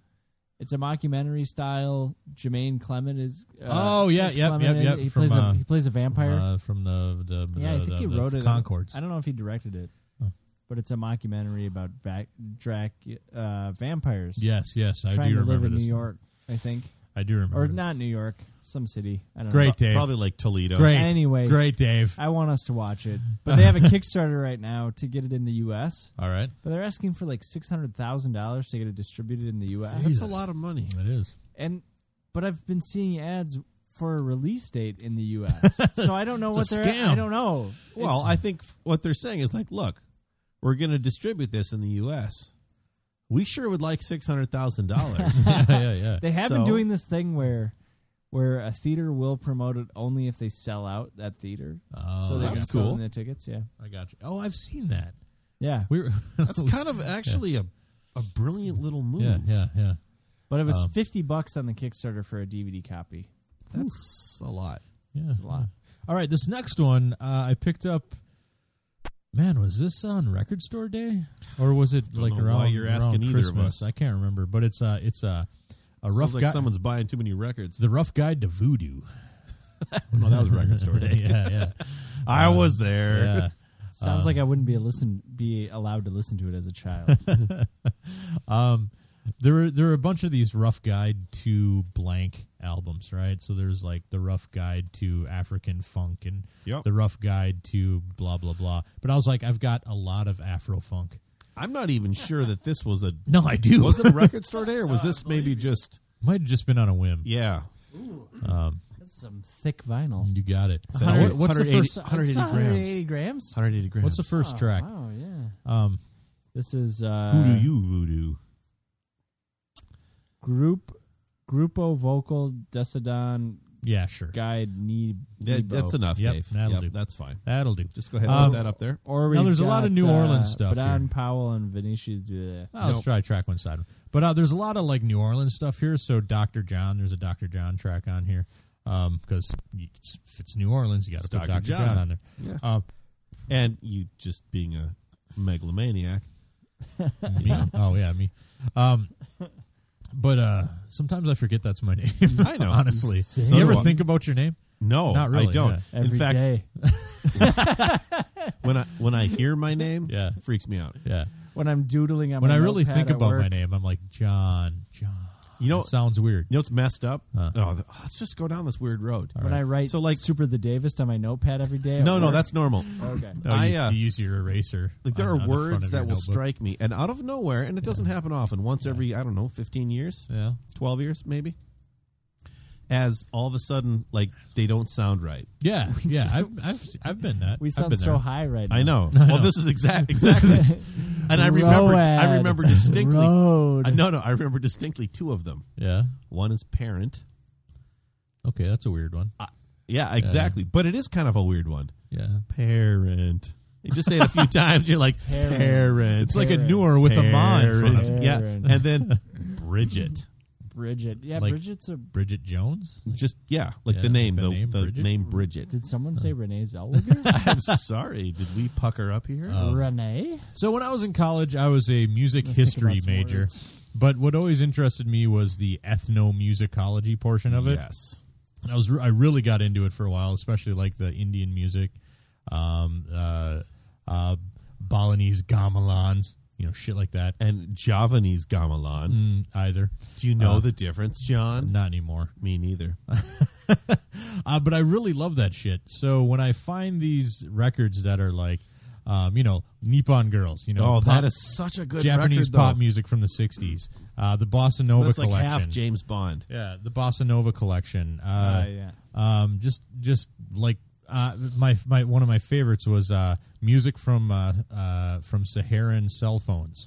B: It's a mockumentary style. Jermaine Clement is. Uh,
C: Oh, yeah,
B: is
C: yep,
B: Clement
C: yep,
B: in it.
C: yep,
B: He
C: from,
B: plays
C: uh,
B: a he plays a vampire.
C: uh, from the the
B: yeah,
C: the,
B: I think
C: the,
B: he
C: the
B: wrote it.
C: Concords.
B: I don't know if he directed it,
C: Huh.
B: but it's a mockumentary about vac- drac uh, vampires.
C: yes, yes, I
B: trying
C: do
B: to live
C: remember
B: in
C: this.
B: New York, I think,
C: I do remember.
B: or
C: this.
B: not New York, some city. I don't know.
C: Great, Dave.
A: Probably like Toledo.
C: Great.
B: Anyway.
C: great, Dave.
B: I want us to watch it, but they have a Kickstarter right now to get it in the U.S.
C: All right,
B: But they're asking for like six hundred thousand dollars to get it distributed in the U.S.
A: That's
C: Jesus.
A: a lot of money.
C: it is.
B: And but I've been seeing ads for a release date in the U.S. so I don't know what
C: It's a
B: they're.
C: scam.
B: I don't know.
A: Well,
B: It's-
A: I think f- what they're saying is like, look, we're going to distribute this in the U.S. We sure would like six hundred thousand <laughs> dollars.
C: yeah, yeah, yeah.
B: they have been
A: so-
B: doing this thing where where a theater will promote it only if they sell out that theater.
C: Oh,
B: so they
A: that's
B: can sell
A: cool.
B: in the tickets. Yeah,
C: I got you. Oh, I've seen that.
B: yeah.
C: We were. <laughs>
A: That's kind of actually a a brilliant little move.
C: yeah, yeah, yeah.
B: But it was
C: Um,
B: fifty bucks on the Kickstarter for a DVD copy.
A: That's a lot.
C: Yeah,
B: That's a lot.
C: All right, this next one uh, I picked up. Man, was this on Record Store Day, or was it
A: Don't
C: like
A: know
C: around,
A: why you're
C: around
A: asking either of
C: Christmas?
A: us.
C: I can't remember, but it's uh, it's uh, a rough
A: Sounds like
C: guide.
A: someone's buying too many records.
C: the rough guide to voodoo.
A: <laughs> no, that was record store day. <laughs>
C: yeah, yeah,
A: I was there. <laughs>
C: Uh, yeah.
B: Sounds like I wouldn't be a listen be allowed to listen to it as a child.
C: um, there are there are a bunch of these rough guide to blank albums, right? So there's like the rough guide to African funk and
A: Yep.
C: the rough guide to blah blah blah. But I was like, I've got a lot of Afro funk.
A: I'm not even sure that this was a
C: No, I do.
A: was it a record store day or <laughs> was this maybe just
C: Might have just been on a whim.
A: yeah
C: Um,
B: That's some thick vinyl.
C: you got it.
A: Hundred-
C: What- what's the
A: 180
C: first?
A: 180 grams.
B: 180 grams.
A: 180 grams?
C: What's the first
B: Oh,
C: track?
B: Wow, yeah.
C: Um,
B: This is uh,
A: Who do you voodoo?
B: group Grupo Vocal Desadon
C: yeah, sure.
B: Guide Need.
A: Yeah, that's enough,
C: Yep,
A: Dave.
C: that'll do.
A: that's fine.
C: That'll do.
A: Just go ahead and
C: Um,
A: put that up there.
B: Or
C: Now,
B: we've
C: there's a lot
B: got,
C: of New Orleans stuff
B: Badan
C: here.
B: Powell and Vinicius. do
A: Ah,
B: that.
C: Oh, let's try track one side. But uh, there's a lot of like New Orleans stuff here. So Dr. John, there's a Dr. John track on here because it's, if it's New Orleans, you got to
A: It's
C: put
A: Dr.
C: Dr.
A: John.
C: John. on there.
A: Yeah.
C: Uh,
A: And you just being a megalomaniac.
C: me?
A: <laughs>
C: oh yeah, me. Um, but uh, sometimes I forget that's my <laughs> name.
A: I know.
C: honestly.
A: So
C: you ever
A: do I.
C: think about your name?
A: No,
C: Not really,
A: I don't.
C: yeah.
B: Every
A: In fact,
B: day.
A: when I when I hear my name,
C: <laughs> Yeah.
A: it freaks me out.
C: Yeah.
B: when I'm doodling on
C: when
B: my
C: I really
B: notepad
C: think
B: at
C: about
B: work,
C: my name, I'm like John, John.
A: You know,
C: It sounds weird.
A: You know, it's messed up. oh, th- let's just go down this weird road.
B: When I write
A: so like
B: Super the Davis on my notepad every day. at
A: no, no,
B: work-
A: that's normal. uh,
B: Okay.
C: Oh, you- you use your eraser
A: Like there are
C: on- on the front
A: words
C: of
A: that
C: your
A: will
C: notebook.
A: strike me, and out of nowhere, and it doesn't happen often. Once every I don't know, fifteen years, <laughs>
C: Yeah.
A: twelve years maybe. As all of a sudden, like they don't sound right.
C: Yeah, yeah. I've, I've, I've been that.
B: We
C: I've
B: sound
C: been
B: so
C: there.
B: high right now.
A: I know.
C: I
A: Well,
C: know.
A: this is exact exactly. and I remember. I
B: Road.
A: remember distinctly.
B: Road.
A: I, no, no, I remember distinctly two of them.
C: Yeah.
A: One is parent.
C: Okay, that's a weird one.
A: Yeah, exactly. But it is kind of a weird one.
C: Yeah.
A: Parent. You just say it a few times. You're like
C: Parent.
A: parent.
C: It's like a newer with a ma in front of
A: Parent.
C: it.
A: Yeah,
B: Parent.
A: and then Bridget.
B: Bridget. Yeah,
C: Like-
B: Bridget's a.
C: Bridget Jones.
A: Just yeah, like
C: Yeah,
A: the
C: like
A: name,
C: the
A: the,
C: name
A: the
C: Bridget?
A: name Bridget.
B: Did someone
A: uh,
B: say Renee Zellweger?
A: I'm sorry. Did we pucker up here?
B: Uh, Renee?
C: So when I was in college, I was a music history
B: about some
C: major.
B: words.
C: But what always interested me was the ethnomusicology portion of it.
A: Yes.
C: And I was re- I really got into it for a while, especially like the Indian music, um, uh, uh, Balinese gamelans, you know, shit like that.
A: And Javanese gamelan.
C: Mm, either
A: Do you know
C: Uh,
A: the difference, John?
C: not anymore.
A: Me neither.
C: uh, but I really love that shit. So when I find these records that are like, um, you know, Nippon girls, you know,
A: oh,
C: pop-
A: that is such a good
C: Japanese
A: record,
C: pop
A: though.
C: music from the '60s, uh, the Bossa Nova
A: That's like
C: collection,
A: half James
C: <laughs>
A: Bond.
C: yeah, the Bossa Nova collection. Uh,
B: Ah, yeah.
C: Um, just just like uh, my my one of my favorites was uh, music from uh, uh, from Saharan cell phones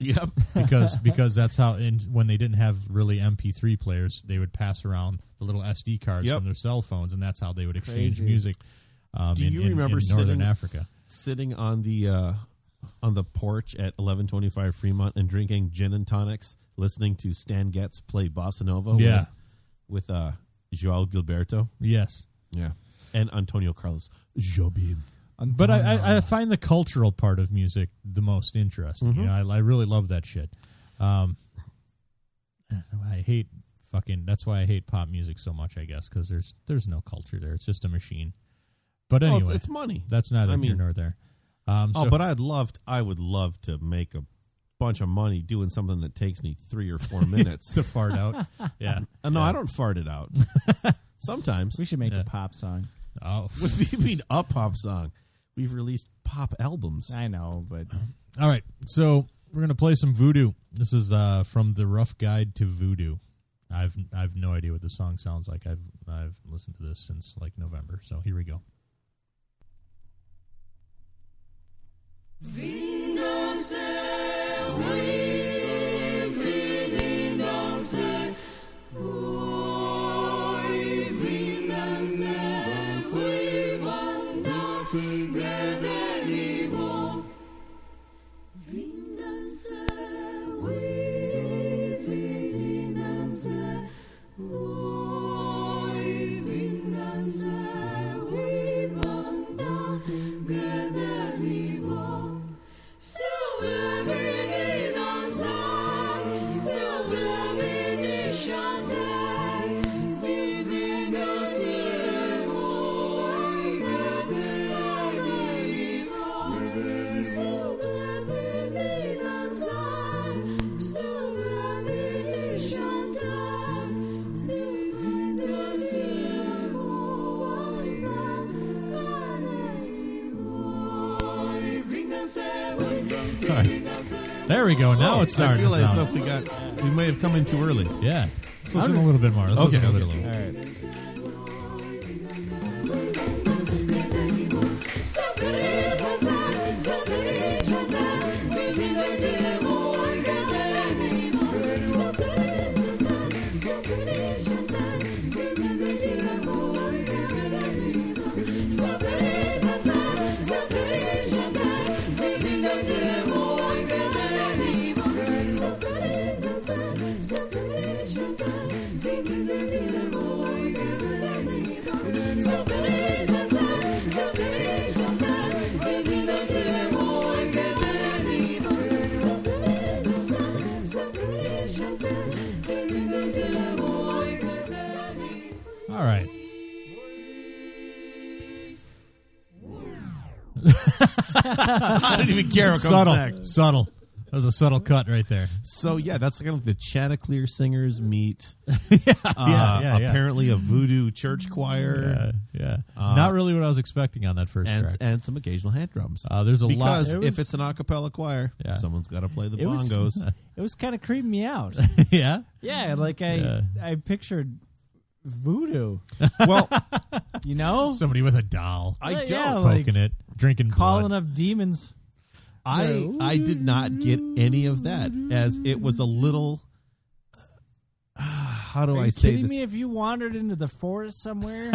A: Yep.
C: because because that's how and when they didn't have really MP3 players, they would pass around the little SD cards
A: Yep.
C: from their cell phones, and that's how they would exchange
B: Crazy.
C: music. Um,
A: Do
C: in-
A: you
C: in-
A: remember
C: in Northern
A: sitting-
C: Africa?
A: Sitting on the uh, on the porch at 1125 Fremont and drinking gin and tonics, listening to Stan Getz play bossa nova
C: Yeah.
A: with, with uh, Joao Gilberto.
C: Yes.
A: Yeah. And Antonio Carlos Jobim.
C: But I, I, I find the cultural part of music the most interesting.
A: Mm-hmm.
C: You know, I, I really love that shit. Um, <sighs> I hate fucking. That's why I hate pop music so much. I guess because there's there's no culture there. It's just a machine. But
A: Well,
C: anyway,
A: it's- it's money.
C: That's neither
A: I
C: here
A: mean-
C: nor there. Um,
A: Oh,
C: so-
A: but I'd love to, I would love to make a bunch of money doing something that takes me three or
C: <laughs>
A: four minutes.
C: <laughs> to
A: <laughs>
C: fart out. Yeah.
A: Uh, no, I don't fart it
C: <laughs>
A: out. Sometimes.
B: We should make
C: Yeah.
B: a pop song.
C: Oh.
A: What do you mean a pop song? We've released pop albums.
B: I know, but
C: All right. So we're gonna play some voodoo. This is uh, from the Rough Guide to Voodoo. I've I've no idea what the song sounds like. I've I've listened to this since like November. So here we go. All right. There we go. Now it's
A: I
C: starting to
A: realize
C: sound.
A: stuff we got. We may have come in too early.
C: Yeah. Let's listen a little bit more. Let's
A: Okay,
C: listen a little
A: okay.
C: bit.
B: all right.
C: All right.
A: I don't even care what comes
C: subtle.
A: next.
C: Subtle. That was a subtle cut right there.
A: <laughs> So yeah, that's kind of like the Chanticleer singers <laughs> meet. uh,
C: yeah, yeah, yeah.
A: Apparently, a voodoo church choir.
C: Yeah, yeah.
A: Uh,
C: Not really what I was expecting on that first
A: and
C: track.
A: and some occasional hand drums.
C: Uh, there's a lot. <laughs>
A: because if it's an a cappella choir,
C: Yeah.
A: someone's got to play the
B: It was-
A: bongos.
B: It was kind of creeping
A: <laughs>
B: me out.
C: yeah,
B: yeah, like I
C: Yeah.
B: I pictured
A: <laughs>
B: voodoo.
A: well,
B: You know,
C: somebody with a doll
B: I Yeah,
C: poking
B: yeah, don't. like-
C: it, drinking blood.
B: calling up demons.
A: <laughs> I I did not get any of that as it was a little. <sighs> How do
B: Are
A: Oh, I
B: you
A: say
B: kidding
A: this?
B: me? If you wandered into the forest
A: <laughs>
B: somewhere,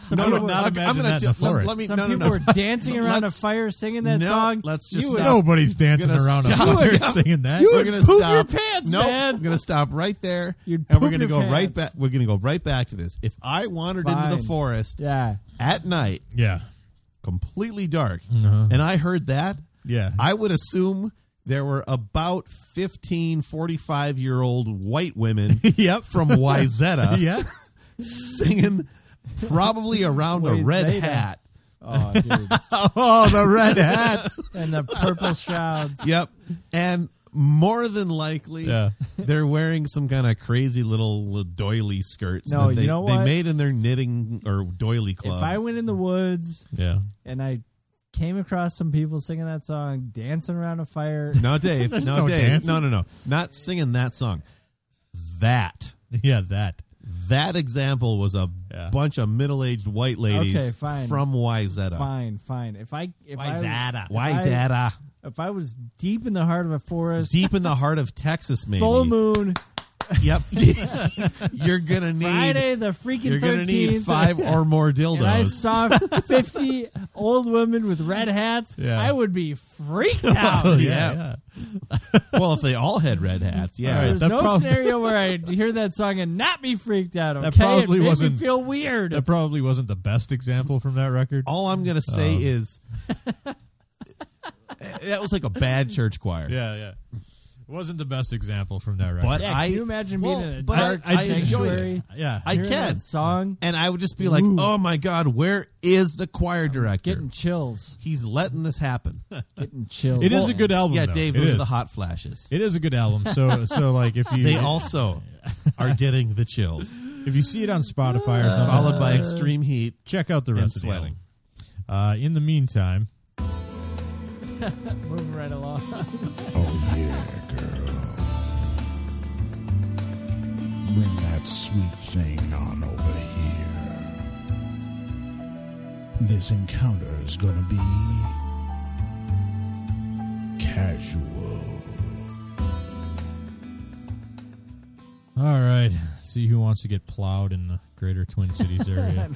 B: some
A: No, no,
B: people-
A: no. I'm,
C: imagine
A: gonna
C: that
A: tell-
C: in the
A: let-
C: forest.
A: Let me,
B: some
A: no, no,
B: people
A: no.
B: were dancing around
A: Let's-
B: a fire singing that
A: no,
B: song.
A: Let's just
B: you would-
A: stop.
C: Nobody's dancing
A: We're gonna
C: around a
A: stop. <laughs>
C: fire
A: Yeah.
C: <laughs> singing that.
B: You
A: we're
B: would
A: gonna
B: poop
A: stop.
B: your pants,
A: nope,
B: man.
A: I'm gonna stop right there,
B: You'd
A: and we're
B: poop
A: gonna
B: your
A: go right back.
B: pants.
A: We're gonna go right back to this. If I wandered into the
B: Fine.
A: forest <laughs>
B: Yeah,
A: at night,
C: Yeah,
A: <laughs> completely dark,
C: Uh-huh.
A: and I heard that,
C: yeah.
A: I would assume there were about 15, 45 year old white women
C: <laughs> yep.
A: from Wyzetta
C: <laughs> yeah.
A: singing probably around a red
B: Wayzata.
A: hat.
B: oh, dude,
C: Oh, the
A: <laughs>
C: red hats.
B: and the purple shrouds.
A: Yep. And more than likely,
C: Yeah.
A: they're wearing some kind of crazy little doily skirts
B: No,
A: that they,
B: you know
A: they
B: what?
A: made in their knitting or doily club.
B: If I went in the woods
C: Yeah.
B: and I came across some people singing that song, dancing around a fire,
A: no,
B: <laughs>
A: Dave. no,
C: no
A: Dave.
C: dancing.
A: No, no, no. Not singing that song. That.
C: <laughs> Yeah, that.
A: That example was a
C: Yeah.
A: bunch of middle-aged white ladies
B: Okay, fine.
A: from Wyzetta.
B: fine, fine. If I if I,
A: Wyzetta.
B: if I was deep in the heart of a forest,
A: Deep in the heart of Texas, maybe.
B: full moon,
A: Yep.
B: <laughs>
A: <laughs> you're gonna need.
B: Friday the freaking
A: you're gonna need
B: thirteenth.
A: five or <laughs> more dildos.
B: and I saw
A: <laughs>
B: 50 old women with red hats,
C: Yeah.
B: I would be freaked out.
A: Oh, yeah. <laughs> well, if they all had red hats, yeah.
C: All right,
B: There's
C: that
B: no
C: prob-
B: scenario where I'd hear that song and not be freaked out. Okay,
C: That probably
B: it made
C: wasn't-
B: me feel weird.
C: That probably wasn't the best example from that record.
A: All I'm gonna say
C: Um.
A: <laughs> is eh, that was like a bad church choir.
C: Yeah, yeah. Wasn't the best example from that record.
A: But
B: yeah,
A: I,
B: can you imagine
A: well,
B: being in a
A: but
B: dark
A: I, I enjoyed
B: sanctuary?
A: it.
C: yeah,
A: I
B: hearing
A: can.
B: that song,
A: And I would just be like,
B: Ooh.
A: "Oh my God, where is the choir director?
B: getting chills,
A: He's letting this happen." <laughs>
B: getting chills.
C: it is a good album.
A: yeah,
C: though.
A: Dave.
C: It
A: Those are
C: is.
A: the hot flashes.
C: It is a good album. So, so like if you
A: <laughs> They <laughs> also are getting the chills,
C: if you see it on Spotify or something,
A: followed by extreme heat.
C: check out the
A: and
C: rest of the
A: sweating.
C: album. Uh, in the meantime,
B: Moving right along.
L: Oh, yeah, girl. Bring that sweet thing on over here. This encounter is gonna be casual.
C: all right, see who wants to get plowed in the greater Twin
A: <laughs>
C: Cities area.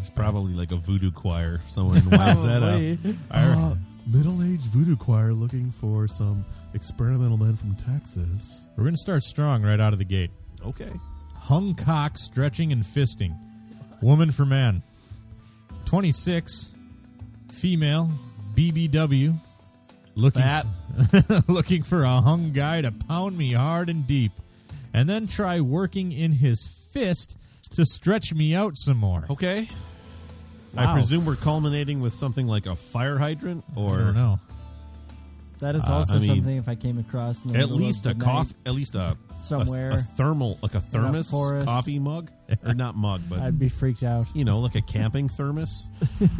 A: It's probably like a voodoo choir somewhere <laughs> in Wayzata. Uh, middle-aged voodoo choir looking for some experimental men from Texas.
C: We're gonna start strong right out of the gate.
A: Okay.
C: Hung cock stretching and fisting. Woman for man. 26. Female. BBW. Looking
A: Fat.
C: <laughs> looking for a hung guy to pound me hard and deep. And then try working in his fist to stretch me out some more.
A: Okay. I
B: Wow.
A: presume we're culminating with something like a fire hydrant
C: I don't
A: or
C: know.
B: That is
A: Uh,
B: also
A: I mean,
B: something. If I came across in the
A: at
B: middle of
A: least
B: the
A: a
B: night
A: cough at least a
B: somewhere,
A: a, a thermal like a thermos
B: forest.
A: coffee mug or not mug but
B: I'd be freaked out.
A: you know like a camping thermos.
C: Uh,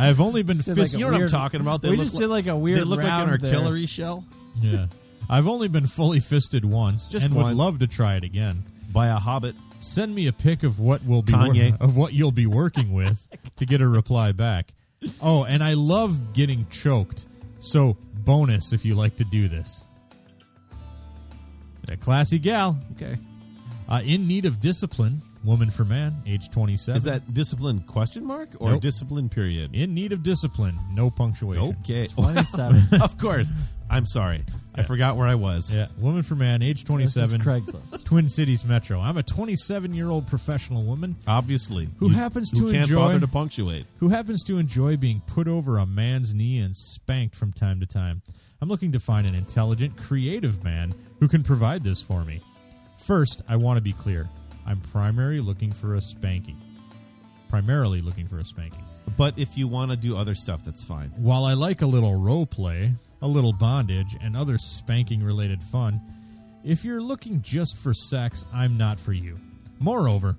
C: I've only been
B: Said like
C: fisting.
A: you
B: a
A: know what I'm
B: weird-
A: talking about? They
B: we
A: look
B: just
A: like,
B: did like a weird
A: they look like an
B: round there.
A: artillery shell
C: yeah. I've only been fully fisted once
A: Just
C: and would
A: once.
C: love to try it again.
A: by a hobbit.
C: Send me a pic of what will be
A: Kanye.
C: <laughs> of what you'll be working with to get a reply back. Oh, and I love getting choked. So bonus if you like to do this. A classy gal,
A: <laughs> Okay.
C: uh, in need of discipline, woman for man, age twenty seven.
A: Is that discipline question mark or
C: Nope.
A: discipline period?
C: in need of discipline? No punctuation.
A: Okay.
B: Twenty-seven.
A: <laughs> of course. I'm sorry. I forgot where I was.
C: Yeah, woman for man, age twenty
B: this
A: <laughs>
B: is
C: seven.
B: Craigslist.
C: Twin Cities Metro. I'm a 27 year old professional woman
A: Obviously.
C: Who
A: You-
C: happens
A: who
C: to
A: can't
C: enjoy-
A: bother to punctuate.
C: who happens to enjoy being put over a man's knee and spanked from time to time. I'm looking to find an intelligent, creative man who can provide this for me. First, I want to be clear. I'm primarily looking for a spanking. Primarily looking for a spanking.
A: But if you want to do other stuff, that's fine.
C: While I like a little role play, a little bondage, and other spanking related fun, if you're looking just for sex, I'm not for you. Moreover,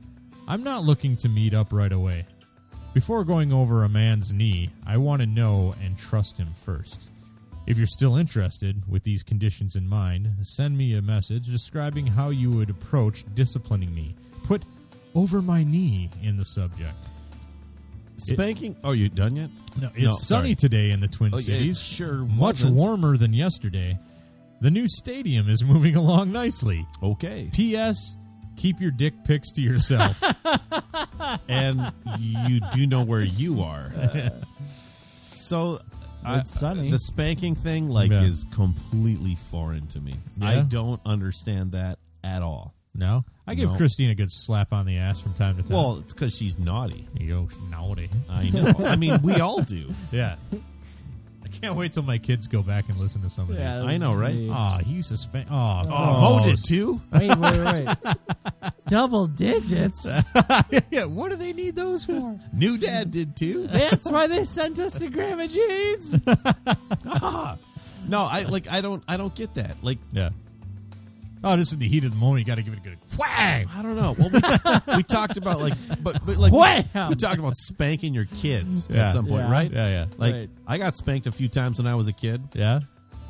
C: I'm not looking to meet up right away. Before going over a man's knee, I want to know and trust him first. If you're still interested, with these conditions in mind, send me a message describing how you would approach disciplining me. Put over my knee in the subject.
A: Spanking. oh, you done yet?
C: No, it's sunny
A: sorry.
C: today in the Twin
A: Oh, yeah, it
C: Cities.
A: sure
C: much
A: wasn't.
C: warmer than yesterday. The new stadium is <laughs> moving along nicely.
A: Okay.
C: P.S. Keep your dick pics to yourself. <laughs>
A: and you do know where you are. so I-
B: It's sunny.
A: The spanking thing like
C: Yeah.
A: is completely foreign to me. I
C: Yeah?
A: don't understand that at all.
C: no, I give
A: <laughs> No.
C: Christine a good slap on the ass from time to time.
A: Well, it's because she's naughty.
C: yo, naughty.
A: I know. I mean, we all do. <laughs>
C: Yeah. I can't wait till my kids go back and listen to some of these.
B: Yeah,
A: I know, right?
B: this is-
C: Oh, he used to spank. <laughs> Oh,
A: Oh, Mo <laughs> did too.
B: Wait, wait, wait.
A: <laughs>
B: Double digits?
C: yeah, what do they need those for?
A: New dad did
C: <laughs>
A: too.
B: That's why they sent us to Grandma Jean's.
A: No, I like. I don't. I don't get that. Like,
C: Yeah. Oh, this is the heat of the moment. You got to give it a good whang.
A: I don't know. Well, we,
C: <laughs>
A: we talked about like, but, but like,
B: Wham!
A: we talked about spanking your kids
C: Yeah.
A: at some point,
B: Yeah.
A: right?
C: Yeah, yeah.
A: Like,
B: Right.
A: I got spanked a few times when I was a kid.
C: Yeah.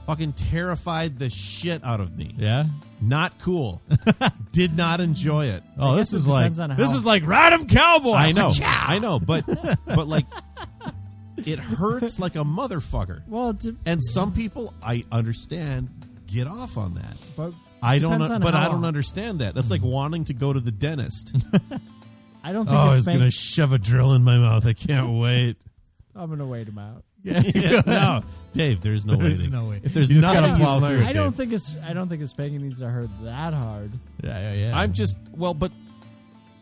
A: Fucking terrified the shit out of me.
C: Yeah.
A: Not
C: <laughs>
A: cool. Did not enjoy it.
C: Oh,
B: guess
C: this
B: it
C: is like
B: depends on
C: this
B: how-
C: is like Rodham Cowboy.
A: I know. I know.
C: <laughs>
A: But but like, it hurts like a motherfucker.
B: Well, it de-
A: And some people, I understand, get off on that.
B: but
A: I don't,
B: Depends on
A: but I
B: how-
A: don't understand that. That's like wanting to go to the dentist.
B: I don't think
A: oh,
B: a
A: he's
B: spank-
A: gonna shove a drill in my mouth. I can't wait. <laughs>
C: <laughs>
B: I'm going to wait him out.
A: Yeah, no, Dave, there's no
C: There's
A: waiting.
C: no way.
A: If there's
C: You just
A: nothing
C: gotta
A: you
C: plow
A: learn-
C: through it,
B: I don't
C: Dave.
B: think it's. I don't think a spanking needs to hurt that hard.
C: Yeah, yeah, yeah.
A: I'm just well, but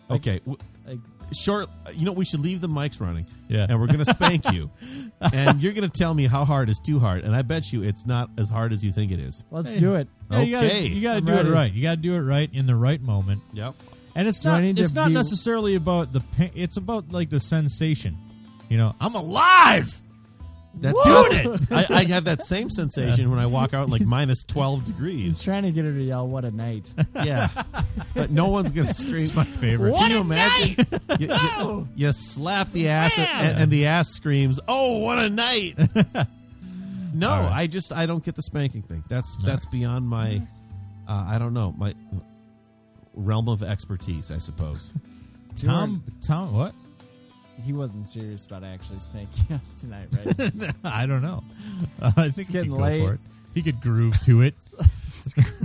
A: okay. w-
B: Like,
A: Short, you know, we should leave the mics running,
C: yeah.
A: and we're gonna spank you, and you're gonna tell me how hard is too hard, and I bet you it's not as hard as you think it is.
B: let's do it.
C: Yeah, you gotta-
A: Okay.
C: You got to
B: I'm
C: do
B: ready.
C: it right. You got to do it right in the right moment.
A: Yep.
C: And it's
B: Do I
C: not
B: need
C: it's
B: to
C: not
B: be-
C: necessarily about the pain. It's about like the sensation. You know, I'm alive.
A: That's
C: Wooed
A: it. I, I have that same sensation when I walk out like minus twelve
B: He's
A: degrees.
B: trying to get her to yell, "What a night!"
A: Yeah, but no one's gonna <laughs> scream.
C: It's my favorite.
A: Can you imagine? <laughs> You, you, you slap the ass, and, and the ass screams, "Oh, what a <laughs> night!" no,
C: All right.
A: I just I don't get the spanking thing. That's that's beyond my, uh, I don't know my realm of expertise, I <laughs> suppose.
C: Tom Tom what?
B: He wasn't serious about actually spanking us tonight, right?
C: I
A: <laughs>
C: don't know. Uh, I think he could
B: getting
C: go
B: late.
C: for it. He could groove to it.
B: <laughs>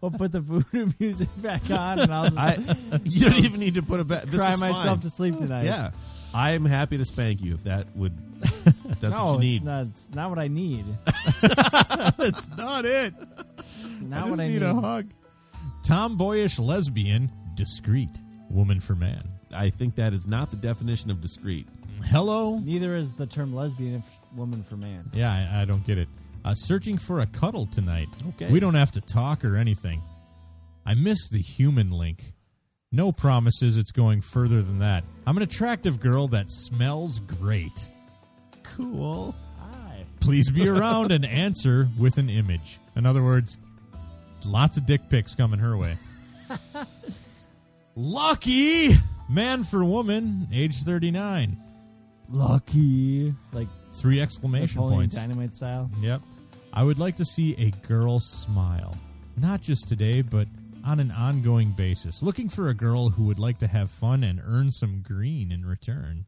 B: we'll put the voodoo music back on, and I'll
A: <laughs> <laughs>
B: just
A: I you don't even need to put a bet. This
B: cry
A: is
B: myself
A: fine.
B: to sleep tonight.
A: Yeah, I'm happy to spank you if that would.
B: <laughs>
A: If that's
B: no,
A: what you need.
B: it's not. It's not what I need.
C: That's not it.
B: Not
C: I just
B: what I
C: need
B: need.
C: a hug. Tomboyish lesbian, discreet, woman for man.
A: I think that is not the definition of discreet.
C: Hello.
B: Neither is the term lesbian if woman for man.
C: Yeah, I, I don't get it. Uh, searching for a cuddle tonight.
A: Okay.
C: We don't have to talk or anything. I miss the human link. No promises it's going further than that. I'm an attractive girl that smells great.
A: Cool.
B: Aye.
C: Please be around and answer with an image. In other words, lots of dick pics coming her way. Lucky man for woman, age 39.
B: Lucky, like
C: Three exclamation
B: Napoleon
C: points.
B: Dynamite style.
C: Yep. I would like to see a girl smile. Not just today, but on an ongoing basis. Looking for a girl who would like to have fun and earn some green in return.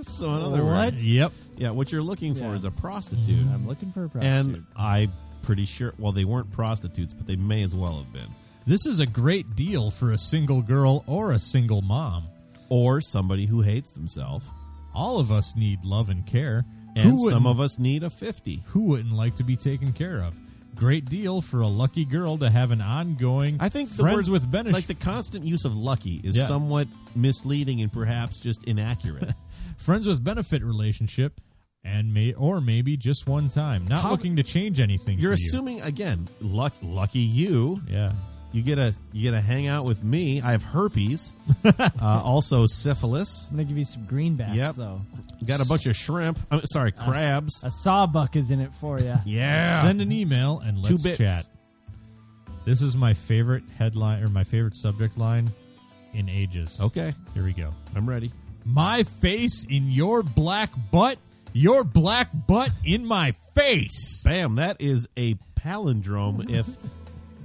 A: So in other
B: What?
A: words,
C: Yep.
A: yeah, what you're looking for
B: Yeah.
A: is a prostitute.
C: Mm-hmm.
B: I'm looking for a prostitute.
A: And I'm pretty sure, well, they weren't prostitutes, but they may as well have been.
C: This is a great deal for a single girl or a single mom.
A: Or somebody who hates themselves.
C: All of us need love and care.
A: And
C: who
A: some
C: wouldn't-
A: of us need a 50.
C: who wouldn't like to be taken care of? Great deal for a lucky girl to have an ongoing
A: I think the
C: friends
A: word-
C: with benefits.
A: Like the constant use of lucky is
C: Yeah.
A: somewhat misleading and perhaps just
C: <laughs>
A: inaccurate.
C: friends with benefit relationship and may or maybe just one time not
A: How-
C: looking to change anything
A: You're
C: for you.
A: assuming, again, luck, lucky you
C: yeah
A: You get a you get to hang out with me. I have
C: <laughs>
A: herpes, uh, also syphilis.
B: I'm gonna give you some greenbacks
A: Yep.
B: though.
A: Got a bunch of shrimp. I'm sorry,
B: A s-
A: crabs.
B: A, sawbuck is in it for you.
A: yeah.
C: Send an email and
A: Two
C: let's
A: bits.
C: chat. This is my favorite headline or my favorite subject line in ages.
A: Okay,
C: Here we go.
A: I'm ready.
C: My face in your black butt. Your black butt in my face.
A: Bam! That is a palindrome. if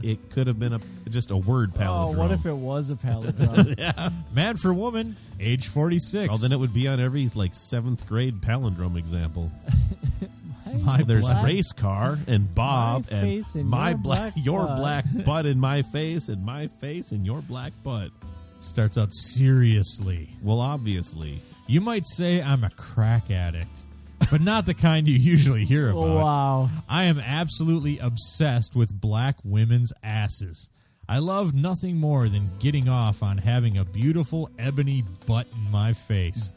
A: it could have been a just a word
B: Oh,
A: palindrome.
B: what if it was a palindrome?
A: yeah.
C: Man for woman, age 46.
A: Well, then it would be on every like seventh grade palindrome
B: <laughs>
A: example.
C: My
A: There's
C: black-
A: race car and Bob
B: My
A: and
B: face in
A: my
B: your
A: black,
B: black
A: your
B: butt.
A: black
B: <laughs>
A: butt in my face and my face in your black butt.
C: starts out seriously.
A: Well, obviously,
C: You might say I'm a crack addict, but not the kind you usually
A: <laughs>
C: hear
A: Oh,
C: about.
B: Oh, wow.
C: I am absolutely obsessed with black women's asses. I love nothing more than getting off on having a beautiful ebony butt in my face.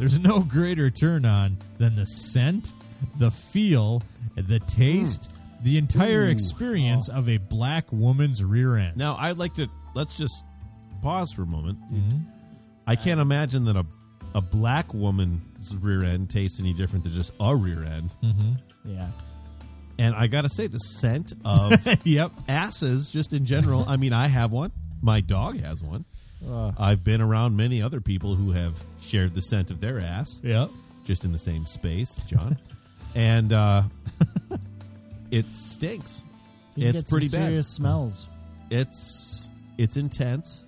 C: There's no greater turn on than the scent, the feel, the taste, the entire
A: Mm. Ooh.
C: experience of a black woman's rear end.
A: Now, I'd like to let's just pause for a moment.
C: Mhm.
A: I can't imagine that a a black woman's rear end tastes any different than just a rear end.
C: Hmm.
B: Yeah.
A: And I gotta say, the scent of
C: <laughs> yep.
A: asses, just in general. I mean, I have one. My dog has one.
B: Uh,
A: I've been around many other people who have shared the scent of their ass,
C: Yep.
A: just in the same space, John. and
C: <laughs>
A: uh, it stinks.
B: you can
A: it's
B: get some
A: pretty bad.
B: Serious smells.
A: It's it's <laughs> intense.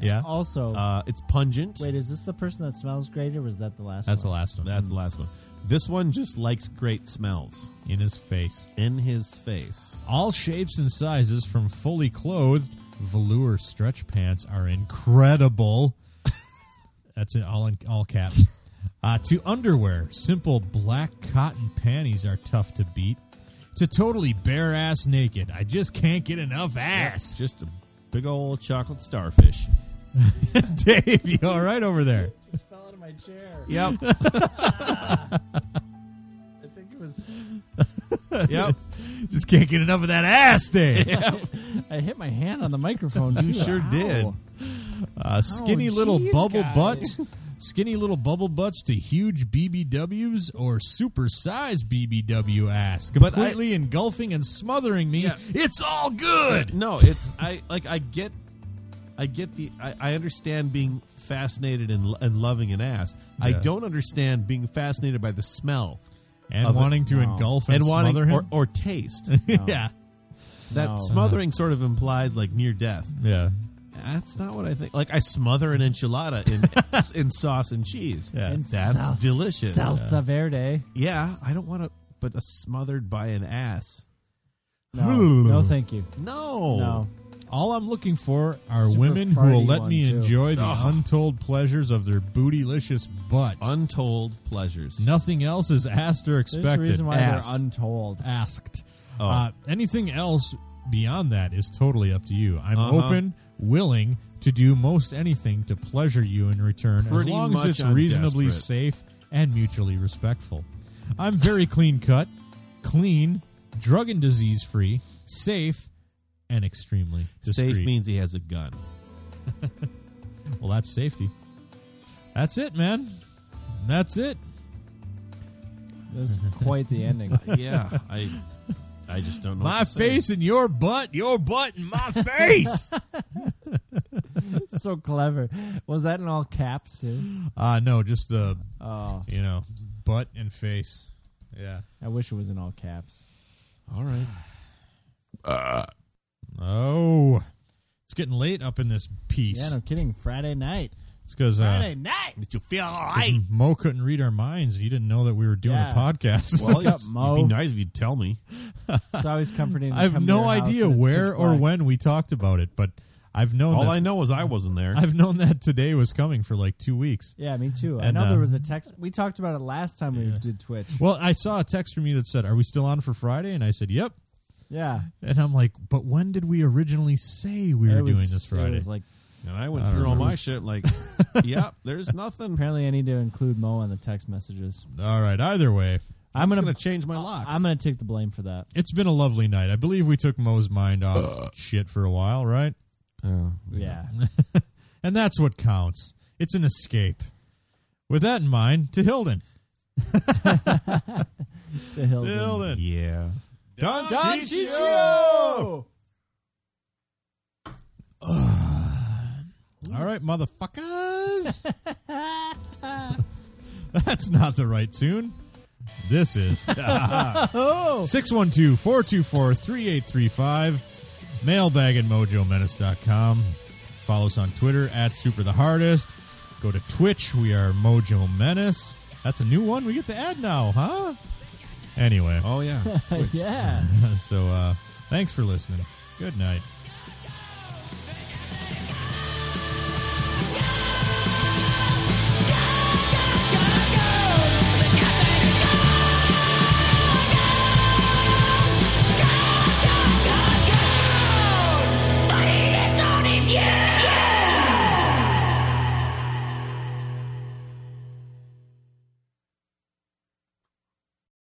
C: Yeah.
B: Also,
A: Uh, it's pungent.
B: wait, is this the person that smells great, or was that the last?
C: That's the
B: one?
C: last one.
A: That's the last one. This one just likes great smells
C: in his face.
A: in his face.
C: All shapes and sizes from fully clothed velour stretch pants are incredible. <laughs> That's it, all in all caps. Uh, to underwear, simple black cotton panties are tough to beat. To totally bare ass naked, I just can't get enough ass.
A: Just a big old chocolate starfish.
C: <laughs> Dave, you all right over there?
B: Just fell out of my chair.
A: Yep.
B: I think it was.
A: <laughs> yep.
C: Just can't get enough of that ass, Dave.
B: I hit my hand on the microphone.
A: <laughs> You
B: too.
A: sure did.
B: Ow.
C: Uh, skinny
B: Oh,
C: little
B: jeez,
C: bubble
B: guys.
C: butts, skinny little bubble butts to huge BBWs or super size BBW ass,
A: But I-
C: completely engulfing and smothering me.
A: Yeah.
C: It's all good.
A: No, it's I like I get, I get the I, I understand being fascinated and and loving an ass. I
C: Yeah.
A: don't understand being fascinated by the smell
C: And
A: Of it.
C: wanting to
B: No.
C: engulf and,
A: and wanting
C: smother him.
A: or, or
C: <laughs>
A: taste.
C: yeah,
A: That
B: No.
A: smothering sort of implies like near death.
C: yeah,
A: That's not what I think. Like I smother an enchilada in <laughs> in sauce and cheese.
C: yeah.
B: And
A: That's
B: sal-
A: delicious.
B: Salsa verde.
A: Yeah, I don't want to, but a smothered by an ass.
B: No,
A: Hmm.
B: no, thank you.
A: No.
B: No.
C: All I'm looking for are
B: Super
C: women who will
B: farty
C: let
B: one,
C: me
B: too.
C: enjoy the
A: Ugh.
C: untold pleasures of their bootylicious butts.
A: Untold pleasures.
C: Nothing else is asked or
B: There's
C: expected.
B: a reason why
A: Asked.
B: they're untold.
C: asked.
A: Oh.
C: Uh, anything else beyond that is totally up to you. I'm
A: Uh-huh.
C: open, willing to do most anything to pleasure you in return,
A: Pretty
C: as long
A: much
C: as it's
A: I'm
C: reasonably
A: desperate.
C: safe and mutually respectful. I'm very clean cut, clean, drug and disease free, safe, and extremely discreet.
A: Safe means he has a gun.
C: Well, that's safety. That's it, man. That's it.
B: That's
A: <laughs>
B: quite the ending.
C: <laughs>
A: yeah, I I just don't know.
C: My
A: what to say.
C: face in your butt, your butt in
A: <laughs>
C: my <laughs> face.
B: so clever. Was that in all caps too?
C: uh no, just the
B: Oh,
C: you know, butt and face. Yeah.
B: I wish it was in all caps.
A: All right.
C: Uh, Oh, it's getting late up in this piece.
B: Yeah, no kidding. Friday night.
C: it's because uh,
B: Friday night.
A: Did you feel all
C: 'cause Mo couldn't read our minds. He didn't know that we were doing
B: Yeah.
C: a podcast. <laughs>
A: Well,
B: Wake up,
A: it's-
B: Mo.
A: it'd be nice if you'd tell me.
B: It's always
C: <laughs>
B: comforting. to
C: I have
B: come to
C: no
B: your house
C: idea
B: and it's
C: where
B: pitch
C: or
B: black.
C: when we talked about it, but I've known
A: All
C: that,
A: I know is I wasn't there.
C: have known that today was coming for like two weeks.
B: Yeah, me too. I
C: And,
B: know
C: uh,
B: there was a text. We talked about it last time we did
C: <laughs>
B: Twitch.
C: Well, I saw a text from you that said, "Are we still on for Friday?" And I said, "Yep."
B: Yeah,
C: And I'm like, "But when did we originally say we
B: it
C: were
B: was,
C: doing this
B: It
C: Friday?"
B: was like
A: and I went
C: I don't
A: through all
C: know.
A: my shit
C: <laughs>
A: like, yep, there's nothing.
B: apparently I need to include Mo on the text messages.
C: All right. Either way,
B: I'm gonna,
A: going to change my locks.
B: I'm gonna take the blame for that.
C: It's been a lovely night. I believe we took Mo's mind off shit for a while, right? <laughs>
A: Oh,
B: yeah.
C: and that's what counts. It's an escape. With that in mind, to Hilden.
B: to Hilden.
C: Hilden.
A: Yeah.
C: Don,
B: Don
C: Ciccio!
B: Ciccio!
C: All right, motherfuckers. <laughs> That's not the right tune. This is <laughs> 612 424 3835. Mailbag at mojomenace.com. Follow us on Twitter at Super the Hardest. Go to Twitch. We are Mojo Menace. That's a new one we get to add now, huh? Anyway.
A: Oh, yeah.
C: <laughs>
B: <laughs> yeah.
C: so uh, thanks for listening. Good night.